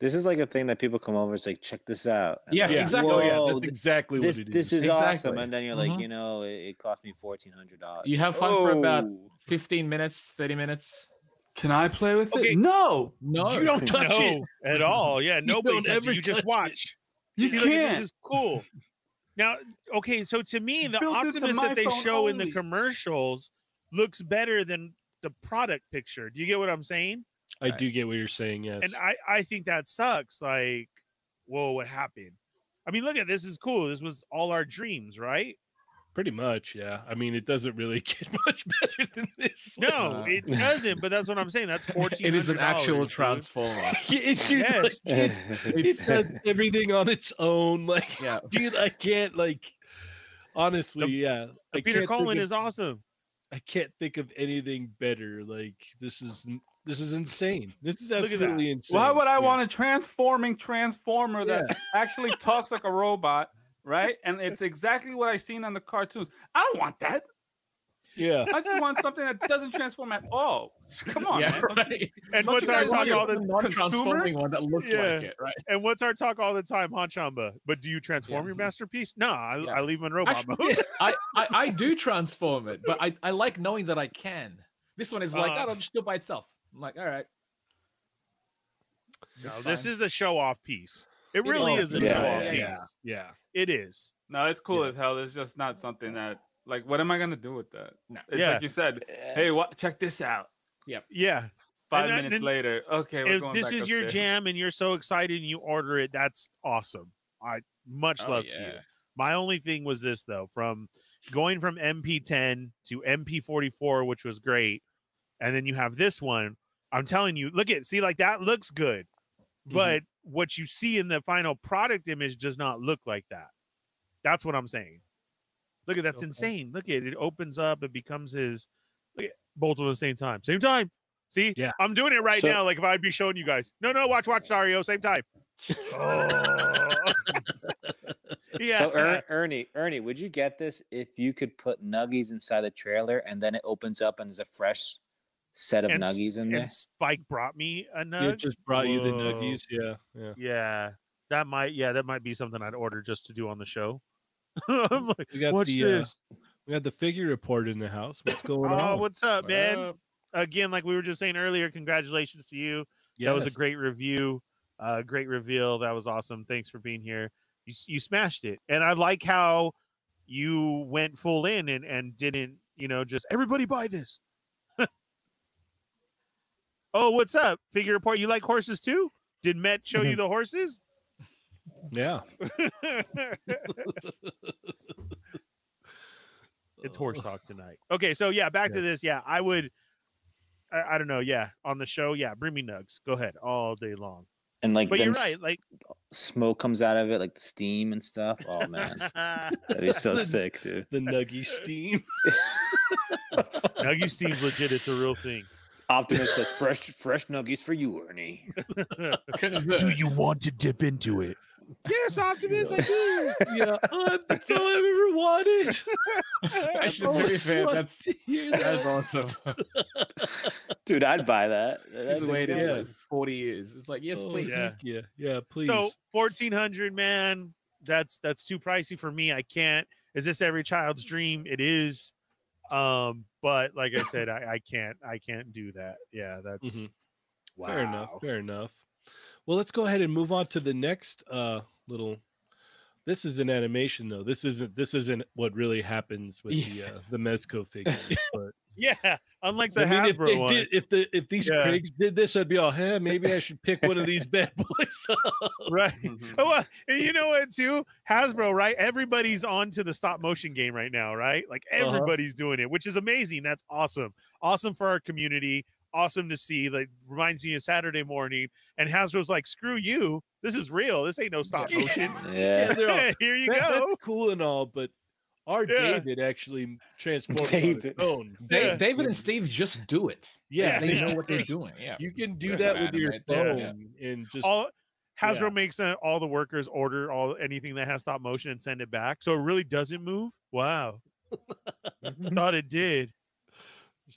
[SPEAKER 1] This is like a thing that people come over. It's like, check this out. and
[SPEAKER 6] Yeah,
[SPEAKER 1] like,
[SPEAKER 6] exactly.
[SPEAKER 3] Oh, yeah,
[SPEAKER 1] "Whoa,
[SPEAKER 3] that's
[SPEAKER 1] th-
[SPEAKER 3] exactly
[SPEAKER 1] this
[SPEAKER 3] what it is.
[SPEAKER 1] this is awesome.
[SPEAKER 6] Exactly.
[SPEAKER 1] And then you're like,
[SPEAKER 6] Mhm.
[SPEAKER 1] you know, it, it cost me fourteen hundred dollars.
[SPEAKER 6] You have fun for about 15 minutes, 30 minutes.
[SPEAKER 2] Can I play with
[SPEAKER 4] Okay.
[SPEAKER 2] it? No,
[SPEAKER 6] No,
[SPEAKER 3] you don't touch it.
[SPEAKER 4] No, at all. Yeah, nobody.
[SPEAKER 3] don't
[SPEAKER 4] touches
[SPEAKER 3] ever
[SPEAKER 4] it. you just
[SPEAKER 3] touch it.
[SPEAKER 4] watch.
[SPEAKER 2] you
[SPEAKER 4] See, look,
[SPEAKER 2] can't.
[SPEAKER 4] this is cool. Now, okay, so to me, the
[SPEAKER 2] Built into
[SPEAKER 4] Optimus
[SPEAKER 2] my
[SPEAKER 4] that they
[SPEAKER 2] phone
[SPEAKER 4] show in the
[SPEAKER 2] only.
[SPEAKER 4] commercials looks better than the product picture. Do you get what I'm saying?
[SPEAKER 3] I do get what you're saying. Yes.
[SPEAKER 4] And I, I think that sucks. Like, whoa, what happened? I mean, look at this is cool. This was all our dreams, right?
[SPEAKER 3] Pretty much, yeah. I mean, it doesn't really get much better than this.
[SPEAKER 4] No,
[SPEAKER 6] Wow.
[SPEAKER 4] it doesn't. But that's what I'm saying. That's fourteen.
[SPEAKER 6] It is an actual
[SPEAKER 4] transfer.
[SPEAKER 6] transformer.
[SPEAKER 3] it's dude, like,
[SPEAKER 4] Yes.
[SPEAKER 3] dude, it
[SPEAKER 6] It's,
[SPEAKER 3] does everything on its own. Like,
[SPEAKER 6] yeah.
[SPEAKER 3] dude, I can't like. Honestly, yeah. I can't
[SPEAKER 4] Peter
[SPEAKER 3] think
[SPEAKER 4] Cullen
[SPEAKER 3] of-
[SPEAKER 4] is awesome.
[SPEAKER 3] I can't think of anything better. Like, this is n- this is insane. This is
[SPEAKER 4] Look at that.
[SPEAKER 3] absolutely insane.
[SPEAKER 2] Why would I
[SPEAKER 3] Yeah.
[SPEAKER 2] want a transforming transformer that actually talks like a robot, right? And it's exactly what I seen on the cartoons. I don't want that.
[SPEAKER 3] Yeah.
[SPEAKER 2] I just want something that doesn't transform at all. Come on,
[SPEAKER 6] yeah,
[SPEAKER 2] man. Don't you-
[SPEAKER 6] right.
[SPEAKER 4] And
[SPEAKER 2] Don't
[SPEAKER 4] what's
[SPEAKER 2] you
[SPEAKER 4] our
[SPEAKER 2] guys want
[SPEAKER 4] talk
[SPEAKER 2] your
[SPEAKER 4] all the
[SPEAKER 6] non-transforming one that looks like
[SPEAKER 4] Yeah.
[SPEAKER 6] it, right?
[SPEAKER 4] And what's our talk all the time, Hanchamba? But do you transform your masterpiece? No, I,
[SPEAKER 6] Yeah.
[SPEAKER 4] I leave Monroe
[SPEAKER 6] Actually,
[SPEAKER 4] Mama.
[SPEAKER 6] I, I, I do transform it, but I, I like knowing that I can. This one is like,
[SPEAKER 4] Uh,
[SPEAKER 6] oh, I'm just do it by itself. I'm like, all right.
[SPEAKER 4] No,
[SPEAKER 6] That's
[SPEAKER 4] this
[SPEAKER 6] fine.
[SPEAKER 4] is a show off piece. It
[SPEAKER 6] It
[SPEAKER 4] really
[SPEAKER 6] is.
[SPEAKER 4] is a
[SPEAKER 1] Yeah,
[SPEAKER 4] show off
[SPEAKER 6] yeah,
[SPEAKER 4] piece.
[SPEAKER 6] yeah.
[SPEAKER 3] Yeah.
[SPEAKER 4] It is.
[SPEAKER 2] No, it's cool
[SPEAKER 6] Yeah.
[SPEAKER 2] as hell. It's just not something that like what am I gonna do with that?
[SPEAKER 6] No.
[SPEAKER 2] It's
[SPEAKER 4] Yeah.
[SPEAKER 2] like you said, hey, what check this out.
[SPEAKER 4] Yeah.
[SPEAKER 2] Five
[SPEAKER 4] And that-
[SPEAKER 2] minutes
[SPEAKER 4] and
[SPEAKER 2] later. Okay, we're
[SPEAKER 4] if
[SPEAKER 2] going
[SPEAKER 4] this
[SPEAKER 2] back
[SPEAKER 4] is your
[SPEAKER 2] upstairs.
[SPEAKER 4] jam and you're so excited and you order it, that's awesome. I much
[SPEAKER 6] Oh,
[SPEAKER 4] love to you.
[SPEAKER 6] yeah.
[SPEAKER 4] My only thing was this though, from going from MP10 to MP44, which was great, and then you have this one. I'm telling you, look at see like that looks good,
[SPEAKER 3] Mm-hmm.
[SPEAKER 4] but what you see in the final product image does not look like that. That's what I'm saying. Look at that's
[SPEAKER 3] Okay.
[SPEAKER 4] insane. Look at it opens up, it becomes his. Look at both of them same time, same time. See,
[SPEAKER 3] Yeah.
[SPEAKER 4] I'm doing it right
[SPEAKER 1] So-
[SPEAKER 4] now. Like if I'd be showing you guys, no, no, watch, watch, Dario, same time. Oh. yeah,
[SPEAKER 1] So er- Ernie, Ernie, would you get this if you could put nuggies inside the trailer and then it opens up and there's a fresh set of
[SPEAKER 4] And s-
[SPEAKER 1] nuggies in
[SPEAKER 4] and
[SPEAKER 1] there?
[SPEAKER 4] Spike brought me a
[SPEAKER 3] It
[SPEAKER 4] nug.
[SPEAKER 3] just uh brought you the
[SPEAKER 4] Whoa.
[SPEAKER 3] nuggies. Yeah. Yeah.
[SPEAKER 4] Yeah, that might. Yeah, that might be something I'd order just to do on the show. I'm like,
[SPEAKER 3] We got
[SPEAKER 4] what's
[SPEAKER 3] the uh,
[SPEAKER 4] this?
[SPEAKER 3] we got the figure report in the house. What's going
[SPEAKER 4] oh,
[SPEAKER 3] on?
[SPEAKER 4] what's up,
[SPEAKER 6] What
[SPEAKER 4] man?
[SPEAKER 3] uh
[SPEAKER 6] up?
[SPEAKER 4] Again, like we were just saying earlier, congratulations to you. That was a
[SPEAKER 3] Yes.
[SPEAKER 4] great review. Uh, great reveal. That was awesome. Thanks for being here. You, s- you smashed it. And I like how you went full in and, and didn't, you know, just everybody buy this. oh, what's up? Figure report. You like horses too? Did Met show you the horses?
[SPEAKER 3] yeah.
[SPEAKER 4] it's horse talk tonight. Okay, so yeah, back to this. Yeah, I would I, I don't know. Yeah, on the show, yeah, bring me nugs. Go ahead, all day long.
[SPEAKER 1] and like
[SPEAKER 4] But
[SPEAKER 1] then
[SPEAKER 4] you're
[SPEAKER 1] s-
[SPEAKER 4] right. Like,
[SPEAKER 1] smoke comes out of it, like the steam and stuff. Oh man, that'd be so sick, dude.
[SPEAKER 3] The nuggy steam.
[SPEAKER 4] nuggy steam's legit. It's a real thing.
[SPEAKER 1] Optimus says, "Fresh, fresh nuggies for you, Ernie."
[SPEAKER 6] Do you
[SPEAKER 8] want to dip into it?
[SPEAKER 4] Yes, Optimus, I do.
[SPEAKER 3] yeah, I'm, that's all I've ever wanted.
[SPEAKER 6] Actually,
[SPEAKER 3] I've
[SPEAKER 6] to be
[SPEAKER 3] always
[SPEAKER 6] fair,
[SPEAKER 3] wanted
[SPEAKER 6] that's
[SPEAKER 3] to hear that.
[SPEAKER 6] that's awesome.
[SPEAKER 1] Dude, I'd buy that.
[SPEAKER 6] He's
[SPEAKER 1] That'd be
[SPEAKER 6] waited
[SPEAKER 1] good.
[SPEAKER 6] like forty years. It's like yes,
[SPEAKER 1] Oh,
[SPEAKER 6] please.
[SPEAKER 4] yeah.
[SPEAKER 3] Yeah, yeah, please.
[SPEAKER 4] So fourteen hundred, man. That's that's too pricey for me. I can't. Is this every child's dream? It is. Um, but like I said, I, I can't. I can't do that. Yeah, that's
[SPEAKER 3] Mhm. Fair enough. Fair enough. Well, let's go ahead and move on to the next uh little. This is an animation though. This isn't this isn't what really happens with the
[SPEAKER 6] Yeah.
[SPEAKER 3] uh, the Mezco figure. But
[SPEAKER 4] Yeah, unlike the
[SPEAKER 3] I mean, if
[SPEAKER 4] Hasbro
[SPEAKER 3] they
[SPEAKER 4] one.
[SPEAKER 3] did, if the if these
[SPEAKER 4] Yeah.
[SPEAKER 3] pigs did this, I'd be all, hey, maybe I should pick one of these bad boys. up."
[SPEAKER 4] right?
[SPEAKER 2] Mhm.
[SPEAKER 4] Oh, uh, and you know what too? Hasbro, right? Everybody's on to the stop motion game right now, right? Like
[SPEAKER 3] Uh-huh.
[SPEAKER 4] everybody's doing it, which is amazing. That's awesome. Awesome for our community. Awesome to see. Like reminds me of Saturday morning. And Hasbro's like, screw you. This is real. This ain't no stop
[SPEAKER 3] Yeah.
[SPEAKER 4] motion.
[SPEAKER 3] Yeah,
[SPEAKER 1] Yeah.
[SPEAKER 3] they're all,
[SPEAKER 4] Here you
[SPEAKER 3] "That-
[SPEAKER 4] go.
[SPEAKER 3] That's cool and all, but our
[SPEAKER 4] Yeah.
[SPEAKER 3] David actually transformed on his
[SPEAKER 1] David.
[SPEAKER 3] own.
[SPEAKER 6] Da-
[SPEAKER 4] Yeah.
[SPEAKER 6] David and Steve just do it.
[SPEAKER 3] Yeah,
[SPEAKER 6] they
[SPEAKER 4] Yeah.
[SPEAKER 6] know what they're doing. Yeah,
[SPEAKER 3] you can do
[SPEAKER 6] There's
[SPEAKER 3] that
[SPEAKER 6] an
[SPEAKER 3] with your
[SPEAKER 6] anime there, yeah.
[SPEAKER 3] phone and just
[SPEAKER 4] All Hasbro
[SPEAKER 3] Yeah.
[SPEAKER 4] makes uh, all the workers order all anything that has stop motion and send it back. So it really doesn't move. Wow. Thought it did.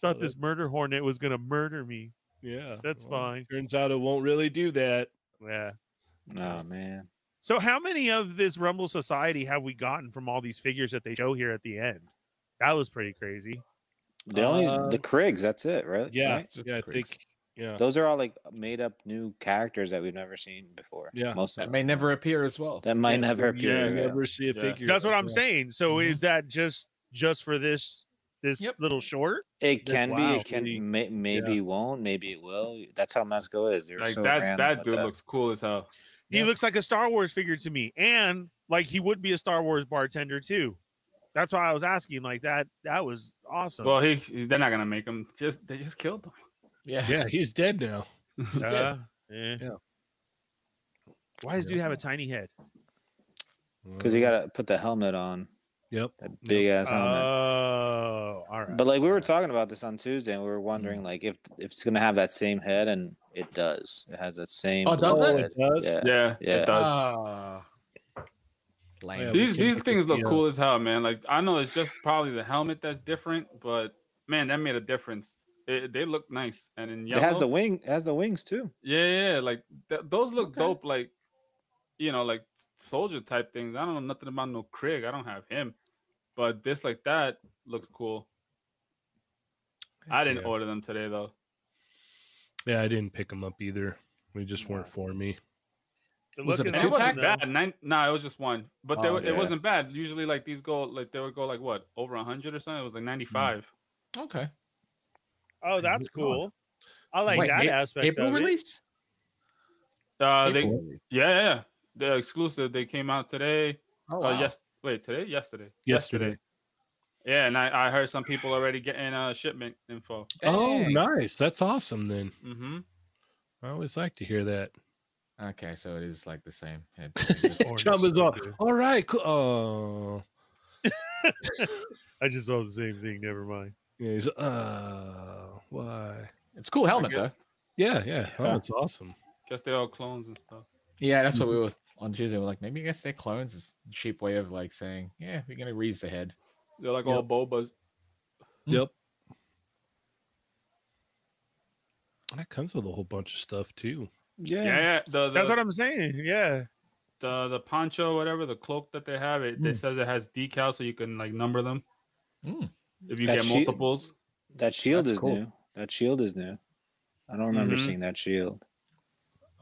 [SPEAKER 4] Thought this murder hornet was gonna murder me.
[SPEAKER 3] Yeah,
[SPEAKER 4] That's fine.
[SPEAKER 3] Turns out it won't really do that.
[SPEAKER 4] Yeah.
[SPEAKER 1] Oh man.
[SPEAKER 4] So how many of this Rumble Society have we gotten from all these figures that they show here at the end? That was pretty crazy.
[SPEAKER 1] The only the
[SPEAKER 3] Um,
[SPEAKER 1] Krigs. That's it, right?
[SPEAKER 3] Yeah,
[SPEAKER 6] Right? Just
[SPEAKER 3] yeah, I
[SPEAKER 6] Krigs.
[SPEAKER 3] think, yeah,
[SPEAKER 1] Those are all like made up new characters that we've never seen before.
[SPEAKER 3] Yeah.
[SPEAKER 1] Most of
[SPEAKER 6] that
[SPEAKER 1] them.
[SPEAKER 6] may never appear as well.
[SPEAKER 1] that might never appear.
[SPEAKER 3] you
[SPEAKER 1] yeah.
[SPEAKER 3] never see a
[SPEAKER 2] Yeah.
[SPEAKER 3] figure.
[SPEAKER 4] That's what
[SPEAKER 3] like
[SPEAKER 4] I'm
[SPEAKER 3] that.
[SPEAKER 4] saying. So
[SPEAKER 6] Mhm.
[SPEAKER 4] is that just just for this this
[SPEAKER 6] Yep.
[SPEAKER 4] little short?
[SPEAKER 1] It
[SPEAKER 3] That's
[SPEAKER 1] can
[SPEAKER 3] wow.
[SPEAKER 1] be. It
[SPEAKER 3] Really-
[SPEAKER 1] can. May, maybe won't. Maybe it will. That's how Mezco is. They're
[SPEAKER 2] Like
[SPEAKER 1] so
[SPEAKER 2] that
[SPEAKER 1] random
[SPEAKER 2] that
[SPEAKER 1] with
[SPEAKER 2] dude looks cool as hell.
[SPEAKER 4] He
[SPEAKER 3] Yeah.
[SPEAKER 4] looks like a Star Wars figure to me, and like he would be a Star Wars bartender too. That's why I was asking. Like that that was awesome.
[SPEAKER 2] Well, he he- they're not gonna make him. Just they just killed him.
[SPEAKER 6] Yeah,
[SPEAKER 3] Yeah, he's dead now.
[SPEAKER 4] Uh, eh.
[SPEAKER 3] Yeah.
[SPEAKER 4] Why does dude have a tiny head?
[SPEAKER 1] because you gotta put the helmet on.
[SPEAKER 3] Yep.
[SPEAKER 1] That big ass helmet.
[SPEAKER 4] Oh, all right.
[SPEAKER 1] But like we were talking about this on Tuesday, and we were wondering like if if it's gonna have that same head, and it does. It has that same.
[SPEAKER 6] Oh, does
[SPEAKER 1] blue
[SPEAKER 6] it?
[SPEAKER 1] head.
[SPEAKER 3] does?
[SPEAKER 1] Yeah.
[SPEAKER 2] Yeah,
[SPEAKER 1] Yeah.
[SPEAKER 2] it does.
[SPEAKER 6] Ah. Lame.
[SPEAKER 3] Yeah, we
[SPEAKER 2] these
[SPEAKER 3] can
[SPEAKER 2] these
[SPEAKER 3] look
[SPEAKER 2] things
[SPEAKER 3] at
[SPEAKER 2] look
[SPEAKER 3] the, uh,
[SPEAKER 2] cool as hell, man. Like I know it's just probably the helmet that's different, but man, that made a difference. It, they look nice, and in
[SPEAKER 1] It
[SPEAKER 2] yellow,
[SPEAKER 1] has the wing. It has the wings too.
[SPEAKER 2] yeah, yeah, yeah, like th- those look dope. Like you know, like soldier type things. I don't know nothing about no Krieg. I don't have him, but this like that looks cool. I didn't
[SPEAKER 3] Yeah.
[SPEAKER 2] order them today though.
[SPEAKER 3] Yeah, I didn't pick him up either. They just weren't for me.
[SPEAKER 4] The
[SPEAKER 6] was
[SPEAKER 4] look is
[SPEAKER 6] it a
[SPEAKER 2] And
[SPEAKER 6] Two
[SPEAKER 2] it wasn't
[SPEAKER 4] awesome,
[SPEAKER 6] pack?
[SPEAKER 4] though.
[SPEAKER 2] bad. Nine, nah, it was just one, but they,
[SPEAKER 6] Oh,
[SPEAKER 2] were-
[SPEAKER 1] yeah.
[SPEAKER 2] it wasn't bad. Usually, like these go like they would go like what over hundred or something. It was like
[SPEAKER 3] Mm.
[SPEAKER 2] ninety five.
[SPEAKER 6] Okay.
[SPEAKER 4] Oh, that's cool. I like
[SPEAKER 6] Wait,
[SPEAKER 4] that
[SPEAKER 6] A-
[SPEAKER 4] aspect.
[SPEAKER 6] April
[SPEAKER 4] of it.
[SPEAKER 6] release.
[SPEAKER 2] Uh, they
[SPEAKER 6] April release.
[SPEAKER 2] Yeah, yeah, yeah. The exclusive they came out today.
[SPEAKER 6] Oh,
[SPEAKER 2] Oh,
[SPEAKER 6] wow.
[SPEAKER 2] yes. Wait, today? Yesterday.
[SPEAKER 3] Yesterday.
[SPEAKER 2] Yeah, and I, I heard some people already getting uh shipment info.
[SPEAKER 3] Oh,
[SPEAKER 6] Dang.
[SPEAKER 3] nice. That's awesome. Then
[SPEAKER 2] Mm-hmm.
[SPEAKER 3] I always like to hear that.
[SPEAKER 6] Okay, so it is like the same. head.
[SPEAKER 4] Oh,
[SPEAKER 3] Chum is all, all right. Cool. Oh,
[SPEAKER 4] I just saw the same thing. Never mind.
[SPEAKER 3] yeah. He's, uh, why?
[SPEAKER 6] It's a cool helmet though.
[SPEAKER 3] Yeah, yeah. Oh,
[SPEAKER 2] Yeah.
[SPEAKER 3] that's awesome.
[SPEAKER 2] Guess they're all clones and stuff.
[SPEAKER 6] Yeah, that's what we were
[SPEAKER 3] Mm-hmm.
[SPEAKER 6] on Tuesday. We're like, maybe I guess they're clones is a cheap way of like saying, yeah, we're gonna reuse the head.
[SPEAKER 2] They're like
[SPEAKER 3] Yep.
[SPEAKER 2] all bobas.
[SPEAKER 3] Yep. That comes with a whole bunch of stuff too.
[SPEAKER 2] Yeah, yeah. The, the,
[SPEAKER 4] That's what I'm saying. Yeah.
[SPEAKER 2] the the poncho, whatever the cloak that they have, it, it says it has decals, so you can like number them
[SPEAKER 6] Mm.
[SPEAKER 2] if you
[SPEAKER 1] That
[SPEAKER 2] get
[SPEAKER 1] sheet-
[SPEAKER 2] multiples.
[SPEAKER 1] That shield
[SPEAKER 6] That's
[SPEAKER 1] is
[SPEAKER 6] cool.
[SPEAKER 1] new. That shield is new. I don't remember
[SPEAKER 2] Mhm.
[SPEAKER 1] seeing that shield.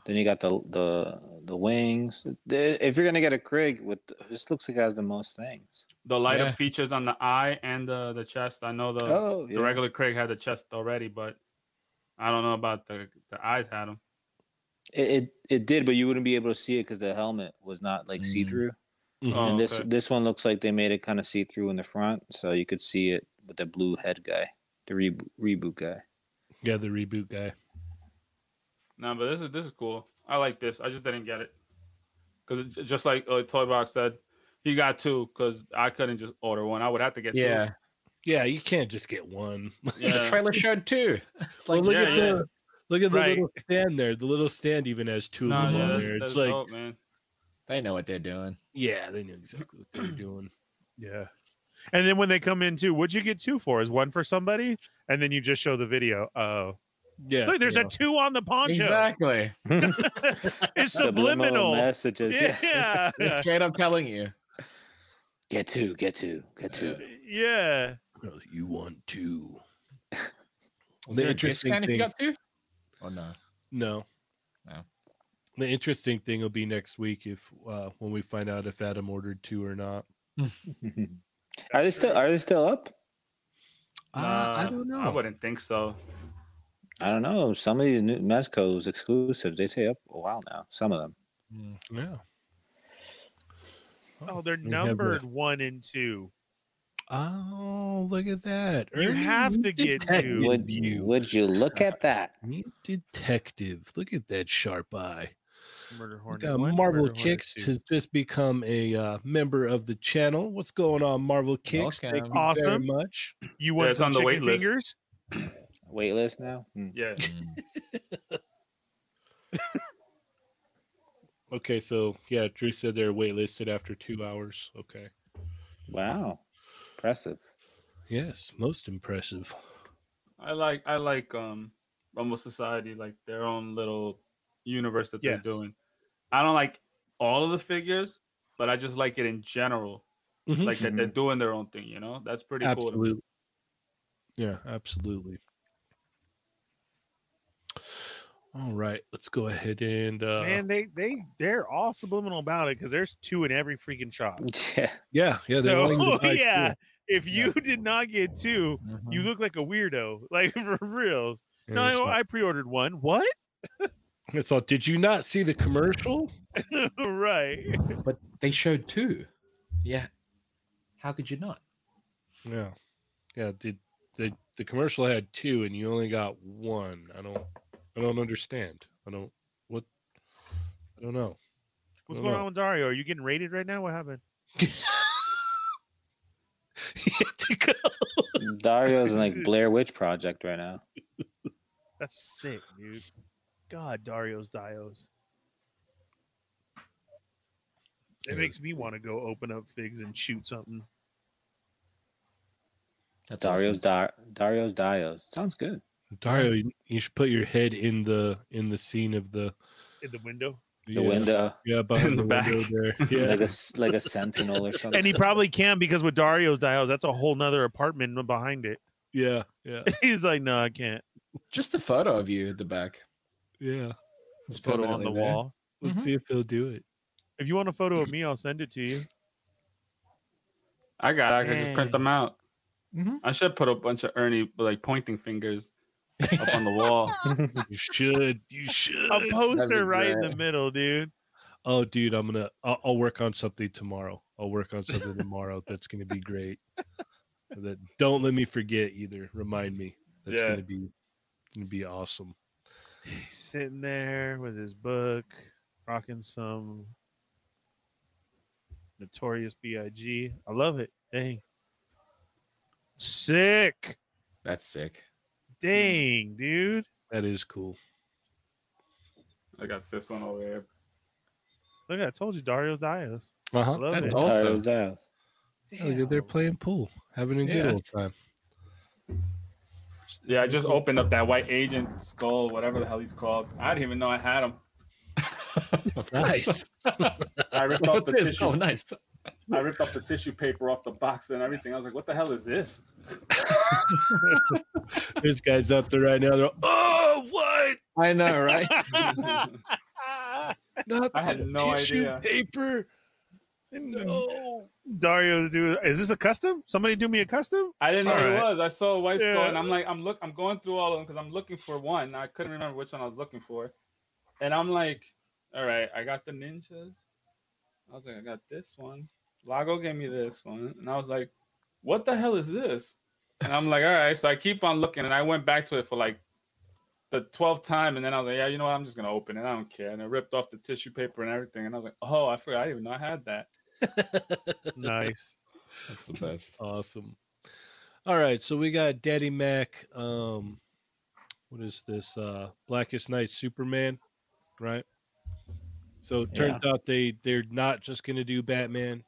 [SPEAKER 1] Then you got the the the wings. The- If you're gonna get a Krig with this, looks like it has the most things.
[SPEAKER 2] The light
[SPEAKER 6] Yeah.
[SPEAKER 2] up features on the eye and the the chest. I know the
[SPEAKER 1] oh, yeah.
[SPEAKER 2] the regular Craig had the chest already, but I don't know about the the eyes had them.
[SPEAKER 1] It, it it did, but you wouldn't be able to see it because the helmet was not like
[SPEAKER 6] Mm.
[SPEAKER 1] see through.
[SPEAKER 2] Oh,
[SPEAKER 1] Mm-hmm. and this
[SPEAKER 2] okay.
[SPEAKER 1] this one looks like they made it kind of see through in the front, so you could see it with the blue head guy, the re- reboot guy.
[SPEAKER 3] Yeah, the reboot guy.
[SPEAKER 2] No, but this is this is cool. I like this. I just didn't get it because just like uh, Toy Box said, he got two because I couldn't just order one. I would have to get
[SPEAKER 6] Yeah.
[SPEAKER 3] Yeah, you can't just get one.
[SPEAKER 2] two. Yeah,
[SPEAKER 6] The trailer showed two. It's
[SPEAKER 3] Well,
[SPEAKER 6] like
[SPEAKER 3] look
[SPEAKER 2] yeah,
[SPEAKER 3] at
[SPEAKER 2] yeah.
[SPEAKER 3] the look at the
[SPEAKER 4] Right.
[SPEAKER 3] little stand there. The little stand even has two
[SPEAKER 2] no,
[SPEAKER 3] of them
[SPEAKER 2] yeah,
[SPEAKER 3] on
[SPEAKER 2] that's, oh.
[SPEAKER 3] there.
[SPEAKER 2] that's
[SPEAKER 3] It's like,
[SPEAKER 2] dope, man.
[SPEAKER 6] they know what they're doing.
[SPEAKER 3] yeah, they knew exactly what they were doing. Yeah,
[SPEAKER 4] And then when they come in too, what'd you get two for? Is one for somebody? And then you just show the video. Oh,
[SPEAKER 3] yeah.
[SPEAKER 4] look, there's
[SPEAKER 3] yeah.
[SPEAKER 4] a two on the poncho.
[SPEAKER 6] Exactly.
[SPEAKER 4] It's
[SPEAKER 1] Subliminal
[SPEAKER 4] subliminal.
[SPEAKER 1] messages. Yeah.
[SPEAKER 4] Yeah.
[SPEAKER 6] They're straight up telling you.
[SPEAKER 1] Get two, get two, get two.
[SPEAKER 4] yeah.
[SPEAKER 3] No, you want two?
[SPEAKER 6] Was
[SPEAKER 3] The
[SPEAKER 6] there a
[SPEAKER 3] interesting
[SPEAKER 6] discount if you
[SPEAKER 3] thing-
[SPEAKER 6] got two? Oh no.
[SPEAKER 3] No.
[SPEAKER 6] No.
[SPEAKER 3] The interesting thing will be next week if uh, when we find out if Adam ordered two or not.
[SPEAKER 1] are they still are they still up?
[SPEAKER 3] Uh, I
[SPEAKER 2] Nah,
[SPEAKER 3] don't
[SPEAKER 2] I
[SPEAKER 3] know.
[SPEAKER 2] wouldn't think so.
[SPEAKER 1] I don't know. Some of these new Mezco's exclusives, they stay up a while now. Some of them.
[SPEAKER 3] Yeah.
[SPEAKER 4] Oh, they're
[SPEAKER 3] We have a-
[SPEAKER 4] numbered one and two.
[SPEAKER 3] Oh, look at that!
[SPEAKER 4] You have to get
[SPEAKER 3] detective
[SPEAKER 4] two.
[SPEAKER 1] Would you would you look at that?
[SPEAKER 3] You detective. Look at that sharp eye.
[SPEAKER 4] Murder Hornet.
[SPEAKER 3] Uh,
[SPEAKER 4] one,
[SPEAKER 3] Marvel
[SPEAKER 4] Murder Hornet
[SPEAKER 3] Kicks
[SPEAKER 4] two.
[SPEAKER 3] has just become a uh, member of the channel. What's going on, Marvel Kicks? Thank you
[SPEAKER 6] Welcome.
[SPEAKER 4] Awesome.
[SPEAKER 3] very much.
[SPEAKER 4] You
[SPEAKER 2] Yeah,
[SPEAKER 4] want
[SPEAKER 2] it's
[SPEAKER 4] some
[SPEAKER 2] on the
[SPEAKER 4] chicken
[SPEAKER 2] wait list.
[SPEAKER 4] fingers?
[SPEAKER 1] Wait list now? Hmm.
[SPEAKER 2] Yeah,
[SPEAKER 6] Mm.
[SPEAKER 3] Okay, so yeah, Drew said they're waitlisted after two hours. Okay.
[SPEAKER 1] Wow. Impressive.
[SPEAKER 3] Yes, most impressive.
[SPEAKER 2] I like I like um Rumble Society, like their own little universe that
[SPEAKER 4] Yes.
[SPEAKER 2] they're doing. I don't like all of the figures, but I just like it in general.
[SPEAKER 3] Mhm.
[SPEAKER 2] Like that they're doing their own thing, you know? That's pretty cool. to me.
[SPEAKER 3] absolutely. Yeah, absolutely. All right, let's go ahead and uh,
[SPEAKER 4] Man, they they they're all subliminal about it because there's two in every freaking shop.
[SPEAKER 1] Yeah.
[SPEAKER 3] yeah, yeah, they're wanting to
[SPEAKER 4] So
[SPEAKER 3] buy two.
[SPEAKER 4] yeah, if
[SPEAKER 3] Yeah.
[SPEAKER 4] you did not get two, you
[SPEAKER 1] Mm-hmm.
[SPEAKER 6] Mhm.
[SPEAKER 4] look like a weirdo. Like for reals.
[SPEAKER 3] Yeah,
[SPEAKER 4] no,
[SPEAKER 3] it's
[SPEAKER 4] I, I pre-ordered one. What?
[SPEAKER 3] I saw. Did you not see the commercial?
[SPEAKER 4] right.
[SPEAKER 6] But they showed two. Yeah. How could you not?
[SPEAKER 3] Yeah, yeah. Did the the commercial had two and you only got one? I don't, I don't understand. I don't what. I don't know.
[SPEAKER 4] What's
[SPEAKER 3] don't
[SPEAKER 4] going
[SPEAKER 3] know.
[SPEAKER 4] on with Dario? Are you getting raided right now? What happened?
[SPEAKER 3] He had to go.
[SPEAKER 1] Dario's in like Blair Witch Project right now.
[SPEAKER 4] That's sick, dude. God, Dario's Dios. It
[SPEAKER 3] Yeah.
[SPEAKER 4] makes me want to go open up figs and shoot something.
[SPEAKER 6] That's
[SPEAKER 1] Dario's Dar Dario's Dios. Sounds good.
[SPEAKER 3] Dario, you- you should put your head in the in the scene of the
[SPEAKER 4] In the window.
[SPEAKER 1] The
[SPEAKER 3] yeah,
[SPEAKER 1] window.
[SPEAKER 3] Yeah, behind
[SPEAKER 2] In
[SPEAKER 3] the,
[SPEAKER 2] the back.
[SPEAKER 3] window there. Yeah.
[SPEAKER 1] Like a s- like a sentinel or something.
[SPEAKER 4] And he probably can because with Dario's Dios, that's a whole nother apartment behind it.
[SPEAKER 3] Yeah, yeah,
[SPEAKER 4] He's like, no, I can't.
[SPEAKER 6] Just a photo of you at the back.
[SPEAKER 3] yeah.
[SPEAKER 6] It's
[SPEAKER 4] Photo on
[SPEAKER 6] permanently
[SPEAKER 4] the
[SPEAKER 6] there.
[SPEAKER 4] wall.
[SPEAKER 3] Let's see if he'll do it.
[SPEAKER 4] If you want a photo of me, I'll send it to you.
[SPEAKER 2] I got I could just print
[SPEAKER 4] Dang.
[SPEAKER 2] them out.
[SPEAKER 6] Mhm.
[SPEAKER 2] I should put a bunch of Ernie like pointing fingers up on the wall.
[SPEAKER 3] You should. You should.
[SPEAKER 4] A
[SPEAKER 6] be
[SPEAKER 4] poster right in the
[SPEAKER 6] great.
[SPEAKER 4] middle, dude.
[SPEAKER 3] Oh, dude, I'm gonna. I'll, I'll work on something tomorrow. I'll work on something tomorrow. That's gonna be great. That don't let me forget either. Remind me. That's
[SPEAKER 2] Yeah.
[SPEAKER 3] gonna be gonna be awesome.
[SPEAKER 4] He's sitting there with his book, rocking some Notorious B.I.G. I love it. Dang. Sick.
[SPEAKER 6] That's sick.
[SPEAKER 4] Dang, dude.
[SPEAKER 3] That is cool.
[SPEAKER 2] I got this one over here.
[SPEAKER 4] Look, I told you, Dario's Dios.
[SPEAKER 3] Uh
[SPEAKER 4] I
[SPEAKER 3] huh.
[SPEAKER 4] love
[SPEAKER 6] That's
[SPEAKER 4] it.
[SPEAKER 6] all-
[SPEAKER 1] Dario's Dios.
[SPEAKER 3] Look, they're playing pool, having a good
[SPEAKER 6] Yeah.
[SPEAKER 3] old time.
[SPEAKER 2] Yeah, I just opened up that white agent skull, whatever the hell he's called. I didn't even know I had him.
[SPEAKER 6] Of course.
[SPEAKER 3] Nice.
[SPEAKER 2] I ripped off
[SPEAKER 6] What's
[SPEAKER 2] the
[SPEAKER 6] this? Oh,
[SPEAKER 2] tissue.
[SPEAKER 6] nice.
[SPEAKER 2] I ripped off the tissue paper off the box and everything. I was like, "What the hell is this?"
[SPEAKER 3] There's guys out there right now. They're all, oh, what?
[SPEAKER 6] I know, right?
[SPEAKER 3] Not
[SPEAKER 2] I had
[SPEAKER 3] the
[SPEAKER 2] no
[SPEAKER 3] tissue
[SPEAKER 2] idea.
[SPEAKER 3] paper. No.
[SPEAKER 4] Dario's dude. Is this a custom? Somebody do me a custom?
[SPEAKER 2] I didn't know who it
[SPEAKER 4] Alright.
[SPEAKER 2] was. I saw a white skull,
[SPEAKER 4] Yeah.
[SPEAKER 2] and I'm like, I'm look, I'm going through all of them because I'm looking for one. I couldn't remember which one I was looking for, and I'm like, all right, I got the ninjas. I was like, I got this one. Lago gave me this one, and I was like, what the hell is this? And I'm like, all right. So I keep on looking, and I went back to it for like the twelfth time, and then I was like, yeah, you know what? I'm just gonna open it. I don't care. And I ripped off the tissue paper and everything, and I was like, oh, I forgot. I didn't even know I had that.
[SPEAKER 4] nice.
[SPEAKER 6] That's the best.
[SPEAKER 3] Awesome. All right, so we got Daddy Mac. Um, what is this? Uh, Blackest Night Superman, right? So it turns out they they're not just gonna do Batman.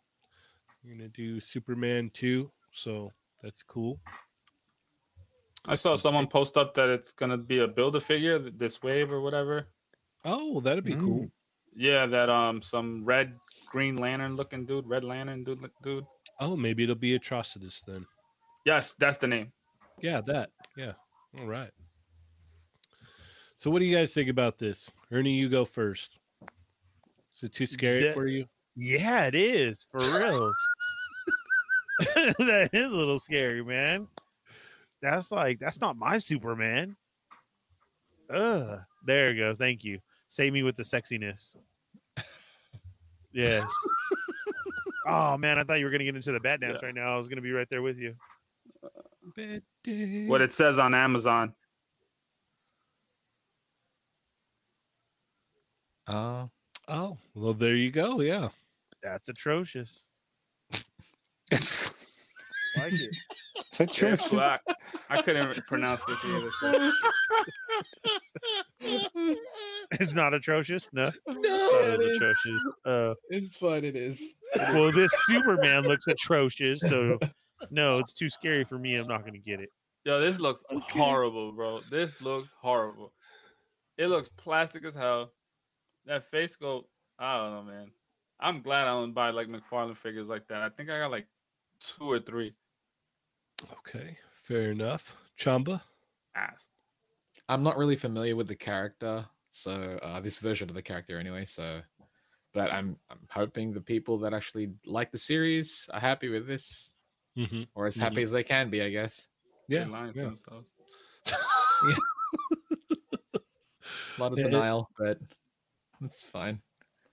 [SPEAKER 3] They're gonna do Superman too. So that's cool.
[SPEAKER 2] I saw someone post up that it's gonna be a build a figure this wave or whatever.
[SPEAKER 3] Oh, that'd be cool.
[SPEAKER 2] Yeah, that um some red green lantern looking dude, red lantern dude look- dude.
[SPEAKER 3] Oh, maybe it'll be Atrocitus then.
[SPEAKER 2] Yes, that's the name.
[SPEAKER 3] Yeah, that. Yeah. All right. So what do you guys think about this? Ernie, you go first. Is it too scary
[SPEAKER 4] Yeah.
[SPEAKER 3] for you?
[SPEAKER 4] Yeah, it is for reals. that is a little scary, man. That's like that's not my Superman. Ugh. There it goes. Thank you. Save me with the sexiness. Yes. oh man, I thought you were gonna get into the bat dance right now. I was gonna be right there with you.
[SPEAKER 3] Hmm.
[SPEAKER 2] What it says on Amazon.
[SPEAKER 6] Uh,
[SPEAKER 3] Oh, well, there you go. Yeah.
[SPEAKER 4] That's atrocious. Like it.
[SPEAKER 2] Yeah, well, I, I couldn't pronounce this either. So.
[SPEAKER 4] It's not atrocious. No,
[SPEAKER 6] no,
[SPEAKER 4] that is atrocious. Uh,
[SPEAKER 6] it's fine. It is.
[SPEAKER 4] well, this Superman looks atrocious, so no, it's too scary for me. I'm not going to get it.
[SPEAKER 2] Yo, this looks horrible, bro. This looks horrible. It looks plastic as hell. That face go. I don't know, man. I'm glad I don't buy like McFarlane figures like that. I think I got like two or three.
[SPEAKER 3] Okay. Fair enough. Chamba.
[SPEAKER 2] Ass.
[SPEAKER 6] I'm not really familiar with the character, so uh, this version of the character anyway. So, but I'm I'm hoping the people that actually like the series are happy with this,
[SPEAKER 3] Mm-hmm.
[SPEAKER 6] or as happy as they can be, I guess.
[SPEAKER 2] They're
[SPEAKER 3] Yeah.
[SPEAKER 2] lying to
[SPEAKER 3] yeah.
[SPEAKER 2] themselves.
[SPEAKER 6] A lot of
[SPEAKER 3] Yeah, it-
[SPEAKER 6] denial, but it's fine.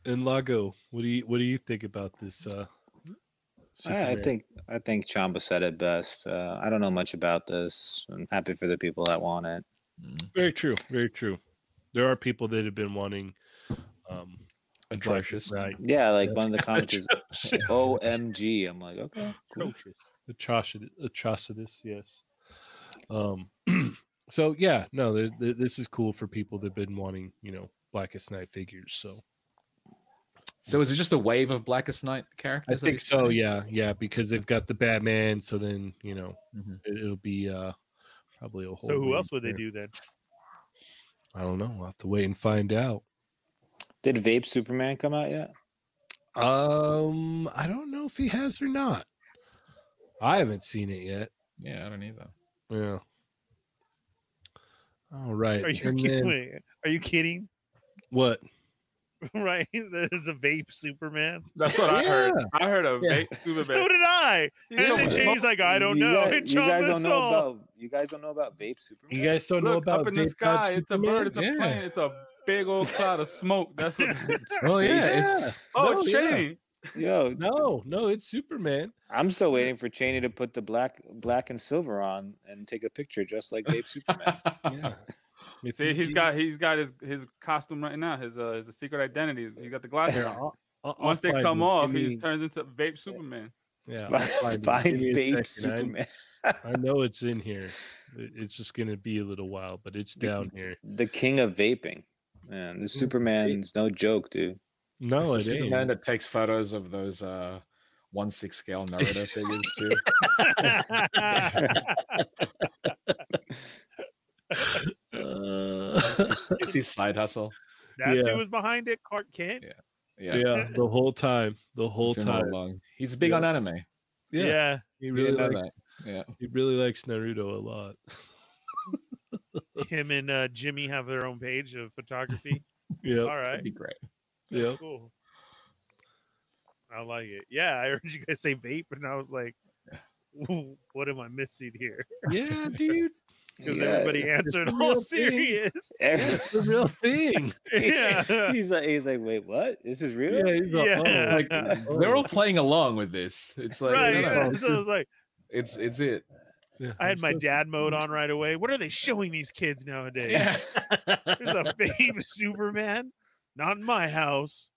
[SPEAKER 3] And Lago, what do you what do you think about this? Uh,
[SPEAKER 1] I
[SPEAKER 3] Superman?
[SPEAKER 1] think I think Chamba said it best. Uh, I don't know much about this. I'm happy for the people that want it.
[SPEAKER 6] Mm.
[SPEAKER 3] very true. Very true. There are people that have been wanting. Um,
[SPEAKER 6] Atrocious.
[SPEAKER 3] Right.
[SPEAKER 1] Yeah, like one of the comments is Oh, OMG. I'm like, okay.
[SPEAKER 4] Oh.
[SPEAKER 1] cool.
[SPEAKER 3] Atrocity, atrocitus, yes. Um, so yeah, no, there, th- this is cool for people that've been wanting, you know, Blackest Night figures. So
[SPEAKER 6] So is it just a wave of Blackest Night
[SPEAKER 3] I
[SPEAKER 6] characters? at
[SPEAKER 3] think
[SPEAKER 6] this
[SPEAKER 3] so.
[SPEAKER 6] point?
[SPEAKER 3] Yeah, yeah, because they've got the Batman. So then you know
[SPEAKER 6] Mhm.
[SPEAKER 3] it, will be uh probably a whole.
[SPEAKER 4] So who
[SPEAKER 3] wave
[SPEAKER 4] else would they
[SPEAKER 3] there.
[SPEAKER 4] do then?
[SPEAKER 3] I don't know. I'll have to wait and find out.
[SPEAKER 1] Did Vape Superman come out yet?
[SPEAKER 3] Um, I don't know if he has or not. I haven't seen it yet.
[SPEAKER 6] Yeah, I don't either.
[SPEAKER 3] Yeah. All right.
[SPEAKER 4] Are you
[SPEAKER 3] and
[SPEAKER 4] kidding?
[SPEAKER 3] then,
[SPEAKER 4] wait, Are you kidding?
[SPEAKER 3] what?
[SPEAKER 4] Right? There's a vape Superman.
[SPEAKER 2] That's what I heard.
[SPEAKER 3] Yeah.
[SPEAKER 2] I heard a
[SPEAKER 6] Yeah.
[SPEAKER 2] fake Uber
[SPEAKER 4] So did I. And then Jay's like, I don't
[SPEAKER 1] You
[SPEAKER 4] know.
[SPEAKER 1] guys-
[SPEAKER 4] and
[SPEAKER 1] you guys
[SPEAKER 4] Chamba
[SPEAKER 1] don't know
[SPEAKER 4] saw.
[SPEAKER 1] about you guys don't know about Vape Superman.
[SPEAKER 3] You guys don't know
[SPEAKER 2] Look
[SPEAKER 3] about
[SPEAKER 2] up in the
[SPEAKER 3] Vape Cloud
[SPEAKER 2] sky. It's a
[SPEAKER 3] Superman?
[SPEAKER 2] bird. It's a
[SPEAKER 3] Yeah.
[SPEAKER 2] plane. It's a big old cloud of smoke. That's what.
[SPEAKER 3] Oh
[SPEAKER 1] Vape Superman.
[SPEAKER 3] yeah. yeah.
[SPEAKER 2] Oh,
[SPEAKER 3] No,
[SPEAKER 2] it's
[SPEAKER 3] yeah.
[SPEAKER 2] shiny.
[SPEAKER 1] Yo,
[SPEAKER 3] No, no, it's Superman.
[SPEAKER 1] I'm still waiting for Cheney to put the black black and silver on and take a picture just like Vape Superman.
[SPEAKER 3] Yeah. If
[SPEAKER 2] See,
[SPEAKER 3] you-
[SPEAKER 2] he's
[SPEAKER 3] you-
[SPEAKER 2] got he's got his his costume right now. His uh his secret identity. He's- He got the glasses
[SPEAKER 3] Yeah,
[SPEAKER 2] on.
[SPEAKER 3] I'll- I'll- I'll
[SPEAKER 2] Once they
[SPEAKER 3] find
[SPEAKER 2] come
[SPEAKER 3] it.
[SPEAKER 2] off,
[SPEAKER 3] Give
[SPEAKER 2] he
[SPEAKER 3] me-
[SPEAKER 2] turns into vape Superman.
[SPEAKER 3] yeah, I'll
[SPEAKER 1] Find
[SPEAKER 3] find it. Give me a
[SPEAKER 1] Vape
[SPEAKER 3] second. I-
[SPEAKER 1] Superman.
[SPEAKER 3] I know it's in here. It- It's just gonna be a little while, but it's down here.
[SPEAKER 1] The king of vaping. Man, this Superman's no joke, dude.
[SPEAKER 3] No,
[SPEAKER 6] It's
[SPEAKER 3] it
[SPEAKER 6] the Superman
[SPEAKER 3] ain't.
[SPEAKER 6] that takes photos of those uh one six scale Naruto figures too.
[SPEAKER 1] Uh,
[SPEAKER 6] It's his side hustle.
[SPEAKER 4] That's
[SPEAKER 3] Yeah.
[SPEAKER 4] who was behind it, Clark Kent.
[SPEAKER 6] Yeah. Yeah, he's
[SPEAKER 3] Yeah, the whole time, the whole
[SPEAKER 6] been all
[SPEAKER 3] time.
[SPEAKER 6] along. He's big
[SPEAKER 3] Yeah.
[SPEAKER 6] on anime.
[SPEAKER 4] Yeah.
[SPEAKER 3] Yeah, he really
[SPEAKER 6] didn't know
[SPEAKER 3] likes.
[SPEAKER 6] Yeah.
[SPEAKER 3] He really likes Naruto a lot.
[SPEAKER 4] Him and uh, Jimmy have their own page of photography.
[SPEAKER 3] Yep.
[SPEAKER 4] All right.
[SPEAKER 6] That'd be great.
[SPEAKER 4] That's
[SPEAKER 3] Yep.
[SPEAKER 4] Cool. I like it. Yeah, I heard you guys say vape, and I was like, "Ooh, what am I missing here?
[SPEAKER 3] Yeah, dude.
[SPEAKER 4] Because
[SPEAKER 1] yeah,
[SPEAKER 4] everybody answered
[SPEAKER 3] a
[SPEAKER 4] all
[SPEAKER 3] real thing.
[SPEAKER 4] serious.
[SPEAKER 1] every-
[SPEAKER 3] That's the real thing.
[SPEAKER 4] Yeah.
[SPEAKER 1] he's like, he's like, wait, what? This is real?
[SPEAKER 3] Yeah, he's like,
[SPEAKER 4] Yeah.
[SPEAKER 3] "Oh,
[SPEAKER 6] Like
[SPEAKER 3] oh."
[SPEAKER 6] they're all playing along with this. It's like
[SPEAKER 4] right. Oh.
[SPEAKER 6] no, no,
[SPEAKER 4] So I was like,
[SPEAKER 6] it's it's it.
[SPEAKER 3] Yeah,
[SPEAKER 4] I had
[SPEAKER 3] I'm
[SPEAKER 4] my
[SPEAKER 3] so-
[SPEAKER 4] dad mode on right away. What are they showing these kids nowadays? There's a famous Superman. Not in my house.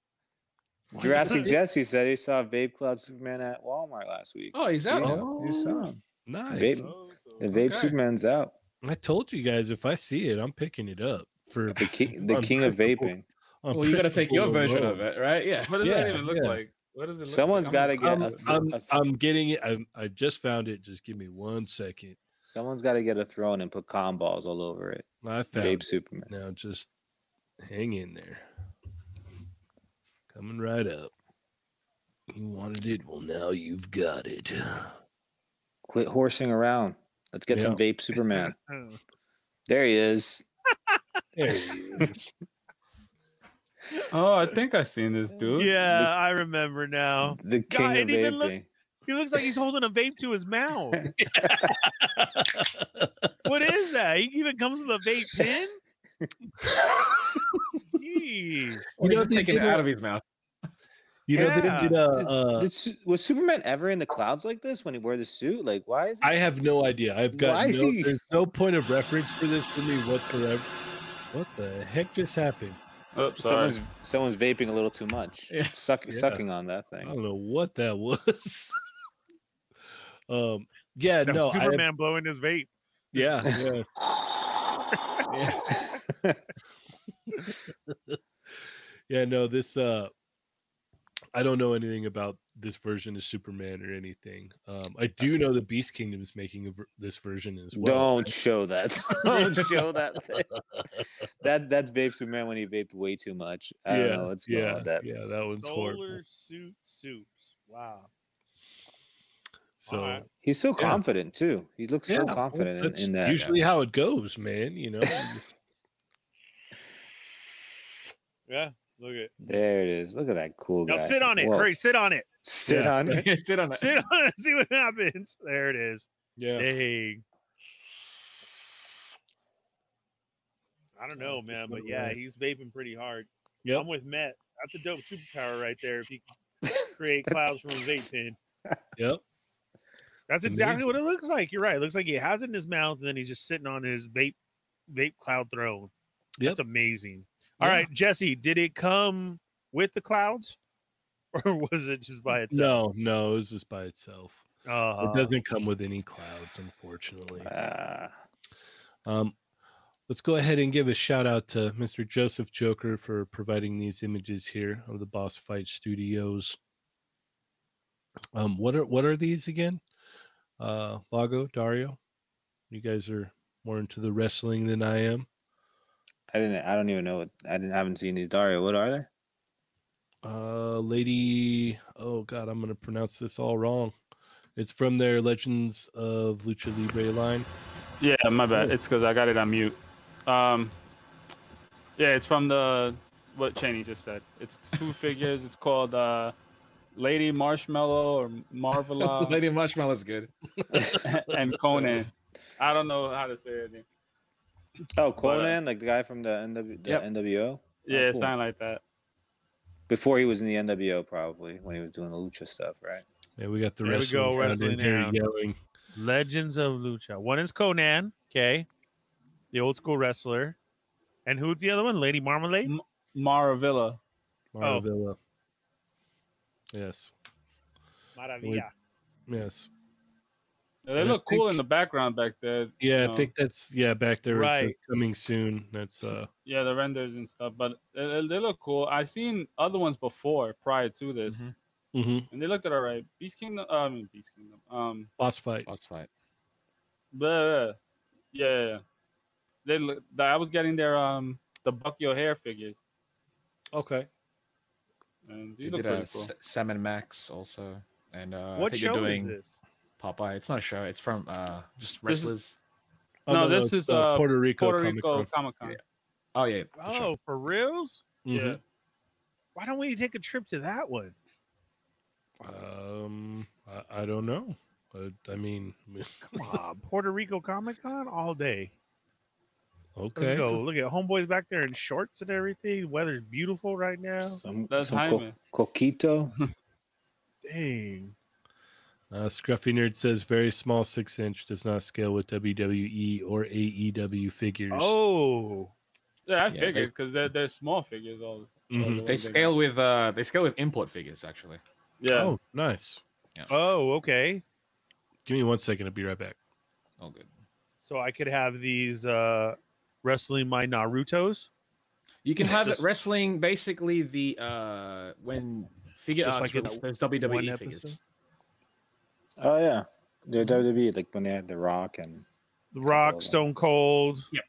[SPEAKER 1] Jurassic Jesse said he saw Babe Cloud Superman at Walmart last week.
[SPEAKER 6] Oh, he's
[SPEAKER 1] So,
[SPEAKER 6] out.
[SPEAKER 1] you
[SPEAKER 6] now.
[SPEAKER 1] know, You saw him.
[SPEAKER 3] Nice.
[SPEAKER 1] Babe. The Babe
[SPEAKER 6] Okay.
[SPEAKER 1] Superman's out.
[SPEAKER 3] I told you guys if I see it, I'm picking it up for.
[SPEAKER 1] The king, the
[SPEAKER 3] On
[SPEAKER 1] king of
[SPEAKER 3] principle.
[SPEAKER 1] vaping.
[SPEAKER 3] on
[SPEAKER 6] Well, you got to
[SPEAKER 3] principle
[SPEAKER 6] take your version
[SPEAKER 3] alone.
[SPEAKER 6] of it, right? Yeah.
[SPEAKER 2] What does
[SPEAKER 3] Yeah,
[SPEAKER 2] that even look
[SPEAKER 3] yeah.
[SPEAKER 2] like? What does it look
[SPEAKER 1] Someone's
[SPEAKER 2] like?
[SPEAKER 1] got to get.
[SPEAKER 2] I'm-
[SPEAKER 3] I'm,
[SPEAKER 1] A, th-
[SPEAKER 3] Um, I'm,
[SPEAKER 1] a th-
[SPEAKER 3] I'm getting it. I'm, I just found it. Just give me one second.
[SPEAKER 1] someone's got to get a throne and put con balls all over it.
[SPEAKER 3] I found
[SPEAKER 1] Babe
[SPEAKER 3] it.
[SPEAKER 1] Superman.
[SPEAKER 3] Now just hang in there. Coming right up. You wanted it. Well, now you've got it.
[SPEAKER 1] Quit horsing around. Let's get some vape Superman.
[SPEAKER 4] Oh.
[SPEAKER 1] There he is.
[SPEAKER 3] There he is.
[SPEAKER 2] Oh, I think I seen this dude.
[SPEAKER 4] Yeah, I remember now.
[SPEAKER 1] The
[SPEAKER 4] God,
[SPEAKER 1] king of
[SPEAKER 4] it even look-
[SPEAKER 1] vaping.
[SPEAKER 4] He looks like he's holding a vape to his mouth. what is that? He even comes with a vape pen? Jeez.
[SPEAKER 6] You
[SPEAKER 3] know,
[SPEAKER 6] know, just
[SPEAKER 3] they
[SPEAKER 6] taking it
[SPEAKER 3] did a-
[SPEAKER 6] out of his mouth.
[SPEAKER 3] You know, they
[SPEAKER 4] Yeah.
[SPEAKER 3] did a, uh,
[SPEAKER 1] Did Su- was Superman ever in the clouds like this when he wore the suit? Like, why is
[SPEAKER 3] I have no idea. I've got
[SPEAKER 1] Why is
[SPEAKER 3] no,
[SPEAKER 1] he-
[SPEAKER 3] there's no point of reference for this for me whatsoever. What the heck just happened?
[SPEAKER 2] Oh, sorry.
[SPEAKER 1] someone's someone's vaping a little too much?
[SPEAKER 6] Yeah.
[SPEAKER 1] Suck,
[SPEAKER 3] Yeah.
[SPEAKER 1] Sucking on that
[SPEAKER 3] I
[SPEAKER 1] thing.
[SPEAKER 3] don't know what that was. um, yeah,
[SPEAKER 4] That was
[SPEAKER 3] no, I have-
[SPEAKER 4] Superman blowing his vape.
[SPEAKER 3] yeah, yeah. Oh, yeah no this uh i don't know anything about this version of superman or anything um i do know the beast kingdom is making a ver- this version as well
[SPEAKER 1] Don't show that. Don't show that. Thing. That that's vape Superman when he vaped way too much. I don't know what's going on
[SPEAKER 3] yeah
[SPEAKER 1] with that.
[SPEAKER 3] yeah that one's
[SPEAKER 4] Solar
[SPEAKER 3] horrible
[SPEAKER 4] suit suits. Wow.
[SPEAKER 3] so
[SPEAKER 4] right.
[SPEAKER 1] He's so confident too. He looks
[SPEAKER 3] yeah,
[SPEAKER 1] so
[SPEAKER 3] well,
[SPEAKER 1] confident in,
[SPEAKER 3] that's
[SPEAKER 1] in that.
[SPEAKER 3] usually how it goes man you know
[SPEAKER 4] Yeah. Look at
[SPEAKER 1] There it is. Look at that cool guy.
[SPEAKER 4] now sit on it.
[SPEAKER 1] Whoa.
[SPEAKER 4] Hurry, sit on it.
[SPEAKER 1] Sit
[SPEAKER 3] Yeah.
[SPEAKER 1] on it.
[SPEAKER 6] Sit on it.
[SPEAKER 4] Sit on it. See what happens. There it is.
[SPEAKER 3] yeah
[SPEAKER 4] Dang. I don't know, man, but yeah, he's vaping pretty hard.
[SPEAKER 3] Yep.
[SPEAKER 4] I'm with Matt. That's a dope superpower right there. If he can create clouds from a vape pen,
[SPEAKER 3] yep
[SPEAKER 4] that's exactly what it looks like. You're right. It looks like he has it in his mouth, and then he's just sitting on his vape vape cloud throne. That's amazing. All
[SPEAKER 3] Yeah.
[SPEAKER 4] right, Jesse, did it come with the clouds, or was it just by
[SPEAKER 3] no
[SPEAKER 4] itself?
[SPEAKER 3] no it's just by itself
[SPEAKER 4] Uh,
[SPEAKER 3] it doesn't come with any clouds unfortunately
[SPEAKER 1] Ah,
[SPEAKER 3] Um, let's go ahead and give a shout out to Mr. Joseph Joker for providing these images here of the Boss Fight Studios. Um, what are what are these again? Uh, Lago Dario, you guys are more into the wrestling than I am.
[SPEAKER 1] I didn't. I don't even know what. I didn't. I haven't seen these Dario. What are they?
[SPEAKER 3] Uh, Lady, oh god, I'm gonna pronounce this all wrong. It's from their Legends of Lucha Libre line.
[SPEAKER 2] Yeah, my bad. It's because I got it on mute. Um, yeah, it's from the what Cheney just said. It's two figures. It's called uh, Lady Marshmallow or Marvela
[SPEAKER 6] Lady Marshmallow's good.
[SPEAKER 2] and Conan. I don't know how to say it.
[SPEAKER 1] Oh,
[SPEAKER 2] uh,
[SPEAKER 1] Conan, like the guy from the, NW, the
[SPEAKER 6] Yep.
[SPEAKER 1] NWO.
[SPEAKER 2] Yeah, it
[SPEAKER 1] Oh, cool.
[SPEAKER 2] sound like that.
[SPEAKER 1] Before he was in the NWO, probably when he was doing the lucha stuff, right?
[SPEAKER 3] Yeah, we got the
[SPEAKER 4] There we
[SPEAKER 3] wrestling,
[SPEAKER 4] go,
[SPEAKER 3] found in
[SPEAKER 4] wrestling
[SPEAKER 3] here
[SPEAKER 4] now.
[SPEAKER 3] yelling.
[SPEAKER 4] Legends of Lucha. One is Conan, okay, the old school wrestler, and who's the other one? Lady Marmalade.
[SPEAKER 2] Mm. Maravilla.
[SPEAKER 4] Oh.
[SPEAKER 3] Maravilla. Yes.
[SPEAKER 4] Maravilla.
[SPEAKER 3] Yes.
[SPEAKER 2] Yeah, they
[SPEAKER 3] And I
[SPEAKER 2] look cool in
[SPEAKER 3] think-
[SPEAKER 2] the background back there.
[SPEAKER 3] Yeah,
[SPEAKER 2] No.
[SPEAKER 3] I think that's yeah back there. it says
[SPEAKER 4] Right.
[SPEAKER 3] coming soon. That's uh
[SPEAKER 2] Yeah, the renders and stuff, but they, they- they look cool. I've seen other ones before prior to this,
[SPEAKER 6] Mhm.
[SPEAKER 3] mhm,
[SPEAKER 2] and they looked all right. Beast Kingdom, uh, I mean Beast Kingdom. Um,
[SPEAKER 3] boss fight.
[SPEAKER 6] That's fine.
[SPEAKER 2] Blah. Yeah, yeah, yeah. They look. the- I was getting their um the Bucky O'Hare figures,
[SPEAKER 3] Okay.
[SPEAKER 2] and
[SPEAKER 6] They
[SPEAKER 2] these look
[SPEAKER 6] did a
[SPEAKER 2] pretty cool.
[SPEAKER 6] S- Sam and Max also, and uh, I
[SPEAKER 4] what
[SPEAKER 6] think they're
[SPEAKER 4] show
[SPEAKER 6] doing
[SPEAKER 4] is this?
[SPEAKER 6] Popeye. It's not a show. It's from uh, just
[SPEAKER 2] This is-
[SPEAKER 6] wrestlers.
[SPEAKER 2] No, this is, uh,
[SPEAKER 3] Puerto Rico.
[SPEAKER 2] Puerto
[SPEAKER 3] Comic
[SPEAKER 2] Rico
[SPEAKER 3] Con.
[SPEAKER 2] Comic Con.
[SPEAKER 6] Oh yeah. for
[SPEAKER 4] Oh,
[SPEAKER 6] sure.
[SPEAKER 4] for reals?
[SPEAKER 2] Yeah.
[SPEAKER 3] Mhm.
[SPEAKER 4] Why don't we take a trip to that one?
[SPEAKER 3] Um, I, I don't know. But, I mean,
[SPEAKER 4] Come on, Puerto Rico Comic Con all day.
[SPEAKER 3] okay.
[SPEAKER 4] Let's go. Look at homeboys back there in shorts and everything. Weather's beautiful right now.
[SPEAKER 1] Some,
[SPEAKER 2] That's
[SPEAKER 1] some co-
[SPEAKER 2] Jaime.
[SPEAKER 1] coquito.
[SPEAKER 4] Dang.
[SPEAKER 3] Uh, Scruffy Nerd says very small six inch does not scale with WWE or AEW figures.
[SPEAKER 4] Oh,
[SPEAKER 2] Yeah, I
[SPEAKER 6] they- Mm-hmm.
[SPEAKER 2] figured because they're they're small figures all the all the way
[SPEAKER 3] Mhm.
[SPEAKER 6] They
[SPEAKER 2] big.
[SPEAKER 6] scale with uh they scale with import figures actually.
[SPEAKER 2] Yeah.
[SPEAKER 3] Oh, nice.
[SPEAKER 4] oh, okay.
[SPEAKER 3] Give me one second. I'll be right back.
[SPEAKER 6] Oh good.
[SPEAKER 4] So I could have these uh wrestling my Naruto's.
[SPEAKER 6] You can have
[SPEAKER 2] Just-
[SPEAKER 6] wrestling basically the uh when figure
[SPEAKER 4] Just
[SPEAKER 6] arts
[SPEAKER 4] like in
[SPEAKER 6] release
[SPEAKER 4] that
[SPEAKER 6] those
[SPEAKER 4] one
[SPEAKER 6] WWE
[SPEAKER 4] episode?
[SPEAKER 6] figures.
[SPEAKER 1] Oh yeah, the WWE like when they had The Rock and Couple
[SPEAKER 4] The
[SPEAKER 1] of
[SPEAKER 4] Rock,
[SPEAKER 1] them.
[SPEAKER 4] Stone Cold.
[SPEAKER 6] Yep.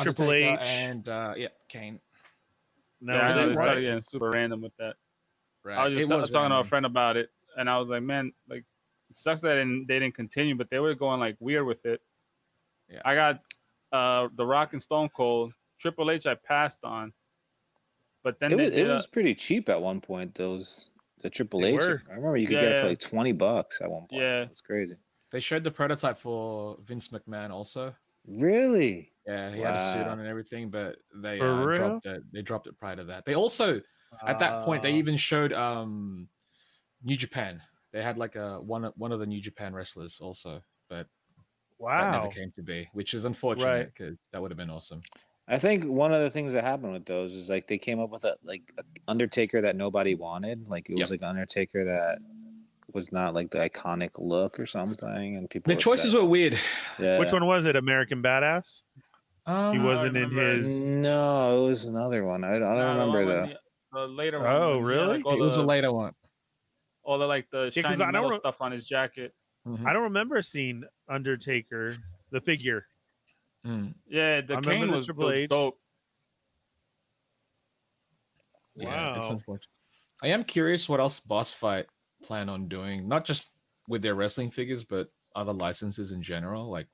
[SPEAKER 4] Triple
[SPEAKER 6] Undertaker
[SPEAKER 4] H.
[SPEAKER 6] and uh yeah, Kane.
[SPEAKER 4] No,
[SPEAKER 2] Yeah, I
[SPEAKER 4] is
[SPEAKER 2] know
[SPEAKER 4] that
[SPEAKER 2] they
[SPEAKER 4] right?
[SPEAKER 2] started getting super random with that.
[SPEAKER 6] Right.
[SPEAKER 2] I was just
[SPEAKER 6] It um,
[SPEAKER 2] ta- talking to a
[SPEAKER 6] random.
[SPEAKER 2] friend about it, and I was like, man, like it sucks that and they didn't continue, but they were going like weird with it.
[SPEAKER 6] Yeah.
[SPEAKER 2] I got uh the Rock and Stone Cold, Triple H. I passed on, but then
[SPEAKER 1] it
[SPEAKER 2] they
[SPEAKER 1] was,
[SPEAKER 2] did uh,
[SPEAKER 1] it
[SPEAKER 2] a-
[SPEAKER 1] was pretty cheap at one point. Those the Triple
[SPEAKER 4] They
[SPEAKER 1] H.
[SPEAKER 4] were.
[SPEAKER 1] I remember you could
[SPEAKER 2] Yeah,
[SPEAKER 1] get it
[SPEAKER 2] yeah.
[SPEAKER 1] for like twenty bucks at one point.
[SPEAKER 2] Yeah.
[SPEAKER 1] it was crazy.
[SPEAKER 6] They showed the prototype for Vince McMahon also.
[SPEAKER 1] Really?
[SPEAKER 6] Yeah, he had a suit
[SPEAKER 1] Wow.
[SPEAKER 6] on and everything, but they
[SPEAKER 4] For
[SPEAKER 6] uh,
[SPEAKER 4] real?
[SPEAKER 6] dropped it. They dropped it prior to that. They also at that point
[SPEAKER 4] Uh,
[SPEAKER 6] they even showed um New Japan. They had like a one of- one of the New Japan wrestlers also, but that
[SPEAKER 4] wow.
[SPEAKER 6] never came to be, which is unfortunate
[SPEAKER 4] Right.
[SPEAKER 6] because that would have been awesome.
[SPEAKER 1] I think one of the things that happened with those is like they came up with a like a Undertaker that nobody wanted. Like it
[SPEAKER 6] Yep.
[SPEAKER 1] was like Undertaker that was not like the iconic look or something, and people.
[SPEAKER 6] The choices were weird.
[SPEAKER 1] were. Yeah.
[SPEAKER 4] Which one was it? American Badass.
[SPEAKER 6] Um,
[SPEAKER 4] He wasn't in
[SPEAKER 2] remember.
[SPEAKER 6] Mm.
[SPEAKER 4] his.
[SPEAKER 1] No, it was another one. I, I don't
[SPEAKER 2] Nah, the one
[SPEAKER 1] remember
[SPEAKER 2] with
[SPEAKER 1] though.
[SPEAKER 2] The, the later one. when
[SPEAKER 4] Oh,
[SPEAKER 2] he had,
[SPEAKER 4] really?
[SPEAKER 2] like,
[SPEAKER 6] it
[SPEAKER 2] all,
[SPEAKER 6] was
[SPEAKER 2] the,
[SPEAKER 6] a later one.
[SPEAKER 2] all the like the
[SPEAKER 4] 'cause I
[SPEAKER 2] shiny
[SPEAKER 4] don't
[SPEAKER 2] metal
[SPEAKER 4] re-
[SPEAKER 2] stuff on his jacket.
[SPEAKER 6] Mhm.
[SPEAKER 4] I don't remember seeing Undertaker the figure.
[SPEAKER 6] Mm.
[SPEAKER 2] Yeah, the
[SPEAKER 4] I remember
[SPEAKER 2] cane
[SPEAKER 4] the
[SPEAKER 2] was
[SPEAKER 4] Triple
[SPEAKER 2] was
[SPEAKER 4] H.
[SPEAKER 2] dope.
[SPEAKER 6] Yeah, it's
[SPEAKER 4] Wow.
[SPEAKER 6] unfortunate. I am curious what else Boss Fight plan on doing, not just with their wrestling figures, but other licenses in general. Like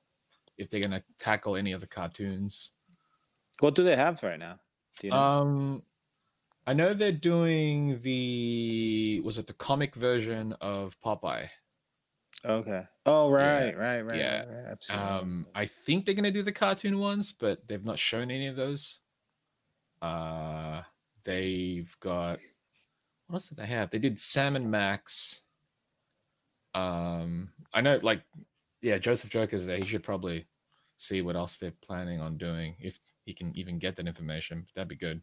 [SPEAKER 6] if they're gonna tackle any of the cartoons.
[SPEAKER 1] What do they have right now? Do you know?
[SPEAKER 6] Um, I know they're doing the was it the comic version of Popeye.
[SPEAKER 1] okay. Oh right, right, right.
[SPEAKER 6] yeah.
[SPEAKER 1] right, right. I've seen that.
[SPEAKER 6] Um, I think they're gonna do the cartoon ones, but they've not shown any of those. Uh, they've got what else did they have? They did Sam and Max. Um, I know, like, yeah, Joseph Joker's there. He should probably see what else they're planning on doing if he can even get that information. That'd be good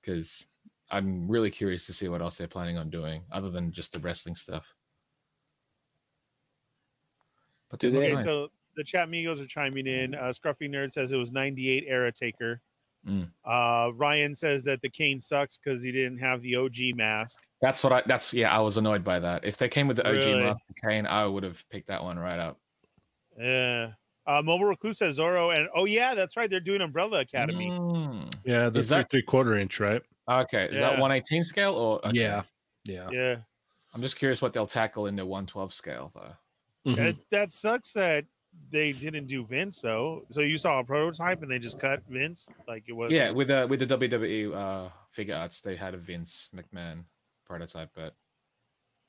[SPEAKER 6] because I'm really curious to see what else they're planning on doing other than just the wrestling stuff. But
[SPEAKER 1] Do
[SPEAKER 6] they look
[SPEAKER 1] they-
[SPEAKER 4] Okay,
[SPEAKER 6] nice.
[SPEAKER 4] so the chat amigos are chiming in. Uh, Scruffy Nerd says it was 98 era Taker.
[SPEAKER 6] Mm.
[SPEAKER 4] Uh, Ryan says that the cane sucks because he didn't have the OG mask.
[SPEAKER 6] That's what I. That's yeah. I was annoyed by that. If they came with the OG
[SPEAKER 4] Really?
[SPEAKER 6] Master Kane, I would have picked that one right up.
[SPEAKER 4] Yeah. Uh, Mobile Recluse says Zorro, and oh yeah, that's right, they're doing Umbrella Academy.
[SPEAKER 6] Mm.
[SPEAKER 3] Yeah,
[SPEAKER 6] Is
[SPEAKER 3] that's
[SPEAKER 6] that-
[SPEAKER 3] that... three quarter inch, right?
[SPEAKER 6] Okay, is
[SPEAKER 4] Yeah.
[SPEAKER 6] that one eighteen scale or okay.
[SPEAKER 3] Yeah. Yeah.
[SPEAKER 4] Yeah,
[SPEAKER 6] I'm just curious what they'll tackle in their one twelve scale though. Mm-hmm.
[SPEAKER 3] Mhm.
[SPEAKER 4] that, that sucks that they didn't do Vince though. So you saw a prototype and they just cut Vince like it was.
[SPEAKER 6] Yeah, with uh, with the WWE uh, figure arts, they had a Vince McMahon prototype, but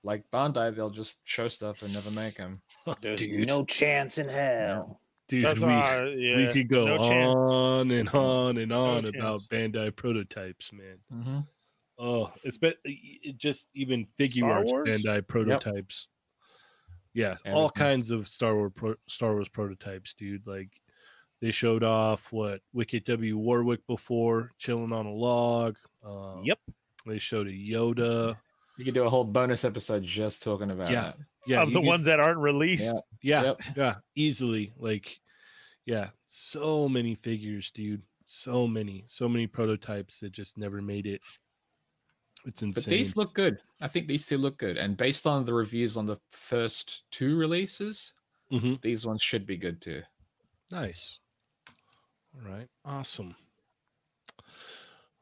[SPEAKER 6] like Bandai, they'll just show stuff and never make them.
[SPEAKER 1] There's
[SPEAKER 3] Dude.
[SPEAKER 1] no chance in hell.
[SPEAKER 3] Dude,
[SPEAKER 4] that's
[SPEAKER 3] we,
[SPEAKER 4] our, yeah.
[SPEAKER 3] we could go
[SPEAKER 4] no chance. Mm-hmm.
[SPEAKER 3] on and on and on about
[SPEAKER 4] chance.
[SPEAKER 3] Bandai prototypes, man.
[SPEAKER 6] Mm-hmm.
[SPEAKER 3] Oh, it's be- it just even figure
[SPEAKER 4] Star
[SPEAKER 3] arts
[SPEAKER 4] Wars?
[SPEAKER 3] Bandai prototypes. Yeah, all
[SPEAKER 6] Everything.
[SPEAKER 3] kinds of Star Wars pro- Star Wars prototypes, dude. Like they showed off what Wicked W Warwick before, chilling on a log. Um,
[SPEAKER 4] Yep.
[SPEAKER 3] They showed a Yoda.
[SPEAKER 6] You could do a whole bonus episode just talking about
[SPEAKER 3] Yeah.
[SPEAKER 6] that.
[SPEAKER 3] Yeah,
[SPEAKER 4] of
[SPEAKER 3] you
[SPEAKER 4] the
[SPEAKER 3] could-
[SPEAKER 4] ones that aren't released.
[SPEAKER 3] Yeah,
[SPEAKER 6] Yep.
[SPEAKER 3] yeah, easily. Like, yeah, so many figures, dude. So many, so many prototypes that just never made it. It's insane.
[SPEAKER 6] But these look good. I think these two look good. And based on the reviews on the first two releases,
[SPEAKER 3] Mhm.
[SPEAKER 6] these ones should be good too.
[SPEAKER 3] Nice. All right. Awesome.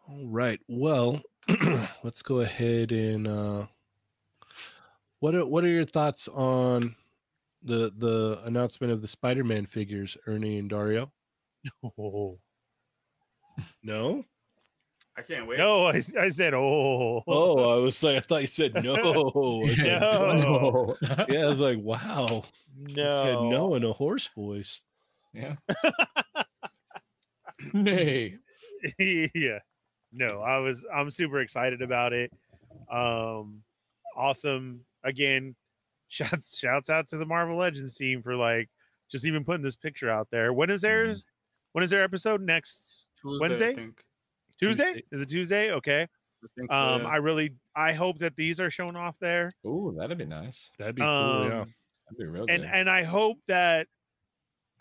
[SPEAKER 3] All right. Well, let's go ahead and uh what are what are your thoughts on the the announcement of the Spider-Man figures, Ernie and Dario?
[SPEAKER 4] Oh.
[SPEAKER 3] No?
[SPEAKER 2] I can't wait.
[SPEAKER 4] No, I, I said oh.
[SPEAKER 3] Oh, I was like I thought you said no. I was like,
[SPEAKER 4] No.
[SPEAKER 3] Yeah, I was like, wow.
[SPEAKER 4] no,
[SPEAKER 3] You said no in a hoarse voice.
[SPEAKER 6] yeah. Nay.
[SPEAKER 4] yeah no i was i'm super excited about it um awesome again shouts shouts out to the Marvel Legends team for like just even putting this picture out there. When is theirs?
[SPEAKER 3] Mm-hmm.
[SPEAKER 4] When is their episode next?
[SPEAKER 2] Tuesday,
[SPEAKER 4] Wednesday?
[SPEAKER 2] I think.
[SPEAKER 4] Tuesday?
[SPEAKER 3] Tuesday.
[SPEAKER 4] Is it Tuesday? Okay.
[SPEAKER 2] I think so,
[SPEAKER 4] Um,
[SPEAKER 2] yeah.
[SPEAKER 4] I really I hope that these are shown off there.
[SPEAKER 6] Ooh, that'd be nice.
[SPEAKER 3] That'd be cool. Yeah.
[SPEAKER 4] Um,
[SPEAKER 6] That'd be real
[SPEAKER 4] and
[SPEAKER 6] good.
[SPEAKER 4] and I hope that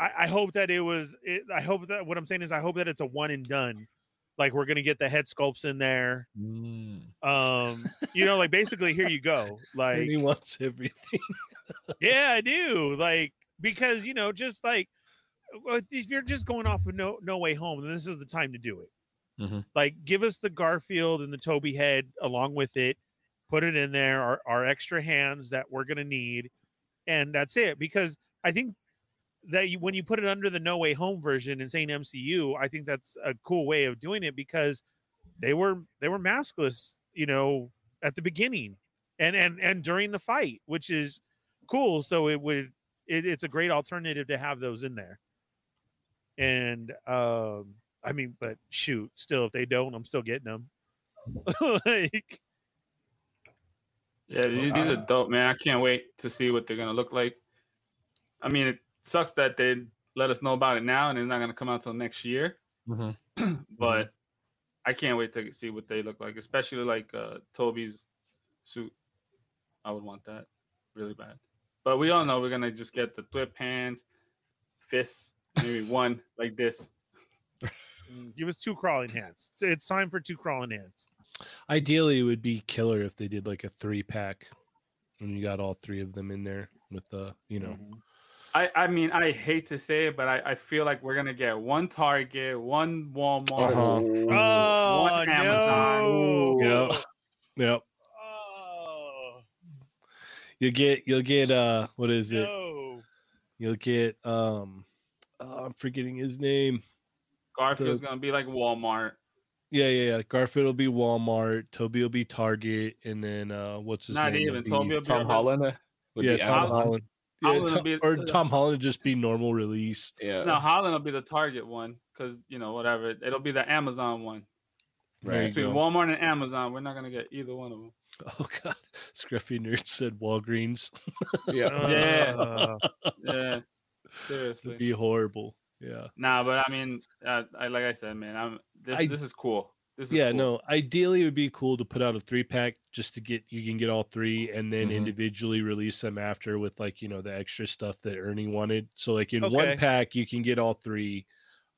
[SPEAKER 4] I, I hope that it was it, I hope that what I'm saying is I hope that it's a one and done. Like we're gonna get the head sculpts in there.
[SPEAKER 6] Mm.
[SPEAKER 4] Um, you know, like basically here you go. Like
[SPEAKER 3] and he wants everything.
[SPEAKER 4] yeah, I do. Like because you know, just like well, if you're just going off of no no way home, then this is the time to do it.
[SPEAKER 6] Mhm.
[SPEAKER 4] Like give us the Garfield and the Toby head along with it, put it in there, our, our extra hands that we're gonna need, and that's it. Because I think that you, when you put it under the no way home version and saying MCU, I think that's a cool way of doing it because they were they were maskless, you know, at the beginning and and and during the fight, which is cool. So it would it, it's a great alternative to have those in there. And um I mean, but shoot, still if they don't, I'm still getting them. like
[SPEAKER 2] Yeah, these, these are dope, man. I can't wait to see what they're gonna look like. I mean, it sucks that they let us know about it now, and it's not gonna come out till next year.
[SPEAKER 6] Mhm.
[SPEAKER 2] But I can't wait to see what they look like, especially like uh, Toby's suit. I would want that really bad. But we all know we're gonna just get the whip hands, fists, maybe one like this.
[SPEAKER 4] give us two crawling hands. It's, it's time for two crawling hands.
[SPEAKER 3] Ideally, it would be killer if they did like a three pack, and you got all three of them in there with the you know.
[SPEAKER 1] Mm-hmm.
[SPEAKER 2] I, I mean, I hate to say it, but I, I feel like we're gonna get one Target, one Walmart,
[SPEAKER 6] Uh-huh.
[SPEAKER 4] Oh
[SPEAKER 2] One Amazon.
[SPEAKER 4] no.
[SPEAKER 3] Yep. Yep.
[SPEAKER 4] Oh
[SPEAKER 3] You get you'll get uh what is it?
[SPEAKER 4] no.
[SPEAKER 3] You'll get um oh, I'm forgetting his name.
[SPEAKER 2] Garfield's
[SPEAKER 3] The-
[SPEAKER 2] gonna be like Walmart.
[SPEAKER 3] Yeah, yeah, yeah. Garfield will be Walmart, Toby will be Target, and then uh what's his
[SPEAKER 2] Not
[SPEAKER 3] name?
[SPEAKER 2] even,
[SPEAKER 3] be-
[SPEAKER 2] Toby will
[SPEAKER 6] Tom
[SPEAKER 2] Yeah.
[SPEAKER 6] Holland uh, would
[SPEAKER 3] yeah,
[SPEAKER 6] be
[SPEAKER 3] Tom
[SPEAKER 6] Amazon.
[SPEAKER 3] Holland. Yeah,
[SPEAKER 2] Holland will
[SPEAKER 3] Tom-
[SPEAKER 2] be-
[SPEAKER 3] or Tom Holland would just be normal release.
[SPEAKER 6] Yeah.
[SPEAKER 2] No, Holland will be the Target one because you know whatever. It'll be the Amazon one
[SPEAKER 3] There you
[SPEAKER 6] Right.
[SPEAKER 2] between
[SPEAKER 3] go.
[SPEAKER 2] Walmart and Amazon. We're not gonna get either one of them.
[SPEAKER 3] Oh god, Scruffy Nerd said Walgreens.
[SPEAKER 6] Yeah.
[SPEAKER 2] Yeah.
[SPEAKER 4] Uh,
[SPEAKER 2] Yeah,
[SPEAKER 3] It'd be
[SPEAKER 2] seriously.
[SPEAKER 3] horrible. Yeah.
[SPEAKER 2] Nah, but I mean, uh, I like I said, man, I'm this.
[SPEAKER 3] I-
[SPEAKER 2] this is cool. This is
[SPEAKER 3] Yeah,
[SPEAKER 2] cool.
[SPEAKER 3] no. Ideally, it would be cool to put out a three pack just to get you can get all three and then
[SPEAKER 2] Mm-hmm.
[SPEAKER 6] Mhm.
[SPEAKER 3] individually release them after with like you know the extra stuff that Ernie wanted. So like in one
[SPEAKER 4] Okay.
[SPEAKER 3] pack you can get all three,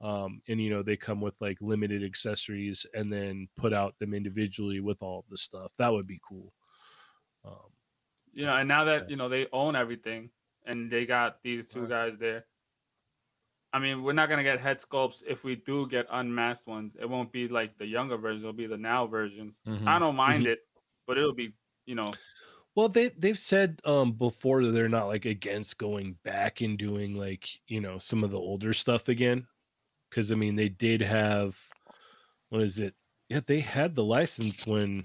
[SPEAKER 3] um, and you know they come with like limited accessories and then put out them individually with all the stuff. That would be cool. Um,
[SPEAKER 2] you know, and now that you know they own everything and they got these two guys there. I mean, we're not gonna get head sculpts if we do get unmasked ones. It won't be like the younger version. It'll be the now versions.
[SPEAKER 6] Mm-hmm.
[SPEAKER 2] I don't mind it, but it'll be you know
[SPEAKER 3] Well, they they've said um before that they're not like against going back and doing like you know some of the older stuff again, because I mean they did have what is it? Yeah, they had the license when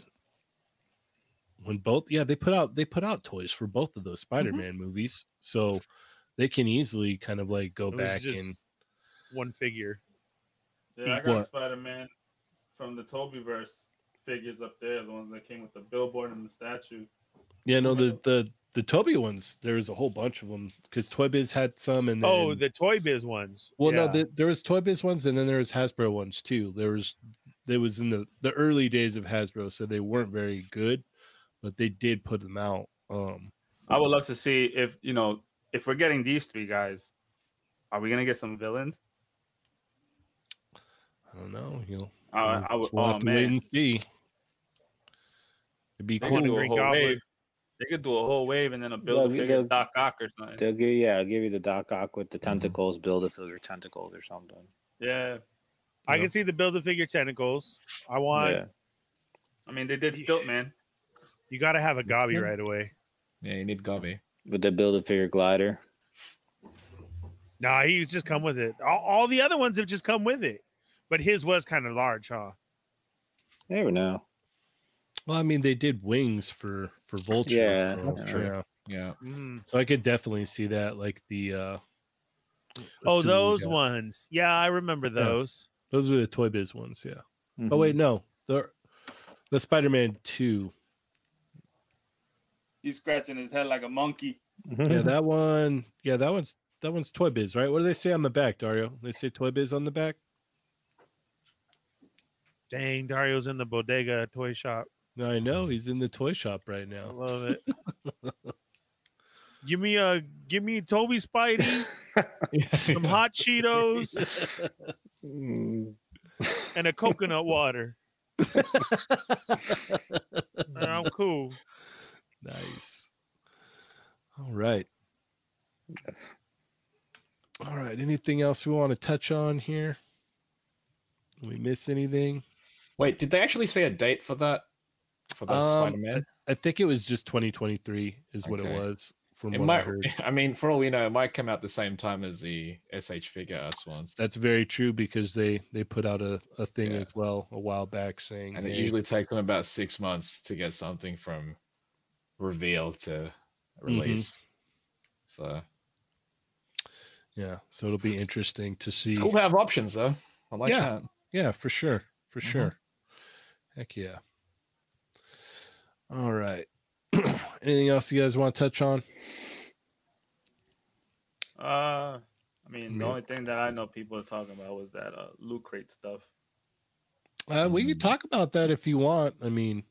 [SPEAKER 3] when both yeah they put out they put out toys for both of those
[SPEAKER 4] Mm-hmm.
[SPEAKER 3] Spider-Man movies, so they can easily kind of like go
[SPEAKER 4] it was
[SPEAKER 3] back
[SPEAKER 4] just one figure.
[SPEAKER 2] Yeah, I
[SPEAKER 3] Eat
[SPEAKER 2] got
[SPEAKER 3] what?
[SPEAKER 2] Spider Man from the Tobyverse figures up there, the ones that came with the billboard and the statue.
[SPEAKER 3] and yeah no the the the Toby ones there was a whole bunch of them because Toy Biz had some and then,
[SPEAKER 4] Oh, the Toy Biz ones.
[SPEAKER 3] Well, no,
[SPEAKER 4] Yeah.
[SPEAKER 3] there, there was Toy Biz ones, and then there was Hasbro ones too. There was, there was in the the early days of Hasbro, so they weren't very good, but they did put them out. Um,
[SPEAKER 2] I would love to see if you know if we're getting these three guys, are we gonna get some villains?
[SPEAKER 3] I don't know, you know,
[SPEAKER 2] Uh, I
[SPEAKER 3] guess
[SPEAKER 2] would.
[SPEAKER 3] we'll
[SPEAKER 2] oh
[SPEAKER 3] have to wait
[SPEAKER 2] man,
[SPEAKER 3] and see. It'd be
[SPEAKER 2] they
[SPEAKER 3] cool.
[SPEAKER 2] could do a
[SPEAKER 4] Green
[SPEAKER 2] whole
[SPEAKER 4] Goblin.
[SPEAKER 2] wave. They could do a whole wave and then a build
[SPEAKER 1] They'll
[SPEAKER 2] a
[SPEAKER 1] be-
[SPEAKER 2] figure
[SPEAKER 1] they'll-
[SPEAKER 2] Doc Ock or something.
[SPEAKER 1] They'll give yeah, I'll give you the Doc Ock with the tentacles, build a figure tentacles or something.
[SPEAKER 2] Yeah,
[SPEAKER 4] I
[SPEAKER 3] Yeah.
[SPEAKER 4] can see the build a figure tentacles. I want
[SPEAKER 1] Yeah.
[SPEAKER 2] I mean they did stilt man.
[SPEAKER 4] you gotta have a gobby right away.
[SPEAKER 6] Yeah, you need Gobby.
[SPEAKER 1] With the build a figure glider.
[SPEAKER 4] Nah, he's just come with it. All, all the other ones have just come with it, but his was kind of large, huh?
[SPEAKER 1] You never know.
[SPEAKER 3] Well, I mean, they did wings for for Vulture.
[SPEAKER 1] Yeah,
[SPEAKER 3] so,
[SPEAKER 1] that's
[SPEAKER 6] true.
[SPEAKER 3] yeah.
[SPEAKER 6] Yeah.
[SPEAKER 4] Mm.
[SPEAKER 3] So I could definitely see that, like the. uh let's
[SPEAKER 4] Oh,
[SPEAKER 3] see what we
[SPEAKER 4] those
[SPEAKER 3] got.
[SPEAKER 4] ones. Yeah, I remember
[SPEAKER 3] Yeah.
[SPEAKER 4] those.
[SPEAKER 3] Those were the Toy Biz ones, yeah.
[SPEAKER 2] Mm-hmm.
[SPEAKER 3] Oh wait, no, the the Spider-Man two.
[SPEAKER 2] He's scratching his head like a monkey.
[SPEAKER 1] Mm-hmm.
[SPEAKER 3] yeah, that one. Yeah, that one's that one's Toy Biz, right? What do they say on the back, Dario? They say Toy Biz on the back.
[SPEAKER 4] Dang, Dario's in the bodega toy shop.
[SPEAKER 3] No, I know he's in the toy shop right now.
[SPEAKER 4] I love it. give me a give me Toby Spidey, some hot Cheetos,
[SPEAKER 1] Mm-hmm.
[SPEAKER 4] and a coconut water. And I'm cool.
[SPEAKER 3] Nice. All right. All right. Anything else we want to touch on here? Did we miss anything?
[SPEAKER 6] Wait, did they actually say a date for that? For the
[SPEAKER 3] Um,
[SPEAKER 6] Spider Man?
[SPEAKER 3] I think it was just 2023 is what
[SPEAKER 6] Okay.
[SPEAKER 3] it was from
[SPEAKER 6] It
[SPEAKER 3] what I
[SPEAKER 6] might.
[SPEAKER 3] heard.
[SPEAKER 6] I mean, for all we know, it might come out the same time as the SH figure arts ones,
[SPEAKER 3] That's very true because they they put out a, a thing
[SPEAKER 6] Yeah.
[SPEAKER 3] as well a while back saying
[SPEAKER 6] and it
[SPEAKER 3] hey,
[SPEAKER 6] usually takes them about six months to get something from reveal to
[SPEAKER 3] Mm-hmm.
[SPEAKER 6] release. So
[SPEAKER 3] yeah so it'll be interesting to see
[SPEAKER 6] it's cool to have options, though. I like
[SPEAKER 3] Yeah.
[SPEAKER 6] that.
[SPEAKER 3] Yeah, for sure. For
[SPEAKER 6] Mhm.
[SPEAKER 3] sure. Heck yeah. All right. Anything else you guys want to touch on?
[SPEAKER 2] Uh, I mean, the
[SPEAKER 3] Yeah.
[SPEAKER 2] only thing that I know people are talking about was that uh, loot crate stuff.
[SPEAKER 3] Uh, we could
[SPEAKER 6] Mm.
[SPEAKER 3] talk about that if you want. I mean,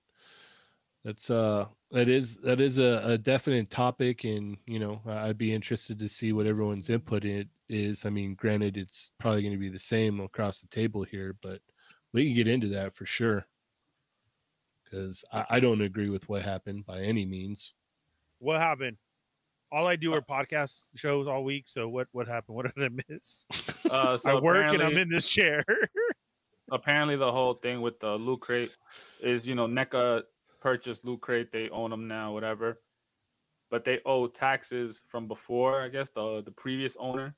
[SPEAKER 3] that's uh that is that is a, a definite topic and you know I- i'd be interested to see what everyone's input in it is i mean granted it's probably going to be the same across the table here but we can get into that for sure because I, I don't agree with what happened by any means
[SPEAKER 4] What happened? All I do are podcast shows all week. So what what happened? What did I miss?
[SPEAKER 2] Uh, so
[SPEAKER 4] I work and I'm
[SPEAKER 2] apparently-
[SPEAKER 4] in this chair.
[SPEAKER 2] apparently the whole thing with the loot crate is you know NECA purchased loot crate, they own them now, whatever. But they owe taxes from before, I guess the the previous owner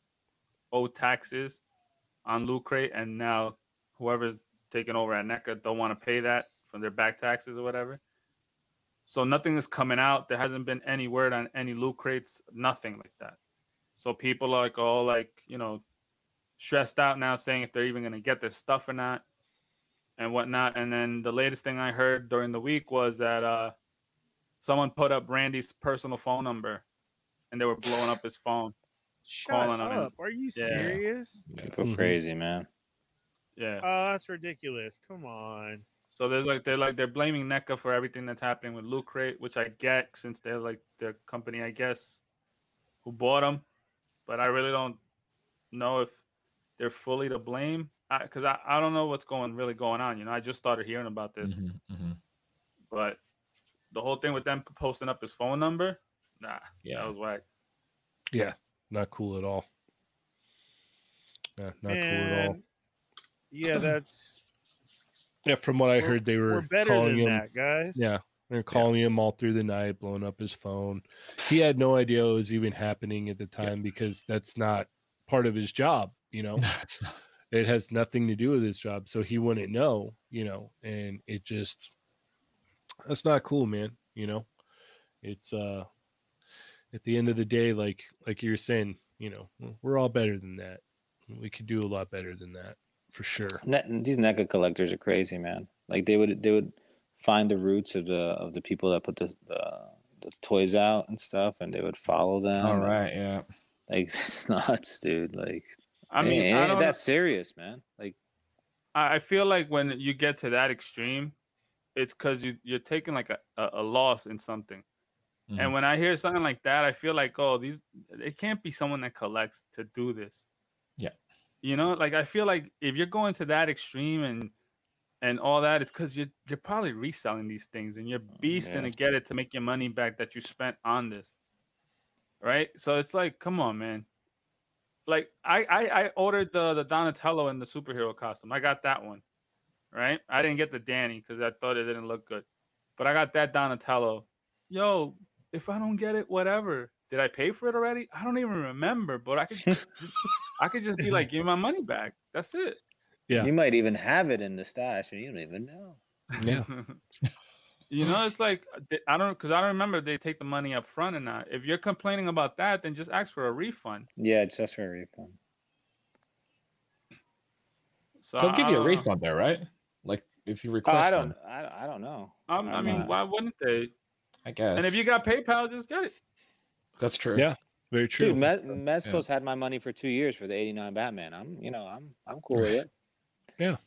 [SPEAKER 2] owed taxes on loot crate, and now whoever's taking over at NECA don't want to pay that from their back taxes or whatever. So nothing is coming out. There hasn't been any word on any loot crates, nothing like that. So people are like all like, you know, stressed out now saying if they're even going to get their stuff or not and whatnot. And then the latest thing I heard during the week was that uh, someone put up Randy's personal phone number and they were blowing up his phone.
[SPEAKER 4] Shut
[SPEAKER 2] Calling 'em in.
[SPEAKER 4] up. Are you
[SPEAKER 2] Yeah.
[SPEAKER 4] serious?
[SPEAKER 1] Go
[SPEAKER 3] Mhm.
[SPEAKER 1] crazy, man.
[SPEAKER 2] Yeah.
[SPEAKER 4] Oh, that's ridiculous. Come on.
[SPEAKER 2] So there's like they're like they're blaming NECA for everything that's happening with Loot Crate, which I get since they're like their company, I guess, who bought them. But I really don't know if they're fully to blame because I, I, don't know what's going really going on. You know, I just started hearing about this,
[SPEAKER 6] Mhm,
[SPEAKER 2] mm-hmm.
[SPEAKER 6] mhm.
[SPEAKER 2] but the whole thing with them posting up his phone number, nah, that
[SPEAKER 6] Yeah.
[SPEAKER 2] was whack.
[SPEAKER 3] Yeah, not cool at all. Yeah, not cool at all.
[SPEAKER 4] Man. Yeah, that's
[SPEAKER 3] Yeah, from what I
[SPEAKER 4] We're-
[SPEAKER 3] heard, they were,
[SPEAKER 4] we're better
[SPEAKER 3] calling
[SPEAKER 4] than
[SPEAKER 3] him.
[SPEAKER 4] that, guys.
[SPEAKER 3] Yeah, they're calling him all through the night, blowing up his phone. He had no idea it was even happening at the time because that's not part of his job. You know,
[SPEAKER 6] No, it's not.
[SPEAKER 3] it has nothing to do with his job, so he wouldn't know. You know, and it just that's not cool, man. You know, it's uh at the end of the day, like like you were saying, you know, we're all better than that. We could do a lot better than that for sure.
[SPEAKER 1] Ne- these NECA collectors are crazy, man. Like they would they would find the roots of the of the people that put the the, the toys out and stuff, and they would follow them.
[SPEAKER 6] All right. Yeah.
[SPEAKER 1] like it's nuts, dude. Like
[SPEAKER 2] I mean,
[SPEAKER 1] it-
[SPEAKER 2] I
[SPEAKER 1] it-
[SPEAKER 2] don't know.
[SPEAKER 1] that's serious, man. Like
[SPEAKER 2] I I feel like when you get to that extreme, it's because you, you're taking like a, a, a loss in something. And
[SPEAKER 6] Mhm.
[SPEAKER 2] when I hear something like that, I feel like, oh, these it can't be someone that collects to do this.
[SPEAKER 6] Yeah.
[SPEAKER 2] You know, like I feel like if you're going to that extreme and and all that, it's because you're you're probably reselling these things and you're beasting
[SPEAKER 1] yeah.
[SPEAKER 2] to get it to make your money back that you spent on this. Right? So it's like, come on, man. Like I I, I ordered the the Donatello in the superhero costume. I got that one. Right? I didn't get the Danny because I thought it didn't look good. But I got that Donatello. Yo, if I don't get it, whatever. Did I pay for it already? I don't even remember, but I could just, I could just be like, give me my money back. That's it.
[SPEAKER 3] Yeah.
[SPEAKER 1] you might even have it in the stash, and you don't even know.
[SPEAKER 3] Yeah.
[SPEAKER 2] you know, it's like th- I don't because I don't remember if they take the money up front or not. If you're complaining about that, then just ask for a refund.
[SPEAKER 1] Yeah, it's just for a refund.
[SPEAKER 2] So uh,
[SPEAKER 6] They'll
[SPEAKER 2] I-
[SPEAKER 6] give
[SPEAKER 2] I
[SPEAKER 6] you a
[SPEAKER 2] don't know.
[SPEAKER 6] refund, though, right? Like if you
[SPEAKER 1] Oh,
[SPEAKER 6] request.
[SPEAKER 1] I
[SPEAKER 6] them.
[SPEAKER 3] Uh,
[SPEAKER 1] don't, I, I don't know.
[SPEAKER 2] Um, I
[SPEAKER 1] I'm
[SPEAKER 2] mean,
[SPEAKER 1] not-
[SPEAKER 2] why wouldn't they?
[SPEAKER 6] I guess.
[SPEAKER 2] And if you got PayPal, just get it.
[SPEAKER 6] that's true.
[SPEAKER 3] Yeah. Very true.
[SPEAKER 1] Dude, Mez- Mezco's had my money for two years for the '89 Batman. I'm, you know, I'm, I'm cool with it.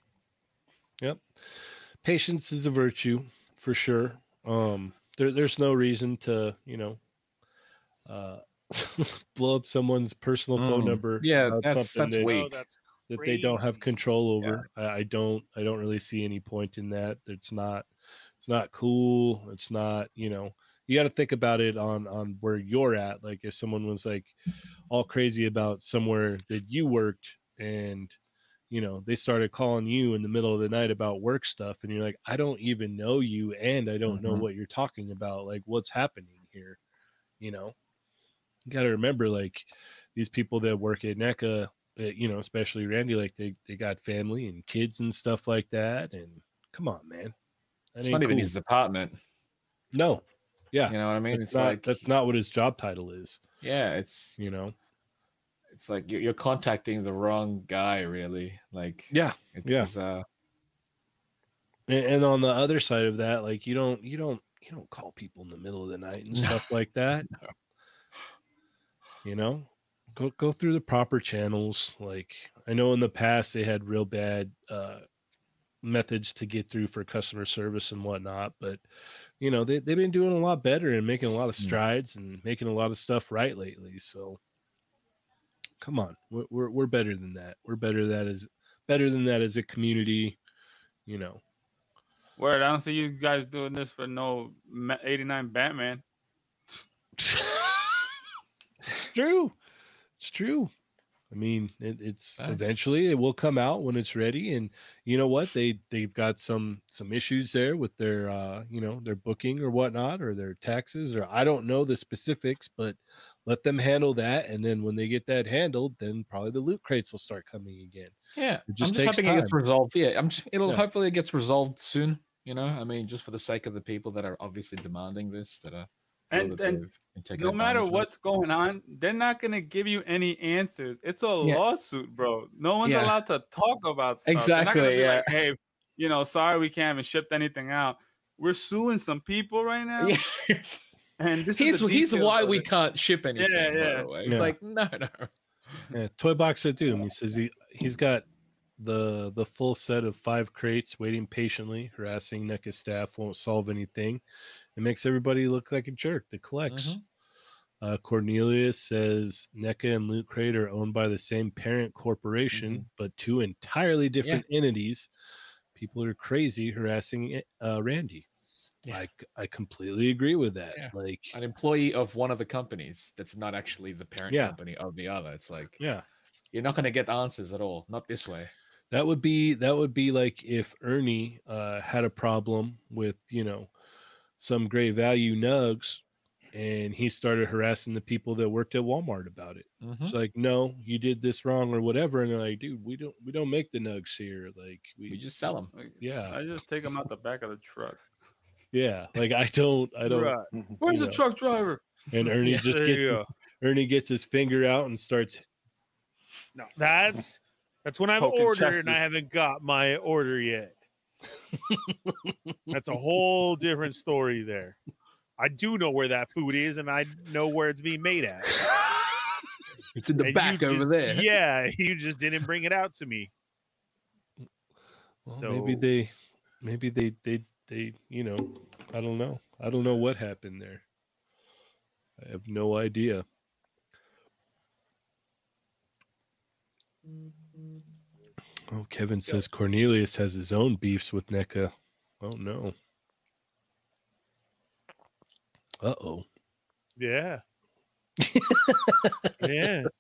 [SPEAKER 3] Patience is a virtue for sure. Um, there, there's no reason to, you know, uh, blow up someone's personal phone
[SPEAKER 6] Mm.
[SPEAKER 3] number.
[SPEAKER 6] Yeah,
[SPEAKER 3] about
[SPEAKER 6] that's
[SPEAKER 3] something
[SPEAKER 6] that's
[SPEAKER 3] that-
[SPEAKER 6] weak.
[SPEAKER 4] Oh, that's
[SPEAKER 3] that they don't have
[SPEAKER 4] crazy.
[SPEAKER 3] control over. I, I don't I don't really see any point in that. It's not it's not cool. It's not, you know, you got to think about it on on where you're at. Like if someone was like all crazy about somewhere that you worked and you know, they started calling you in the middle of the night about work stuff and you're like, "I don't even know you and I don't know
[SPEAKER 6] Mhm.
[SPEAKER 3] what you're talking about. Like what's happening here?" You know. You got to remember like these people that work at NECA uh, you know, especially Randy, like they, they got family and kids and stuff like that. And come on, man. That
[SPEAKER 6] It's
[SPEAKER 3] ain't
[SPEAKER 6] not even
[SPEAKER 3] cool.
[SPEAKER 6] his department.
[SPEAKER 3] No, Yeah,
[SPEAKER 6] You know what I mean?
[SPEAKER 3] that's
[SPEAKER 6] It's
[SPEAKER 3] not,
[SPEAKER 6] like
[SPEAKER 3] that's not what his job title is,
[SPEAKER 6] yeah, it's
[SPEAKER 3] you know?
[SPEAKER 6] it's like you're, you're contacting the wrong guy, really. Like
[SPEAKER 3] Yeah.
[SPEAKER 6] it
[SPEAKER 3] yeah.
[SPEAKER 6] was, uh,
[SPEAKER 3] And, and on the other side of that, like you don't, you don't, you don't call people in the middle of the night and
[SPEAKER 6] No.
[SPEAKER 3] stuff like that. You know, go, go through the proper channels. Like I know in the past they had real bad, uh, methods to get through for customer service and whatnot but you know they, they've been doing a lot better and making a lot of
[SPEAKER 6] Mm.
[SPEAKER 3] strides and making a lot of stuff right lately so come on we're, we're, we're better than that we're better that as better than that as a community you know
[SPEAKER 2] Word, I don't see you guys doing this for no Ma- 89 Batman.
[SPEAKER 3] it's true it's true i mean it, it's
[SPEAKER 6] Facts.
[SPEAKER 3] eventually it will come out when it's ready and you know what they they've got some some issues there with their uh you know their booking or whatnot or their taxes or i don't know the specifics but let them handle that and then when they get that handled then probably the loot crates will start coming again
[SPEAKER 6] yeah.
[SPEAKER 3] It just
[SPEAKER 6] I'm just
[SPEAKER 3] takes
[SPEAKER 6] hoping it gets
[SPEAKER 3] time.
[SPEAKER 6] resolved. Yeah, I'm just, it'll
[SPEAKER 3] Yeah.
[SPEAKER 6] hopefully it gets resolved soon. You know, I mean, just for the sake of the people that are obviously demanding this, that are feel
[SPEAKER 2] And,
[SPEAKER 6] that
[SPEAKER 2] and
[SPEAKER 6] they've been taken
[SPEAKER 2] no matter
[SPEAKER 6] advantage of.
[SPEAKER 2] what's going on, they're not going to give you any answers. It's a
[SPEAKER 6] Yeah.
[SPEAKER 2] lawsuit, bro. No one's
[SPEAKER 6] Yeah.
[SPEAKER 2] allowed to talk about stuff. They're not gonna
[SPEAKER 6] Exactly,
[SPEAKER 2] be like, hey, you know, sorry we can't even ship anything out. We're suing some people right now.
[SPEAKER 6] Yeah.
[SPEAKER 2] And this
[SPEAKER 6] here's
[SPEAKER 2] is the
[SPEAKER 6] here's
[SPEAKER 2] details
[SPEAKER 6] why
[SPEAKER 2] of
[SPEAKER 6] we
[SPEAKER 2] it.
[SPEAKER 6] can't ship anything. Yeah,
[SPEAKER 2] yeah.
[SPEAKER 6] yeah. It's
[SPEAKER 3] Yeah.
[SPEAKER 6] like no, no.
[SPEAKER 3] yeah toy box of doom he says he he's got the the full set of five crates waiting patiently harassing NECA staff won't solve anything it makes everybody look like a jerk that collects
[SPEAKER 6] Mhm.
[SPEAKER 3] Uh, Cornelius says NECA and Loot Crate are owned by the same parent corporation,
[SPEAKER 6] Mm-hmm.
[SPEAKER 3] but two entirely different entities. People are crazy harassing it- uh, Randy.
[SPEAKER 6] Yeah.
[SPEAKER 3] I, c- I completely agree with that.
[SPEAKER 6] Yeah.
[SPEAKER 3] Like,
[SPEAKER 6] An employee of one of the companies that's not actually the parent
[SPEAKER 3] Yeah.
[SPEAKER 6] company of the other. It's like
[SPEAKER 3] yeah,
[SPEAKER 6] you're not gonna get answers at all. Not this way.
[SPEAKER 3] that would be that would be like if Ernie uh, had a problem with you know some great value nugs, and he started harassing the people that worked at Walmart about it.
[SPEAKER 6] Mhm.
[SPEAKER 3] It's like, no, you did this wrong or whatever, and they're like, dude, we don't we don't make the nugs here. Like,
[SPEAKER 6] We just sell them.
[SPEAKER 2] Like,
[SPEAKER 3] yeah.
[SPEAKER 2] I just take them out the back of the truck.
[SPEAKER 3] Yeah, like I don't, I don't.
[SPEAKER 4] Right.
[SPEAKER 2] Where's the
[SPEAKER 3] Yeah.
[SPEAKER 2] truck driver?
[SPEAKER 3] And Ernie just
[SPEAKER 4] There
[SPEAKER 3] gets
[SPEAKER 4] you go.
[SPEAKER 3] Ernie gets his finger out and starts.
[SPEAKER 4] No, that's that's when I've
[SPEAKER 2] Poking
[SPEAKER 4] ordered
[SPEAKER 2] chests.
[SPEAKER 4] and I haven't got my order yet. that's a whole different story there. I do know where that food is and I know where it's being made at.
[SPEAKER 6] It's in
[SPEAKER 4] And you
[SPEAKER 6] the back over
[SPEAKER 4] just-
[SPEAKER 6] there.
[SPEAKER 4] Yeah, you just didn't bring it out to me.
[SPEAKER 3] Well,
[SPEAKER 4] so
[SPEAKER 3] Maybe they, maybe they, they, they. You know, I don't know. I don't know what happened there. I have no idea. Oh, Kevin says Cornelius has his own beefs with NECA. Oh no. Uh oh.
[SPEAKER 4] Yeah. yeah.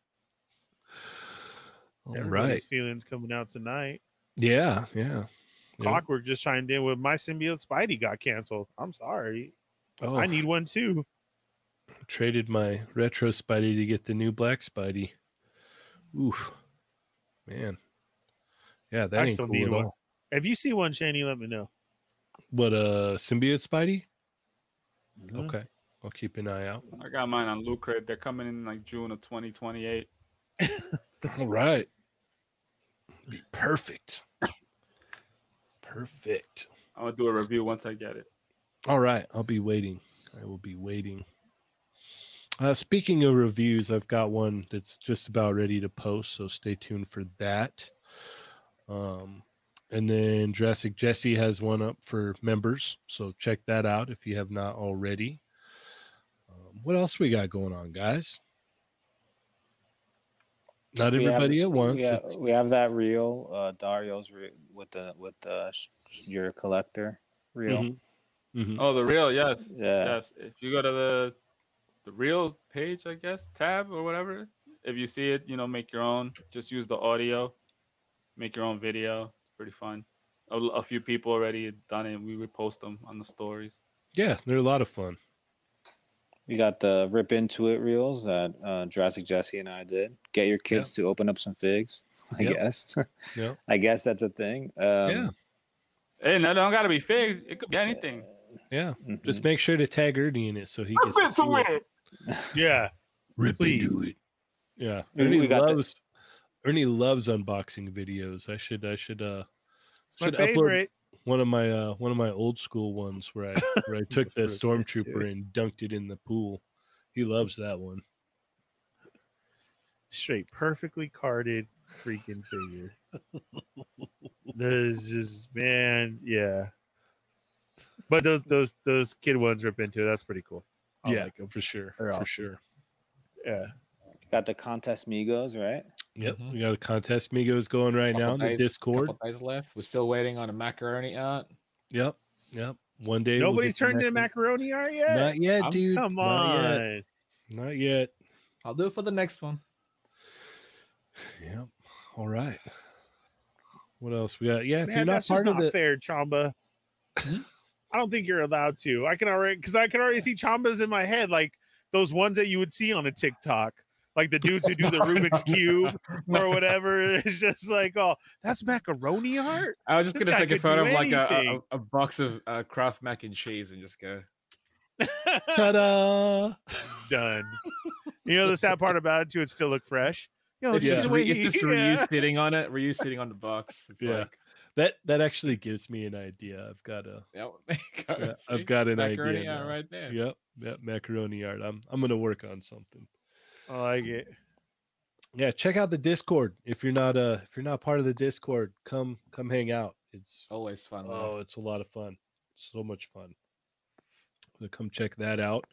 [SPEAKER 3] All
[SPEAKER 4] Everybody's
[SPEAKER 3] right.
[SPEAKER 4] feelings coming out tonight.
[SPEAKER 3] Yeah. Yeah. Yeah.
[SPEAKER 4] Clockwork just chimed in with my symbiote Spidey got canceled. I'm sorry.
[SPEAKER 3] Oh.
[SPEAKER 4] I need one too.
[SPEAKER 3] traded my retro Spidey to get the new black Spidey. Oof, man. Yeah, that
[SPEAKER 4] I
[SPEAKER 3] ain't
[SPEAKER 4] still
[SPEAKER 3] cool
[SPEAKER 4] need
[SPEAKER 3] at
[SPEAKER 4] one.
[SPEAKER 3] all.
[SPEAKER 4] If you see one, Shani, let me know.
[SPEAKER 3] What uh, symbiote Spidey?
[SPEAKER 4] Mhm.
[SPEAKER 3] Okay, I'll keep an eye out.
[SPEAKER 2] I got mine on Loot Crate. They're coming in like June of 2028.
[SPEAKER 3] All right, be perfect. Perfect.
[SPEAKER 2] I'm gonna do a review once I get it.
[SPEAKER 3] All right, I'll be waiting. I will be waiting. Uh, speaking of reviews, I've got one that's just about ready to post, so stay tuned for that. Um, and then Jurassic Jesse has one up for members, so check that out if you have not already. Um, what else we got going on, guys? Not
[SPEAKER 1] We have-
[SPEAKER 3] everybody at once.
[SPEAKER 1] Yeah,
[SPEAKER 3] It's-
[SPEAKER 1] we have that reel, uh, Dario's re- with the with the sh- your collector reel.
[SPEAKER 3] Mhm.
[SPEAKER 6] Mm.
[SPEAKER 3] Mhm.
[SPEAKER 2] Oh, the real, yes,
[SPEAKER 1] Yeah.
[SPEAKER 2] yes. If you go to the the real page, I guess tab or whatever. If you see it, you know, make your own. Just use the audio, make your own video. It's pretty fun. A, l- a few people already had done it. We would post them on the stories.
[SPEAKER 3] Yeah, they're a lot of fun.
[SPEAKER 1] We got the rip into it reels that uh, Jurassic Jesse and I did. Get your kids to open up some figs. I
[SPEAKER 3] Yep.
[SPEAKER 1] guess.
[SPEAKER 3] Yep.
[SPEAKER 1] I guess that's a thing. Um,
[SPEAKER 3] Yeah.
[SPEAKER 2] Hey, no, don't gotta be figs. It could be anything.
[SPEAKER 3] Yeah,
[SPEAKER 1] mhm.
[SPEAKER 3] just make sure to tag Ernie in it so he gets to see it.
[SPEAKER 4] Yeah.
[SPEAKER 3] Rip
[SPEAKER 4] Please.
[SPEAKER 3] it. Yeah,
[SPEAKER 1] We-
[SPEAKER 3] Ernie
[SPEAKER 1] we got the-
[SPEAKER 3] loves Ernie loves unboxing videos. I should I should uh
[SPEAKER 4] It's my
[SPEAKER 3] Should upload-
[SPEAKER 4] favorite.
[SPEAKER 3] one of my uh one of my old school ones where I where I took the stormtrooper and dunked it in the pool. He loves that one.
[SPEAKER 4] Straight, perfectly carded freaking figure. Those just man, yeah. But those those those kid ones rip into it. That's pretty cool. I
[SPEAKER 3] yeah,
[SPEAKER 4] like 'em.
[SPEAKER 3] for sure,
[SPEAKER 4] They're
[SPEAKER 3] for
[SPEAKER 4] awesome.
[SPEAKER 3] sure.
[SPEAKER 4] Yeah.
[SPEAKER 1] mm-hmm, got the contest Migos, right?
[SPEAKER 3] Yep,
[SPEAKER 4] Mm-hmm.
[SPEAKER 6] Mhm.
[SPEAKER 3] we got a contest Migos going right now in the Discord.
[SPEAKER 6] Couple days left. We're still waiting on a macaroni art.
[SPEAKER 3] Yep, yep. One day we'll
[SPEAKER 4] Nobody's
[SPEAKER 3] get
[SPEAKER 4] turned into
[SPEAKER 3] mac-
[SPEAKER 4] macaroni art yet.
[SPEAKER 3] Not yet,
[SPEAKER 6] I'm-
[SPEAKER 3] dude.
[SPEAKER 4] Come
[SPEAKER 3] Not yet.
[SPEAKER 4] on.
[SPEAKER 3] Not yet.
[SPEAKER 6] I'll do it for the next one.
[SPEAKER 3] Yep. All right. What else we got? Yeah, if
[SPEAKER 4] Man,
[SPEAKER 3] you're not
[SPEAKER 4] that's just
[SPEAKER 3] part of
[SPEAKER 4] not
[SPEAKER 3] the
[SPEAKER 4] fair, Chamba.
[SPEAKER 6] Hmm?
[SPEAKER 4] I don't think you're allowed to. I can already because I can already see Chambas in my head, like those ones that you would see on a TikTok, like the dudes who do the Rubik's cube or whatever. It's just like, oh, that's macaroni art.
[SPEAKER 6] I was just
[SPEAKER 4] This
[SPEAKER 6] gonna
[SPEAKER 4] guy
[SPEAKER 6] take a
[SPEAKER 4] could
[SPEAKER 6] photo
[SPEAKER 4] do
[SPEAKER 6] of like a,
[SPEAKER 4] anything.
[SPEAKER 6] a, a box of uh, Kraft mac and cheese and just go.
[SPEAKER 3] ta-da.
[SPEAKER 4] Done. You know the sad part about it too. It still look fresh. Yo, it's
[SPEAKER 6] It's
[SPEAKER 4] Oh, just
[SPEAKER 6] just,
[SPEAKER 4] the way
[SPEAKER 6] re- it's
[SPEAKER 4] he-
[SPEAKER 6] just
[SPEAKER 4] yeah.
[SPEAKER 6] Ryu sitting on it. Ryu sitting on the box. It's
[SPEAKER 3] Yeah.
[SPEAKER 6] like,
[SPEAKER 3] That that actually gives me an idea. I've got a
[SPEAKER 6] yeah, well, there you go,
[SPEAKER 3] yeah,
[SPEAKER 6] see?
[SPEAKER 3] I've got an
[SPEAKER 6] macaroni
[SPEAKER 3] idea.
[SPEAKER 6] art
[SPEAKER 3] now.
[SPEAKER 6] right there.
[SPEAKER 3] Yep, yep, macaroni art. I'm I'm gonna work on something.
[SPEAKER 4] I like it.
[SPEAKER 3] Yeah, check out the Discord if you're not uh if you're not part of the Discord, come come hang out. It's
[SPEAKER 6] Always fun.
[SPEAKER 3] oh,
[SPEAKER 6] though.
[SPEAKER 3] it's a lot of fun. So much fun. So come check that out.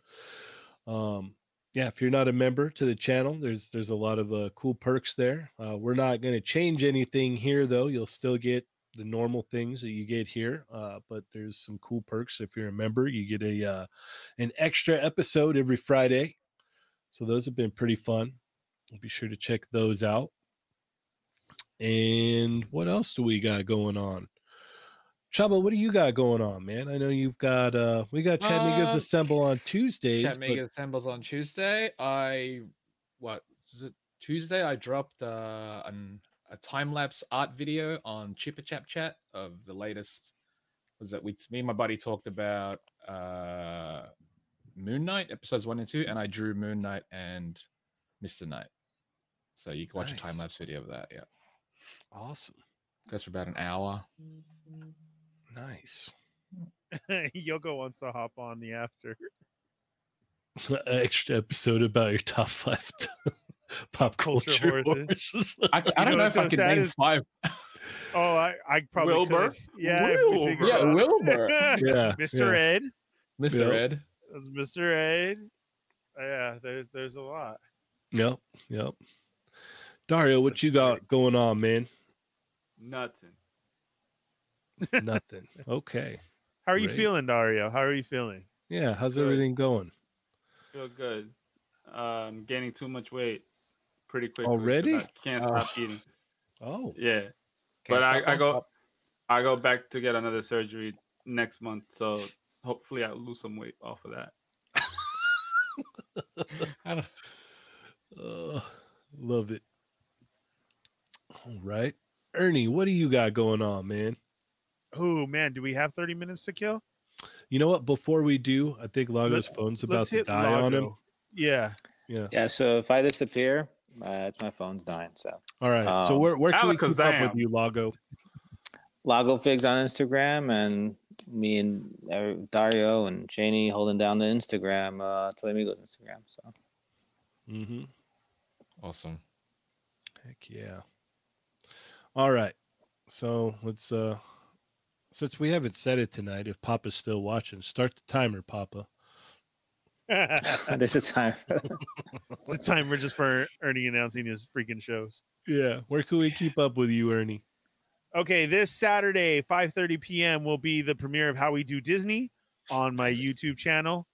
[SPEAKER 3] Um yeah, if you're not a member to the channel, there's there's a lot of uh, cool perks there. Uh, we're not going to change anything here though. You'll still get the normal things that you get here, uh, but there's some cool perks. If you're a member, you get a uh, an extra episode every Friday. So those have been pretty fun. Be sure to check those out. And what else do we got going on? Trouble, what do you got going on, man? I know you've got uh we got Chad Migos
[SPEAKER 6] Uh,
[SPEAKER 3] Assemble on Tuesdays.
[SPEAKER 6] Chat
[SPEAKER 3] but-
[SPEAKER 6] Mega assembles on Tuesday. I what is it? Tuesday I dropped uh, an, a time lapse art video on Chipper Chap Chat of the latest. Was that we? Me and my buddy talked about uh, Moon Knight episodes one and two, and I drew Moon Knight and Mister Knight. So you can watch a time
[SPEAKER 3] Nice.
[SPEAKER 6] lapse video of that. Yeah,
[SPEAKER 3] Awesome.
[SPEAKER 6] goes for about an hour.
[SPEAKER 3] Nice.
[SPEAKER 4] Yoko wants to hop on the after.
[SPEAKER 3] Extra episode about your top five pop culture.
[SPEAKER 4] Culture horses.
[SPEAKER 3] horses.
[SPEAKER 6] I, c- I
[SPEAKER 4] know
[SPEAKER 6] don't know
[SPEAKER 4] what's
[SPEAKER 6] if
[SPEAKER 4] so
[SPEAKER 6] I can
[SPEAKER 4] sad
[SPEAKER 6] name
[SPEAKER 4] is-
[SPEAKER 6] five.
[SPEAKER 4] Oh, I, I probably could.
[SPEAKER 2] Wilbur?
[SPEAKER 4] Yeah, if we think
[SPEAKER 2] Wilbur.
[SPEAKER 6] Yeah,
[SPEAKER 4] about it.
[SPEAKER 6] Wilbur,
[SPEAKER 3] yeah.
[SPEAKER 4] Mr.
[SPEAKER 3] yeah.
[SPEAKER 4] Ed.
[SPEAKER 6] Mister
[SPEAKER 3] Yeah.
[SPEAKER 6] Ed.
[SPEAKER 4] That's Mr. Ed. Yeah, there's there's a lot.
[SPEAKER 3] Yep. Yep. Dario, what
[SPEAKER 4] That's
[SPEAKER 3] you got going on, man?
[SPEAKER 2] Nothing.
[SPEAKER 3] Nothing. Okay.
[SPEAKER 4] How are you
[SPEAKER 3] Right.
[SPEAKER 4] feeling, Dario? How are you feeling?
[SPEAKER 3] Yeah. How's
[SPEAKER 2] Good.
[SPEAKER 3] everything going?
[SPEAKER 2] Feel good. Um, gaining too much weight pretty quickly. 'cause
[SPEAKER 3] Already? Ah.
[SPEAKER 2] I can't
[SPEAKER 6] Oh.
[SPEAKER 2] stop eating.
[SPEAKER 3] Oh.
[SPEAKER 2] Yeah.
[SPEAKER 6] Can't
[SPEAKER 2] But I-
[SPEAKER 6] stop Oh.
[SPEAKER 2] I
[SPEAKER 6] on
[SPEAKER 2] go-
[SPEAKER 6] top.
[SPEAKER 2] I go back to get another surgery next month, so hopefully I lose some weight off of that.
[SPEAKER 6] I don't-
[SPEAKER 3] Uh, love it. All right. Ernie, what do you got going on, man?
[SPEAKER 4] Oh man, do we have 30 minutes to kill?
[SPEAKER 3] You know what? Before we do, I think Lago's phone's about
[SPEAKER 4] Let's
[SPEAKER 3] to
[SPEAKER 4] hit
[SPEAKER 3] die on him.
[SPEAKER 4] Lago. Yeah.
[SPEAKER 1] Yeah. So if I disappear, uh, it's my phone's dying. So
[SPEAKER 3] All right. so
[SPEAKER 1] Um,
[SPEAKER 3] where, where can we keep up
[SPEAKER 2] Alakazam.
[SPEAKER 3] with you, Lago?
[SPEAKER 1] Lago Figs on Instagram and me and er- Dario and Janie holding down the Instagram, uh, Toy Amigos Instagram. So
[SPEAKER 3] Mm-hmm.
[SPEAKER 6] Awesome.
[SPEAKER 3] Heck yeah. All right. So let's uh since we haven't said it tonight, if Papa's still watching, start the timer, Papa.
[SPEAKER 4] it's
[SPEAKER 1] there's a time.
[SPEAKER 4] a timer just for Ernie announcing his freaking shows.
[SPEAKER 3] Yeah. Where can we keep up with you, Ernie?
[SPEAKER 4] Okay, this Saturday, 5:30 p.m. will be the premiere of How We Do Disney on my YouTube channel.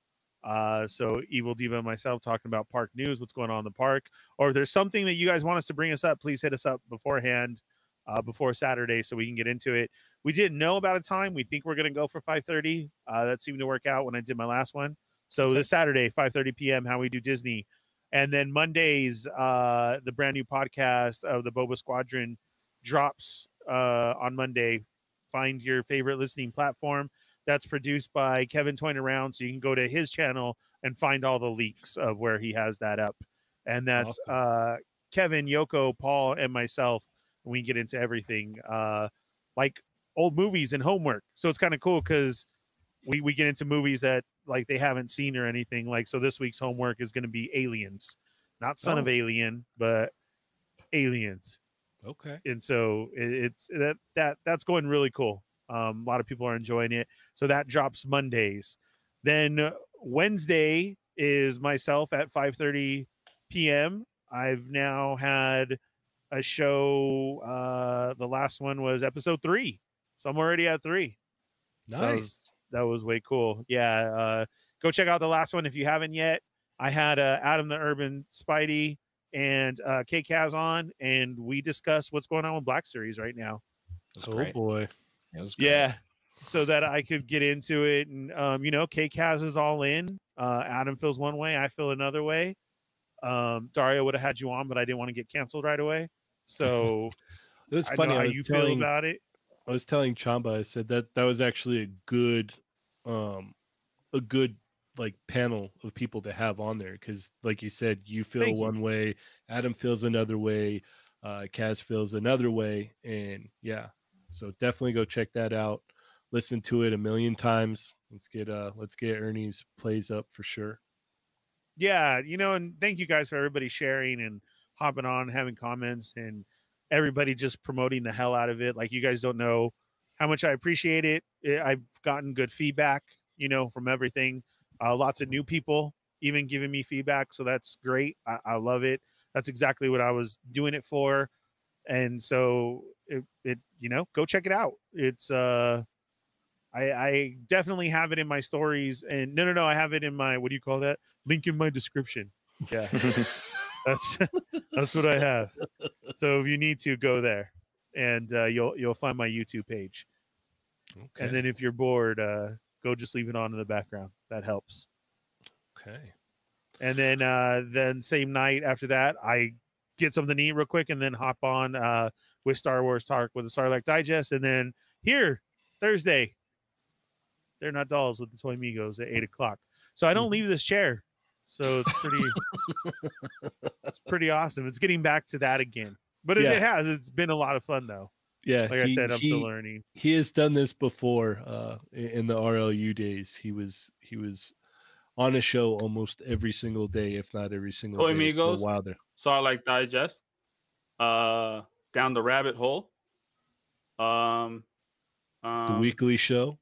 [SPEAKER 4] Uh, so Evil Diva and myself talking about park news, what's going on in the park, or if there's something that you guys want us to bring us up, please hit us up beforehand, uh, before Saturday, so we can get into it. We didn't know about a time. We think we're gonna go for 5:30. Uh, that seemed to work out when I did my last one. So this Saturday, 5:30 p.m. How We Do Disney, and then Mondays, uh, the brand new podcast of the Boba Squadron drops uh, on Monday. Find your favorite listening platform. That's produced by Kevin Toyn around, so you can go to his channel and find all the leaks of where he has that up. And that's uh, Kevin, Yoko, Paul, and myself. We get into everything uh, like old movies and homework. So it's kind of cool because we we get into movies that like they haven't seen or anything. Like so, this week's homework is going to be Aliens, not Son of
[SPEAKER 1] Oh.
[SPEAKER 4] Alien, but Aliens
[SPEAKER 3] Okay.
[SPEAKER 4] and so it, it's that that that's going really cool. Um, a lot of people are enjoying it. So that drops Mondays. Then Wednesday is myself at 5:30 p.m. I've now had a show. Uh, the last one was episode three, so I'm already at three. So that
[SPEAKER 3] Nice.
[SPEAKER 4] was- that was way cool. Yeah. Uh, go check out the last one if you haven't yet. I had uh, Adam the Urban Spidey and uh, K Kaz on, and we discussed what's going on with Black Series right now.
[SPEAKER 6] It was
[SPEAKER 3] Oh
[SPEAKER 6] great.
[SPEAKER 3] boy.
[SPEAKER 6] It was great.
[SPEAKER 4] Yeah. So that I could get into it. And, um, you know, K Kaz is all in. Uh, Adam feels one way, I feel another way. Um, Dario would have had you on, but I didn't want to get canceled right away. So
[SPEAKER 3] It was
[SPEAKER 4] I
[SPEAKER 3] funny.
[SPEAKER 4] know
[SPEAKER 3] I
[SPEAKER 4] how
[SPEAKER 3] was
[SPEAKER 4] you feel
[SPEAKER 3] telling-
[SPEAKER 4] about it.
[SPEAKER 3] I was telling Chamba, I said that that was actually a good, um, a good like panel of people to have on there because, like you said, you feel
[SPEAKER 4] Thank you.
[SPEAKER 3] one way, Adam feels another way, uh, Kaz feels another way, and yeah, so definitely go check that out. Listen to it a million times. Let's get uh, let's get Ernie's plays up for sure.
[SPEAKER 4] yeah you know and thank you guys for everybody sharing and hopping on having comments and everybody just promoting the hell out of it like you guys don't know how much i appreciate it Eh, i've gotten good feedback you know from everything uh, lots of new people even giving me feedback so that's great I, I love it that's exactly what i was doing it for and so it, it you know go check it out it's uh I, I definitely have it in my stories and no no no i have it in my what do you call that link in my description yeah that's that's what i have so if you need to go there and uh, you'll you'll find my youtube page
[SPEAKER 3] Okay.
[SPEAKER 4] and then if you're bored uh, go just leave it on in the background that helps
[SPEAKER 3] okay.
[SPEAKER 4] and then uh then same night after that i get something to eat real quick and then hop on uh with star wars talk with the sarlacc digest and then here thursday they're not dolls with the toy migos at eight o'clock so i don't
[SPEAKER 3] Mm-hmm.
[SPEAKER 4] leave this chair so it's pretty it's pretty awesome it's getting back to that again but it,
[SPEAKER 3] Yeah.
[SPEAKER 4] it has it's been a lot of fun though
[SPEAKER 3] Yeah.
[SPEAKER 4] like i
[SPEAKER 3] he-
[SPEAKER 4] said i'm
[SPEAKER 3] he-
[SPEAKER 4] still learning
[SPEAKER 3] he has done this before uh i- in the RLU days. He was he was on a show almost every single day, if not every single
[SPEAKER 2] Toy
[SPEAKER 3] day. for a
[SPEAKER 2] Migos.
[SPEAKER 3] while there.
[SPEAKER 2] Sarlacc Digest, uh, Down the Rabbit Hole, um,
[SPEAKER 3] The
[SPEAKER 2] um,
[SPEAKER 3] weekly show.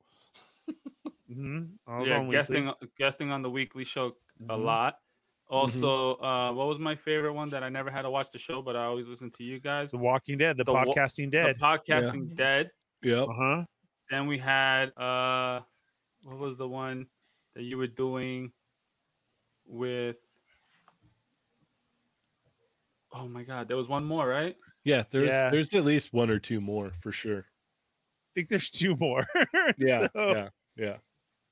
[SPEAKER 4] hmm
[SPEAKER 2] yeah, guesting guesting on the weekly show a lot. Also, uh, what was my favorite one that I never had to watch the show, but I always listen to you guys?
[SPEAKER 4] the walking dead the,
[SPEAKER 2] The wa-
[SPEAKER 4] podcasting dead
[SPEAKER 2] The podcasting dead.
[SPEAKER 3] Yep.
[SPEAKER 4] uh-huh
[SPEAKER 2] Then we had uh, what was the one that you were doing with? Oh my God, there was one more, right?
[SPEAKER 3] Yeah, there's
[SPEAKER 4] Yeah.
[SPEAKER 3] there's at least one or two more for sure.
[SPEAKER 4] think there's two more.
[SPEAKER 3] Yeah.
[SPEAKER 4] So,
[SPEAKER 3] yeah. Yeah.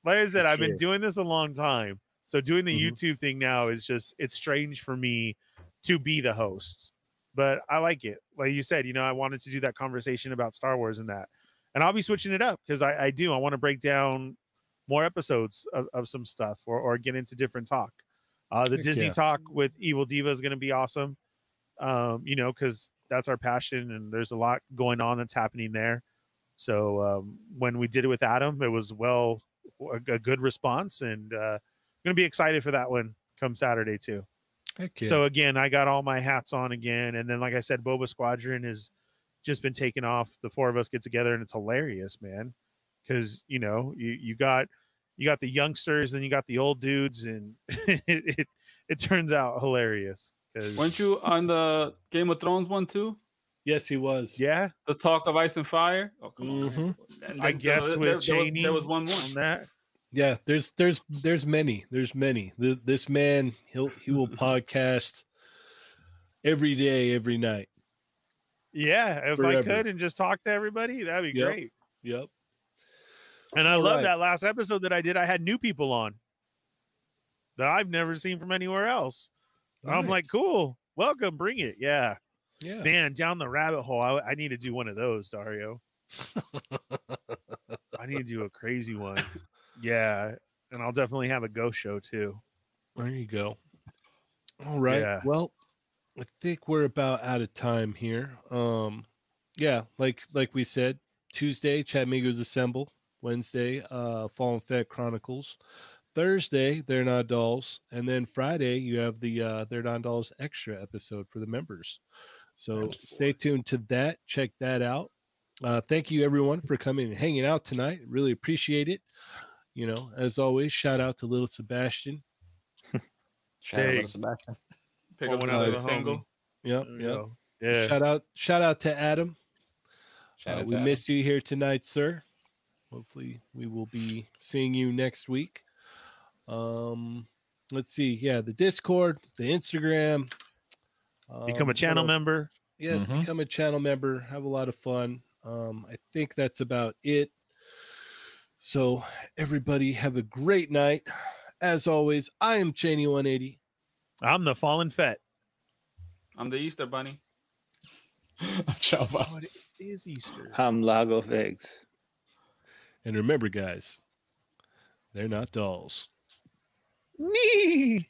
[SPEAKER 4] Like I said,
[SPEAKER 3] for
[SPEAKER 4] I've been
[SPEAKER 3] sure.
[SPEAKER 4] doing this a long time. So doing the
[SPEAKER 3] Mhm.
[SPEAKER 4] YouTube thing now is just it's strange for me to be the host. But I like it. Like you said, you know, I wanted to do that conversation about Star Wars and that. And I'll be switching it up because I, I do. I want to break down more episodes of, of some stuff or, or get into different talk. Uh, the
[SPEAKER 3] Heck
[SPEAKER 4] Disney
[SPEAKER 3] yeah.
[SPEAKER 4] talk with Evil Diva is going to be awesome. Um, you know, because that's our passion and there's a lot going on that's happening there. So um, when we did it with Adam, it was well a, a good response, and uh, going to be excited for that one come Saturday too.
[SPEAKER 3] Heck yeah.
[SPEAKER 4] So again, I got all my hats on again, and then like I said, Boba Squadron has just been taken off. The four of us get together, and it's hilarious, man. Because you know, you you got you got the youngsters, and you got the old dudes, and it it, it turns out hilarious. Because
[SPEAKER 2] Weren't you on the Game of Thrones one too?
[SPEAKER 3] yes, he was.
[SPEAKER 4] yeah,
[SPEAKER 2] The talk of ice and fire. Oh, come on. man. And
[SPEAKER 4] Mm-hmm. I
[SPEAKER 2] then
[SPEAKER 4] guess
[SPEAKER 2] there,
[SPEAKER 4] with
[SPEAKER 2] there, there was,
[SPEAKER 4] Janie
[SPEAKER 2] there was one more.
[SPEAKER 4] on that.
[SPEAKER 3] Yeah, there's there's there's many. There's many. Th- This man, he'll he will podcast every day, every night.
[SPEAKER 4] Yeah, if I
[SPEAKER 3] Forever.
[SPEAKER 4] could and just talk to everybody, that'd be
[SPEAKER 3] Yep.
[SPEAKER 4] great.
[SPEAKER 3] Yep.
[SPEAKER 4] And I
[SPEAKER 3] All
[SPEAKER 4] love
[SPEAKER 3] right.
[SPEAKER 4] that last episode that I did. I had new people on that I've never seen from anywhere else. I'm like,
[SPEAKER 3] Nice.
[SPEAKER 4] cool, welcome, bring it. Yeah,
[SPEAKER 3] Yeah.
[SPEAKER 4] man, down the rabbit hole. I, I need to do one of those, Dario. I need to do a crazy one. Yeah, and I'll definitely have a ghost show too.
[SPEAKER 3] There you go. All right.
[SPEAKER 4] Yeah.
[SPEAKER 3] Well, I think we're about out of time here. Um yeah, like like we said, Tuesday, Chat Migos Assemble. Wednesday, uh Fallen Fed Chronicles. Thursday, They're Not Dolls. And then Friday, you have the uh They're Not Dolls extra episode for the members. So stay tuned to that. Check that out. Uh, thank you everyone for coming and hanging out tonight. Really appreciate it. You know, as always, shout out to little Sebastian.
[SPEAKER 6] Shout out to
[SPEAKER 4] Big.
[SPEAKER 6] Sebastian.
[SPEAKER 2] Pick
[SPEAKER 4] Or
[SPEAKER 2] up
[SPEAKER 4] one out of
[SPEAKER 2] another
[SPEAKER 4] the homie.
[SPEAKER 2] single.
[SPEAKER 3] Yep.
[SPEAKER 4] There we
[SPEAKER 3] Yep.
[SPEAKER 4] go. Yeah.
[SPEAKER 3] Shout out shout out to Adam.
[SPEAKER 6] Shout
[SPEAKER 3] Uh,
[SPEAKER 6] out
[SPEAKER 3] we
[SPEAKER 6] to Adam.
[SPEAKER 3] missed you here tonight, sir. Hopefully we will be seeing you next week. Um let's see. Yeah, the Discord, the Instagram.
[SPEAKER 4] Become a
[SPEAKER 3] um,
[SPEAKER 4] channel
[SPEAKER 3] what else?
[SPEAKER 4] member.
[SPEAKER 3] Yes,
[SPEAKER 6] Mhm.
[SPEAKER 3] become a channel member. Have a lot of fun. Um, I think that's about it. So everybody have a great night. As always, I am Cheney 180.
[SPEAKER 4] I'm the fallen fet.
[SPEAKER 2] I'm the Easter Bunny.
[SPEAKER 6] Ciao, bye.
[SPEAKER 4] Oh, it is Easter.
[SPEAKER 1] I'm Lago Figs.
[SPEAKER 3] And remember, guys, they're not dolls.
[SPEAKER 4] Nee.